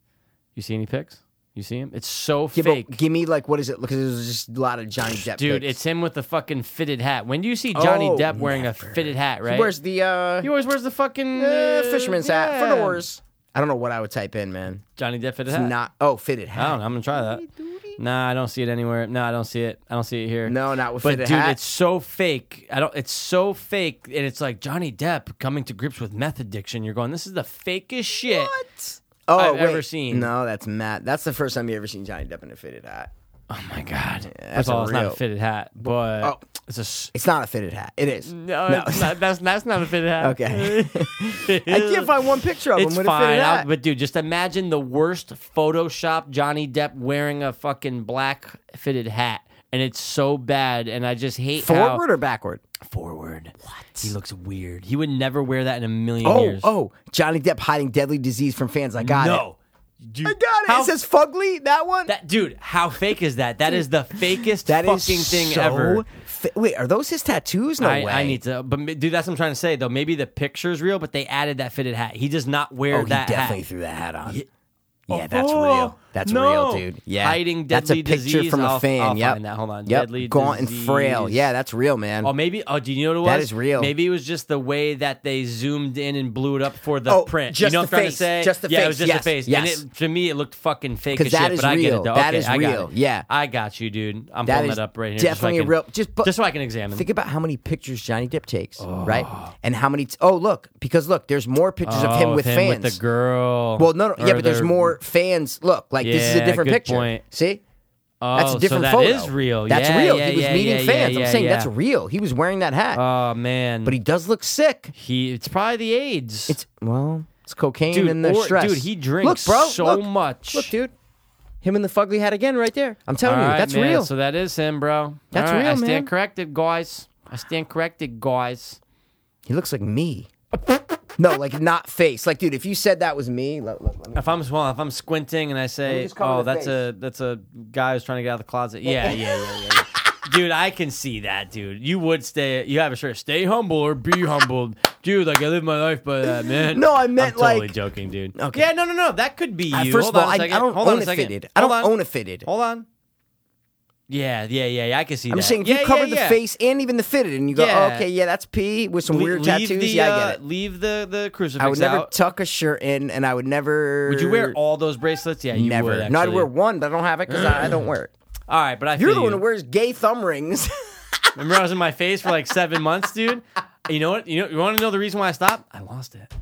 B: You see any pics? You see him? It's so
A: Give,
B: fake.
A: A, give me like what is it? Because there's just a lot of Johnny Depp.
B: Dude,
A: pics.
B: it's him with the fucking fitted hat. When do you see Johnny
A: Oh,
B: Depp wearing a fitted hat, right?
A: he wears the uh,
B: He always wears the fucking
A: uh,
B: uh,
A: fisherman's hat
B: yeah.
A: for doors. I don't know what I would type in, man.
B: Johnny Depp fitted
A: It's
B: hat.
A: not oh fitted
B: I don't
A: hat.
B: know. I'm gonna try that. Nah, I don't see it anywhere. No, I don't see it. I don't see it here.
A: No, not with
B: but
A: fitted
B: dude,
A: hat.
B: it's so fake. I don't. It's so fake, and it's like Johnny Depp coming to grips with meth addiction. You're going, this is the fakest shit. What?
A: oh,
B: I've ever
A: wait.
B: seen.
A: No, that's Matt. That's the first time you ever seen Johnny Depp in a fitted hat.
B: Oh my god. That's
A: that's
B: all.
A: a
B: It's not a
A: real-
B: fitted hat, but
A: Oh,
B: It's
A: <laughs>
B: a. s-
A: It's not a fitted hat. It is.
B: No, it's not- <laughs> that's that's not a fitted hat.
A: Okay. <laughs> I can't find one picture of him
B: It's
A: with a
B: fine,
A: fitted
B: I'll-
A: hat.
B: but dude, just imagine the worst Photoshop Johnny Depp wearing a fucking black fitted hat, and it's so bad. And I just hate how-
A: Forward or backward?
B: forward. What? He looks weird. He would never wear that in a million
A: Oh,
B: years.
A: oh, Johnny Depp hiding deadly disease from fans. I got it.
B: no, You-
A: I got it.
B: How,
A: it says fugly. That one.
B: that, dude. How fake is that? That is the fakest
A: that is
B: fucking thing
A: so
B: ever.
A: Fi- Wait, are those his tattoos? No
B: I,
A: way.
B: I need to, but ma- dude, that's what I'm trying to say though. Maybe the picture's real, but they added that fitted hat. He does not wear
A: Oh, he
B: that
A: definitely
B: hat.
A: threw that hat on. Yeah, that's real.
B: oh,
A: That's
B: no.
A: real, dude. Yeah,
B: Hiding
A: That's
B: deadly
A: a picture
B: disease.
A: from a
B: I'll-
A: fan.
B: I'll
A: yep.
B: find that. Hold on.
A: Yep.
B: Deadly
A: Gaunt
B: disease.
A: and frail. Yeah, that's real, man.
B: Oh, maybe. Oh, do you know what it was?
A: That is real.
B: Maybe it was just the way that they zoomed in and blew it up for the
A: Oh,
B: print.
A: just
B: you
A: the
B: know what I'm trying
A: face,
B: to say?
A: just the
B: yeah, it was
A: face,
B: just
A: yes,
B: the face.
A: yes.
B: And it, to me, it looked fucking fake.
A: 'Cause
B: as
A: that
B: shit,
A: is
B: but I get it,
A: real.
B: though.
A: That
B: okay,
A: is
B: I got
A: real,
B: It.
A: yeah.
B: I got you, dude. I'm
A: That
B: pulling
A: is
B: it up right here. just so I
A: definitely
B: can-
A: a real. Just, but,
B: just so I can examine.
A: Think about how many pictures Johnny Depp takes, right? And how many? T- oh, look, because look, there's more pictures of him
B: Oh,
A: with fans.
B: with the girl.
A: Well, no, no yeah,
B: Or
A: but there's
B: their-
A: more fans. Look, like this is
B: Yeah,
A: a different
B: good
A: picture.
B: point.
A: See,
B: Oh,
A: that's a different
B: so that
A: photo.
B: is real.
A: That's
B: Yeah,
A: real.
B: yeah,
A: he was
B: yeah,
A: meeting
B: yeah,
A: fans.
B: yeah,
A: I'm saying
B: yeah.
A: that's real. He was wearing that hat,
B: Oh man,
A: but he does look sick.
B: he it's probably the AIDS.
A: It's well, it's cocaine
B: Dude,
A: and the
B: or-
A: stress.
B: dude, he drinks
A: look, bro,
B: so
A: look.
B: much.
A: Look, dude, him in the fugly hat again, right there. I'm
B: All
A: telling you,
B: right,
A: that's
B: man,
A: real.
B: So that is him, bro.
A: That's
B: All right,
A: real,
B: I stand
A: man.
B: corrected, guys. I stand corrected, guys.
A: He looks like me. no, like not face. Like, dude, if you said that was me, look, look, let me.
B: If I'm well, if I'm squinting and I say,
A: just cover
B: "Oh,
A: the
B: that's
A: face."
B: a that's a guy who's trying to get out of the closet," yeah, yeah, yeah,
A: <laughs>
B: yeah. yeah. dude, I can see that, dude. You would stay. You have a shirt. Stay humble or be humbled, dude. Like I live my life by that, man.
A: No, I
B: I'm
A: meant,
B: totally
A: like-
B: joking, dude.
A: Okay.
B: Yeah, no, no, no. That could be
A: Uh,
B: you.
A: First
B: Hold
A: of all, I,
B: on a
A: I
B: second.
A: don't
B: Hold on
A: own
B: a
A: it
B: second.
A: fitted. I don't
B: Hold on.
A: own it fitted.
B: Hold on. Yeah, yeah, yeah, yeah. I can see that.
A: I'm saying if
B: yeah,
A: you covered
B: yeah, yeah.
A: the face and even the fitted, and you go,
B: Yeah.
A: oh, okay, yeah, that's P with some
B: Le-
A: weird
B: leave
A: tattoos.
B: the,
A: yeah, I
B: uh,
A: get it.
B: Leave the the crucifix
A: I would never
B: out.
A: tuck a shirt in, and I would never.
B: would you wear all those bracelets? Yeah, you
A: Never.
B: would. Actually.
A: no, I'd wear one, but I don't have it because I, I don't wear
B: <laughs>
A: it.
B: All right, but I
A: You're
B: feel
A: the one
B: you.
A: who wears gay thumb rings. <laughs>
B: Remember, I was in my face for like seven months, dude. You know what? You know, you want to know the reason why I stopped? I lost it.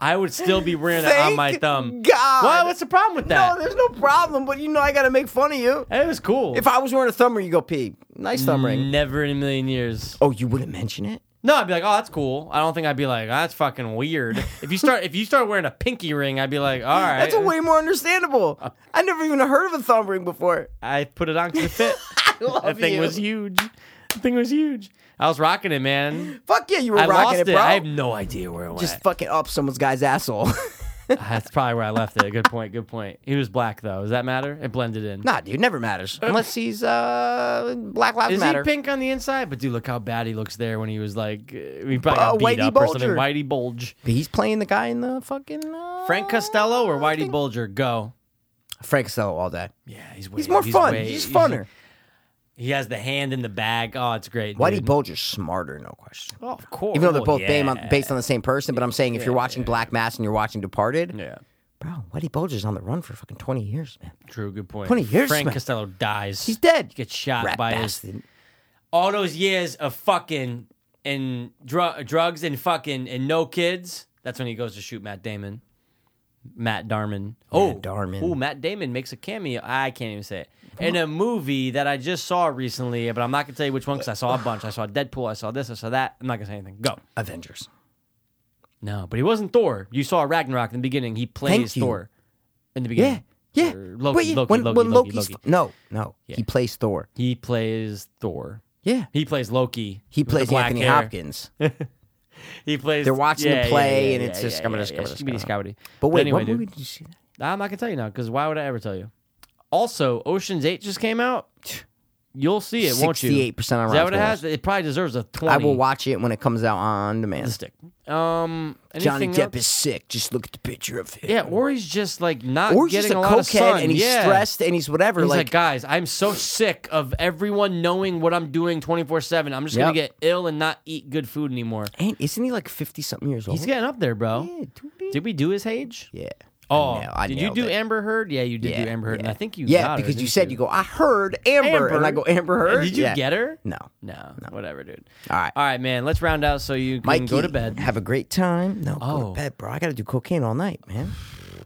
B: I would still be wearing it on my
A: Thank
B: thumb.
A: God.
B: Why? What's the problem with that?
A: no, Oh, there's no problem, but you know I gotta make fun of you.
B: it was cool.
A: If I was wearing a thumb ring, you go P. Nice thumb ring.
B: Never in a million years.
A: Oh, you wouldn't mention it.
B: No, I'd be like, oh, that's cool. I don't think I'd be like, oh, that's
A: <laughs>
B: fucking weird. If you start, if you start wearing a pinky ring, I'd be like, all right.
A: That's a way more understandable.
B: uh,
A: I never even heard of a thumb ring before.
B: I put it on because
A: <laughs>
B: it fit.
A: love
B: that thing
A: you.
B: was huge. That thing was huge. I was rocking it, man.
A: Fuck yeah, you were
B: I
A: rocking
B: lost
A: it,
B: it,
A: bro.
B: I have no idea where it went.
A: Just fucking up someone's guy's
B: <laughs>
A: asshole.
B: That's probably where I left it. Good point. Good point. He was black though. Does that matter? It blended in.
A: nah, dude, never matters unless he's uh Black Lives
B: Is
A: Matter.
B: he pink on the inside? But dude, look how bad he looks there when he was like, uh, he probably got
A: Uh,
B: beat
A: Whitey
B: up or something.
A: Bulger.
B: Whitey Bulge.
A: he's playing the guy in the fucking uh,
B: Frank Costello or Whitey Bulger? Go.
A: Frank Costello all day.
B: Yeah, he's way,
A: He's more fun.
B: way-
A: he's <laughs> funner.
B: He has the hand in the bag. Oh, it's great.
A: Whitey
B: dude.
A: Bulger's smarter, no question.
B: Oh, of course.
A: Even though they're
B: Oh,
A: both
B: yeah.
A: based, on, based on the same person, but I'm saying if you're watching Black Mass and you're watching Departed,
B: Yeah.
A: bro, Whitey Bulger's on the run for fucking 20 years, man.
B: True. Good point.
A: 20 years,
B: Frank
A: man.
B: Costello dies.
A: He's dead.
B: Gets shot
A: Rat
B: by his
A: bastard.
B: all those years of fucking and dru- drugs and fucking and no kids. That's when he goes to shoot Matt Damon. Matt Darman. Oh,
A: Darman.
B: Oh, Matt Damon makes a cameo. I can't even say it in a movie that I just saw recently, but I'm not gonna tell you which one because I saw a bunch. I saw Deadpool. I saw this. I saw that. I'm not gonna say anything. Go.
A: Avengers.
B: No, but he wasn't Thor. You saw Ragnarok in the beginning. He plays
A: you.
B: Thor in the
A: Yeah.
B: beginning.
A: Yeah.
B: Or Loki,
A: Wait, yeah,
B: Loki,
A: when,
B: Loki,
A: when
B: Loki,
A: Loki's-
B: Loki.
A: No, no. He plays Thor.
B: He plays Thor.
A: Yeah.
B: He plays Loki.
A: He
B: with the
A: plays
B: black
A: Anthony
B: hair.
A: Hopkins.
B: He plays.
A: They're watching the play, and it's just
B: yeah,
A: scummers,
B: yeah,
A: scummers,
B: Scooby-Doo, Scooby-Doo.
A: But wait,
B: anyway,
A: what
B: dude,
A: movie did you see that?
B: I'm not gonna tell you now because why would I ever tell you? Also, Ocean's Eight just came out. You'll see it, won't you?
A: 68% on
B: Is that what it
A: Rotten
B: has? It probably deserves a twenty.
A: I will watch it when it comes out on demand.
B: stick. Um,
A: Johnny
B: anything
A: Depp
B: else?
A: is sick. Just look at the picture of him.
B: Yeah, or he's just like not
A: or he's
B: getting
A: just a
B: a, lot of sun.
A: cokehead and he's
B: yeah.
A: stressed and he's whatever.
B: He's like,
A: like,
B: guys, I'm so sick of everyone knowing what I'm doing 24 seven. I'm just gonna
A: Yep.
B: get ill and not eat good food anymore.
A: ain't, isn't he like fifty something years old?
B: He's getting up there, bro.
A: yeah, dude.
B: Did we do his age?
A: yeah.
B: Oh,
A: I nail- I
B: did you
A: nailed
B: do
A: it.
B: Amber Heard? Yeah, you did
A: Yeah,
B: do Amber Heard, and
A: yeah.
B: I think you
A: yeah,
B: got her,
A: because you
B: didn't
A: said you go. I heard Amber, and I go Amber Heard.
B: Did you
A: Yeah.
B: get her?
A: No.
B: No, whatever, dude.
A: All right.
B: all right, man. Let's round out so you can
A: Mikey,
B: go to bed.
A: Have a great time. No, go
B: Oh.
A: to bed, bro. I got to do cocaine all night, man.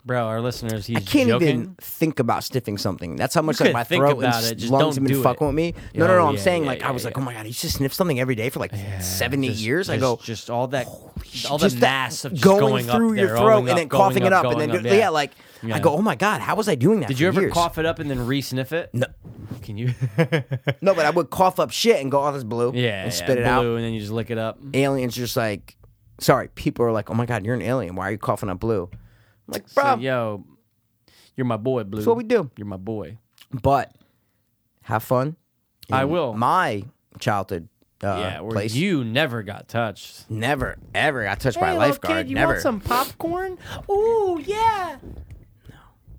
B: Bro, our listeners, he's
A: I can't
B: joking.
A: even think about sniffing something. That's how much
B: You
A: like
B: could
A: my
B: think
A: throat and
B: about
A: s-
B: it, just
A: lungs
B: don't
A: have been
B: do
A: fucking
B: it.
A: with me. No, no,
B: Oh,
A: no. I'm
B: yeah,
A: saying
B: yeah,
A: like
B: yeah,
A: I was like,
B: yeah.
A: oh my god, he just sniffed something every day for like seven, eight
B: Just-
A: years. I
B: just-
A: go,
B: just all that, all the
A: just that
B: mass of just
A: going,
B: up
A: through
B: there,
A: your throat
B: going
A: and then
B: up, going
A: coughing it up,
B: going
A: and then
B: up,
A: do- yeah. like
B: Yeah.
A: I go, oh my god, how was I doing that?
B: Did you
A: for
B: ever
A: years?
B: cough it up and then re-sniff it?
A: No.
B: Can you? <laughs>
A: No, but I would cough up shit and go, oh, this blue.
B: yeah,
A: and spit it
B: yeah,
A: out.
B: blue, and then you just lick it up.
A: aliens just like sorry people are like oh my god you're an alien why are you coughing up blue I'm like
B: So,
A: bro
B: yo, you're my boy, Blue. That's
A: what we do.
B: You're my boy.
A: but have fun
B: I
A: In
B: will.
A: my childhood uh,
B: yeah, where
A: place
B: you never got touched.
A: never ever got touched by a lifeguard never
B: popcorn? Ooh, yeah.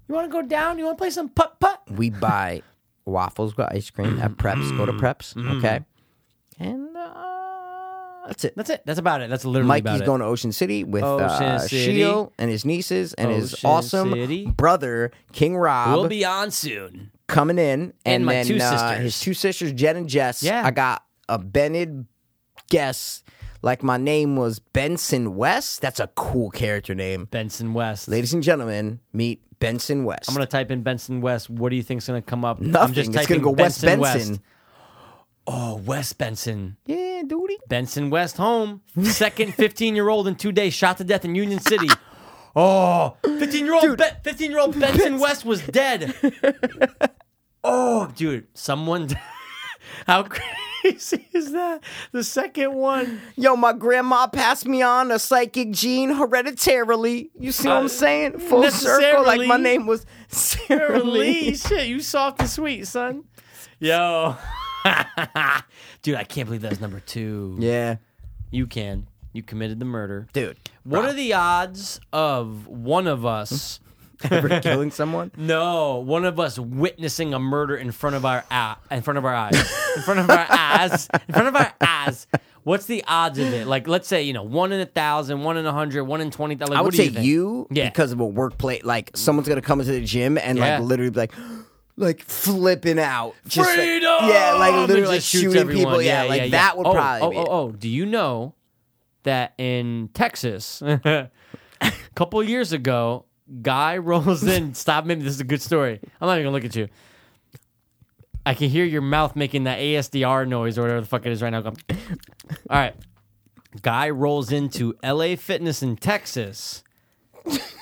B: You want to go down? You want to play some putt putt?
A: we buy waffles go ice cream
B: <clears throat>
A: at preps go to preps okay
B: Mm-hmm.
A: and uh, that's it
B: That's it. That's about it. That's literally about
A: Mikey's
B: it.
A: going to Ocean City with
B: Ocean
A: uh,
B: City.
A: Sheil and his nieces and his
B: Ocean
A: awesome
B: City.
A: brother King Rob.
B: We'll be on soon.
A: coming in, and,
B: my
A: then
B: two
A: uh,
B: sisters.
A: his two sisters, Jen and Jess.
B: Yeah.
A: I got a Benid guess, like my name was Benson West. That's a cool character name,
B: Benson West.
A: ladies and gentlemen. Meet Benson West.
B: I'm gonna type in Benson West. What do you think's gonna come up?
A: nothing.
B: I'm just
A: it's
B: typing
A: gonna go West
B: Benson
A: Benson.
B: West. Oh, West Benson.
A: Yeah, duty.
B: Benson West home. Second 15 year old in two days shot to death in Union City. Oh, 15 year old 15 year old Benson West was dead. Oh, dude, someone. <laughs> How crazy <laughs> is that? The second one.
A: Yo, my grandma passed me on a psychic gene hereditarily. You see what I'm saying? Full circle. Like my
B: Uh, necessarily.
A: name was Sarah
B: Holy
A: Lee.
B: shit, you soft and sweet, son. Yo. <laughs> dude, I can't believe that was number two.
A: <laughs> Yeah,
B: You can. You committed the murder. <laughs>
A: dude.
B: What are the odds of one of us?
A: Ever killing someone?
B: No, one of us witnessing a murder in front of our eye, in front of our eyes, in front
A: <laughs>
B: of our eyes, in front of our eyes. What's the odds of it? Like, let's say you know, one in a thousand, one in a hundred, one in twenty thousand.
A: I would
B: what do
A: say
B: think?
A: you,
B: Yeah.
A: because of a workplace. Like someone's gonna come into the gym and
B: Yeah.
A: like literally be like, <gasps> like flipping out, just like-
B: Freedom!
A: yeah, like
B: And
A: literally
B: just
A: like
B: shoots
A: shooting
B: everyone.
A: people. Yeah, like that would
B: oh,
A: probably.
B: Oh,
A: be
B: oh,
A: it.
B: oh, do you know that in Texas, <laughs> a couple years ago, guy
A: <laughs>
B: rolls in. stop, maybe this is a good story. I'm not even gonna look at you. I can hear your mouth making that ASDR noise or whatever the fuck it is right now. Go- All right. Guy rolls into LA Fitness in Texas.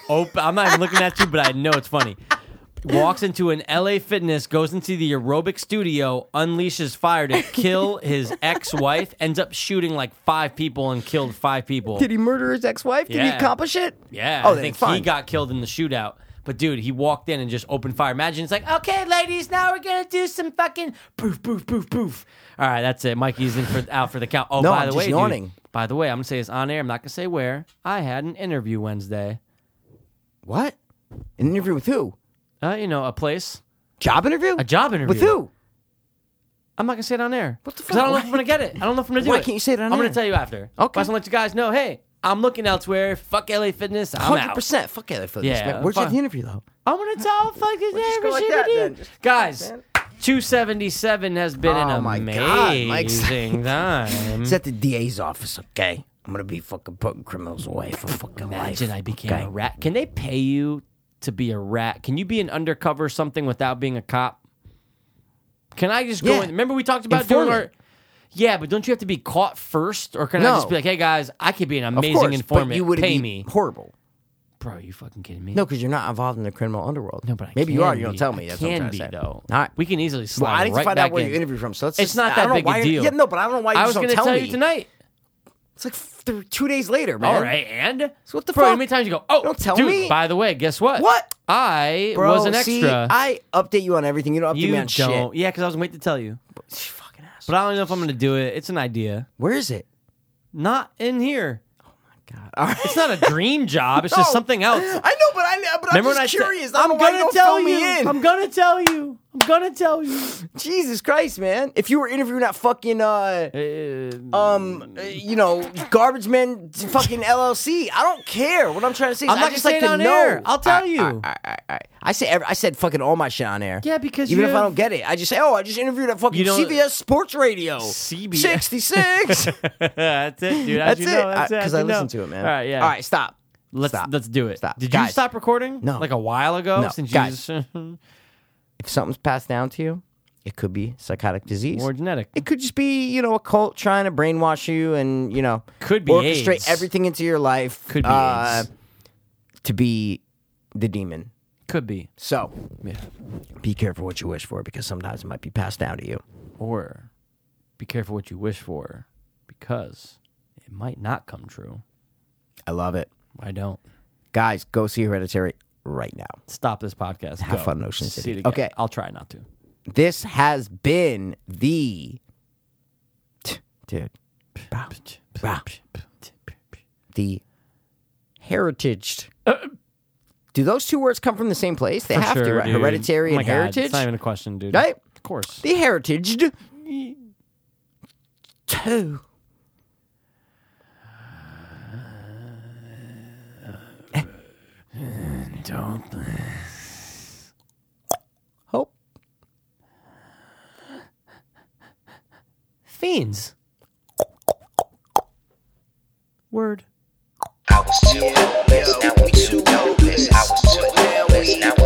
B: Op- I'm not even looking at you, but I know it's funny. Walks into an LA Fitness, goes into the aerobic studio, unleashes fire to kill his ex wife, ends up shooting like five people and killed five people.
A: Did he murder his ex-wife? Did he
B: Yeah.
A: accomplish it?
B: Yeah,
A: Oh,
B: I
A: then
B: think
A: it's fine.
B: he got killed in the shootout. But dude, he walked in and just opened fire. Imagine it's like, okay, ladies, now we're gonna do some fucking poof, poof, poof, poof. All right, that's it. Mikey's in for out for the count. Oh,
A: No,
B: by
A: I'm
B: the
A: just
B: way, dude,
A: yawning.
B: by the way, I'm gonna say this on air. I'm not gonna say where. I had an interview Wednesday.
A: What? An interview with who?
B: Uh, you know, a place.
A: Job interview?
B: A job interview.
A: with who?
B: I'm not gonna say it on air.
A: What the
B: 'Cause I don't know
A: fuck?
B: if I'm gonna get it. I don't know if I'm gonna do
A: Why
B: it.
A: can't you say it on
B: I'm gonna
A: air?
B: tell you after.
A: Okay.
B: But I just wanna let you guys know. Hey, I'm looking elsewhere. Fuck LA Fitness. I'm
A: Hundred
B: out.
A: percent. Fuck yeah, for this.
B: Yeah, Hmm?
A: man. Where'd you have
B: fine.
A: the interview though?
B: I'm gonna tell fucking
A: just go like that, then.
B: everybody.
A: Just-
B: Guys, 277 has been
A: Oh
B: an
A: my God, Mike's- <laughs>
B: amazing time.
A: It's at the DA's office. Okay, I'm gonna be fucking putting criminals away for fucking life.
B: Imagine I became a rat. Can they pay you to be a rat? Can you be an undercover something without being a cop? Can I just go
A: Yeah.
B: in? Remember we talked about doing
A: Informant.
B: our. Yeah, but don't you have to be caught first, or can I
A: No.
B: just be like, "Hey guys, I could be an
A: Of
B: amazing
A: course,
B: informant.
A: But you would
B: pay
A: be <laughs>
B: me,
A: horrible.
B: bro. You fucking kidding me?
A: No, because you're not involved in the criminal underworld.
B: no, but I
A: maybe you
B: can
A: are. You don't
B: be.
A: tell me.
B: I
A: That's what I'm
B: can
A: trying
B: be
A: to say.
B: though.
A: All right.
B: we can easily slide
A: Well, I need
B: right
A: to find
B: back
A: out where
B: in.
A: you interview from. So let's
B: It's
A: just-
B: not
A: I
B: that
A: don't know
B: big a
A: why you're-
B: deal.
A: Yeah, no, but I don't know why you
B: I was
A: just don't
B: gonna
A: tell,
B: tell
A: me.
B: you tonight.
A: It's like f- th- two days later, man.
B: All right, and
A: So what the
B: Bro, How
A: fuck?
B: many times you go? Oh,
A: Don't tell
B: dude,
A: me.
B: By the way, guess what?
A: What?
B: I
A: Bro,
B: was an extra.
A: see, I update you on everything. You don't update
B: you
A: me on
B: don't.
A: shit.
B: Yeah, because I was waiting to tell you,
A: Fucking ass.
B: but I don't know if I'm gonna do it. It's an idea.
A: Where is it?
B: Not in here.
A: God. All right.
B: It's not a <laughs> dream job. It's just
A: <laughs> No.
B: something else.
A: I know, but, I, but
B: Remember
A: I'm
B: when
A: just
B: I te-
A: curious. I don't
B: I'm
A: know why you
B: gonna
A: don't
B: tell
A: fill
B: you.
A: me in.
B: I'm gonna tell you. I'm gonna tell you.
A: Jesus Christ, man. If you were interviewing that fucking, uh, um, uh, you know, garbage man fucking LLC, I don't care. What I'm trying to say is
B: I'm
A: I
B: not
A: just
B: gonna
A: like
B: say it
A: to
B: on
A: know.
B: air. I'll tell
A: All right,
B: you.
A: all right, all right, all right. I say every, I said fucking all my shit on air.
B: Yeah, because
A: even
B: you
A: if I
B: have-
A: don't get it, I just say, oh, I just interviewed at fucking
B: You don't-
A: CBS Sports Radio.
B: CBS.
A: 66.
B: <laughs> that's it, dude. How'd
A: That's
B: you
A: it.
B: know? <laughs> That's it.
A: Because
B: How'd
A: I
B: you know?
A: listen to it, man.
B: All right, yeah.
A: All right, stop.
B: Let's
A: Stop.
B: let's do it.
A: Stop.
B: Did you
A: Guys.
B: stop recording?
A: No.
B: like a while ago.
A: No.
B: Since
A: Guys.
B: you just, <laughs>
A: If something's passed down to you, it could be psychotic disease.
B: more genetic.
A: it could just be, you know, a cult trying to brainwash you and, you know,
B: Could be
A: orchestrate
B: AIDS.
A: everything into your life.
B: Could be
A: uh,
B: AIDS.
A: to be the demon.
B: Could be
A: So, be careful what you wish for because sometimes it might be passed down to you.
B: or be careful what you wish for because it might not come true.
A: I love it.
B: I don't.
A: Guys, go see Hereditary right now.
B: Stop this podcast.
A: Have
B: Go.
A: fun, Ocean City.
B: See it again.
A: Okay.
B: I'll try not to.
A: This has been the. Dude. The heritage. Do those two words come from the same place? They
B: Uh, For
A: have to,
B: sure,
A: right?
B: dude.
A: Hereditary
B: Oh my
A: and
B: God,
A: heritage?
B: It's not even a question, dude.
A: Right?
B: Of course.
A: The heritaged. Two.
B: Don't.
A: Hope.
B: Fiends. Word.
C: I was too hopeless, now I'm too hopeless. I was too hopeless, now I'm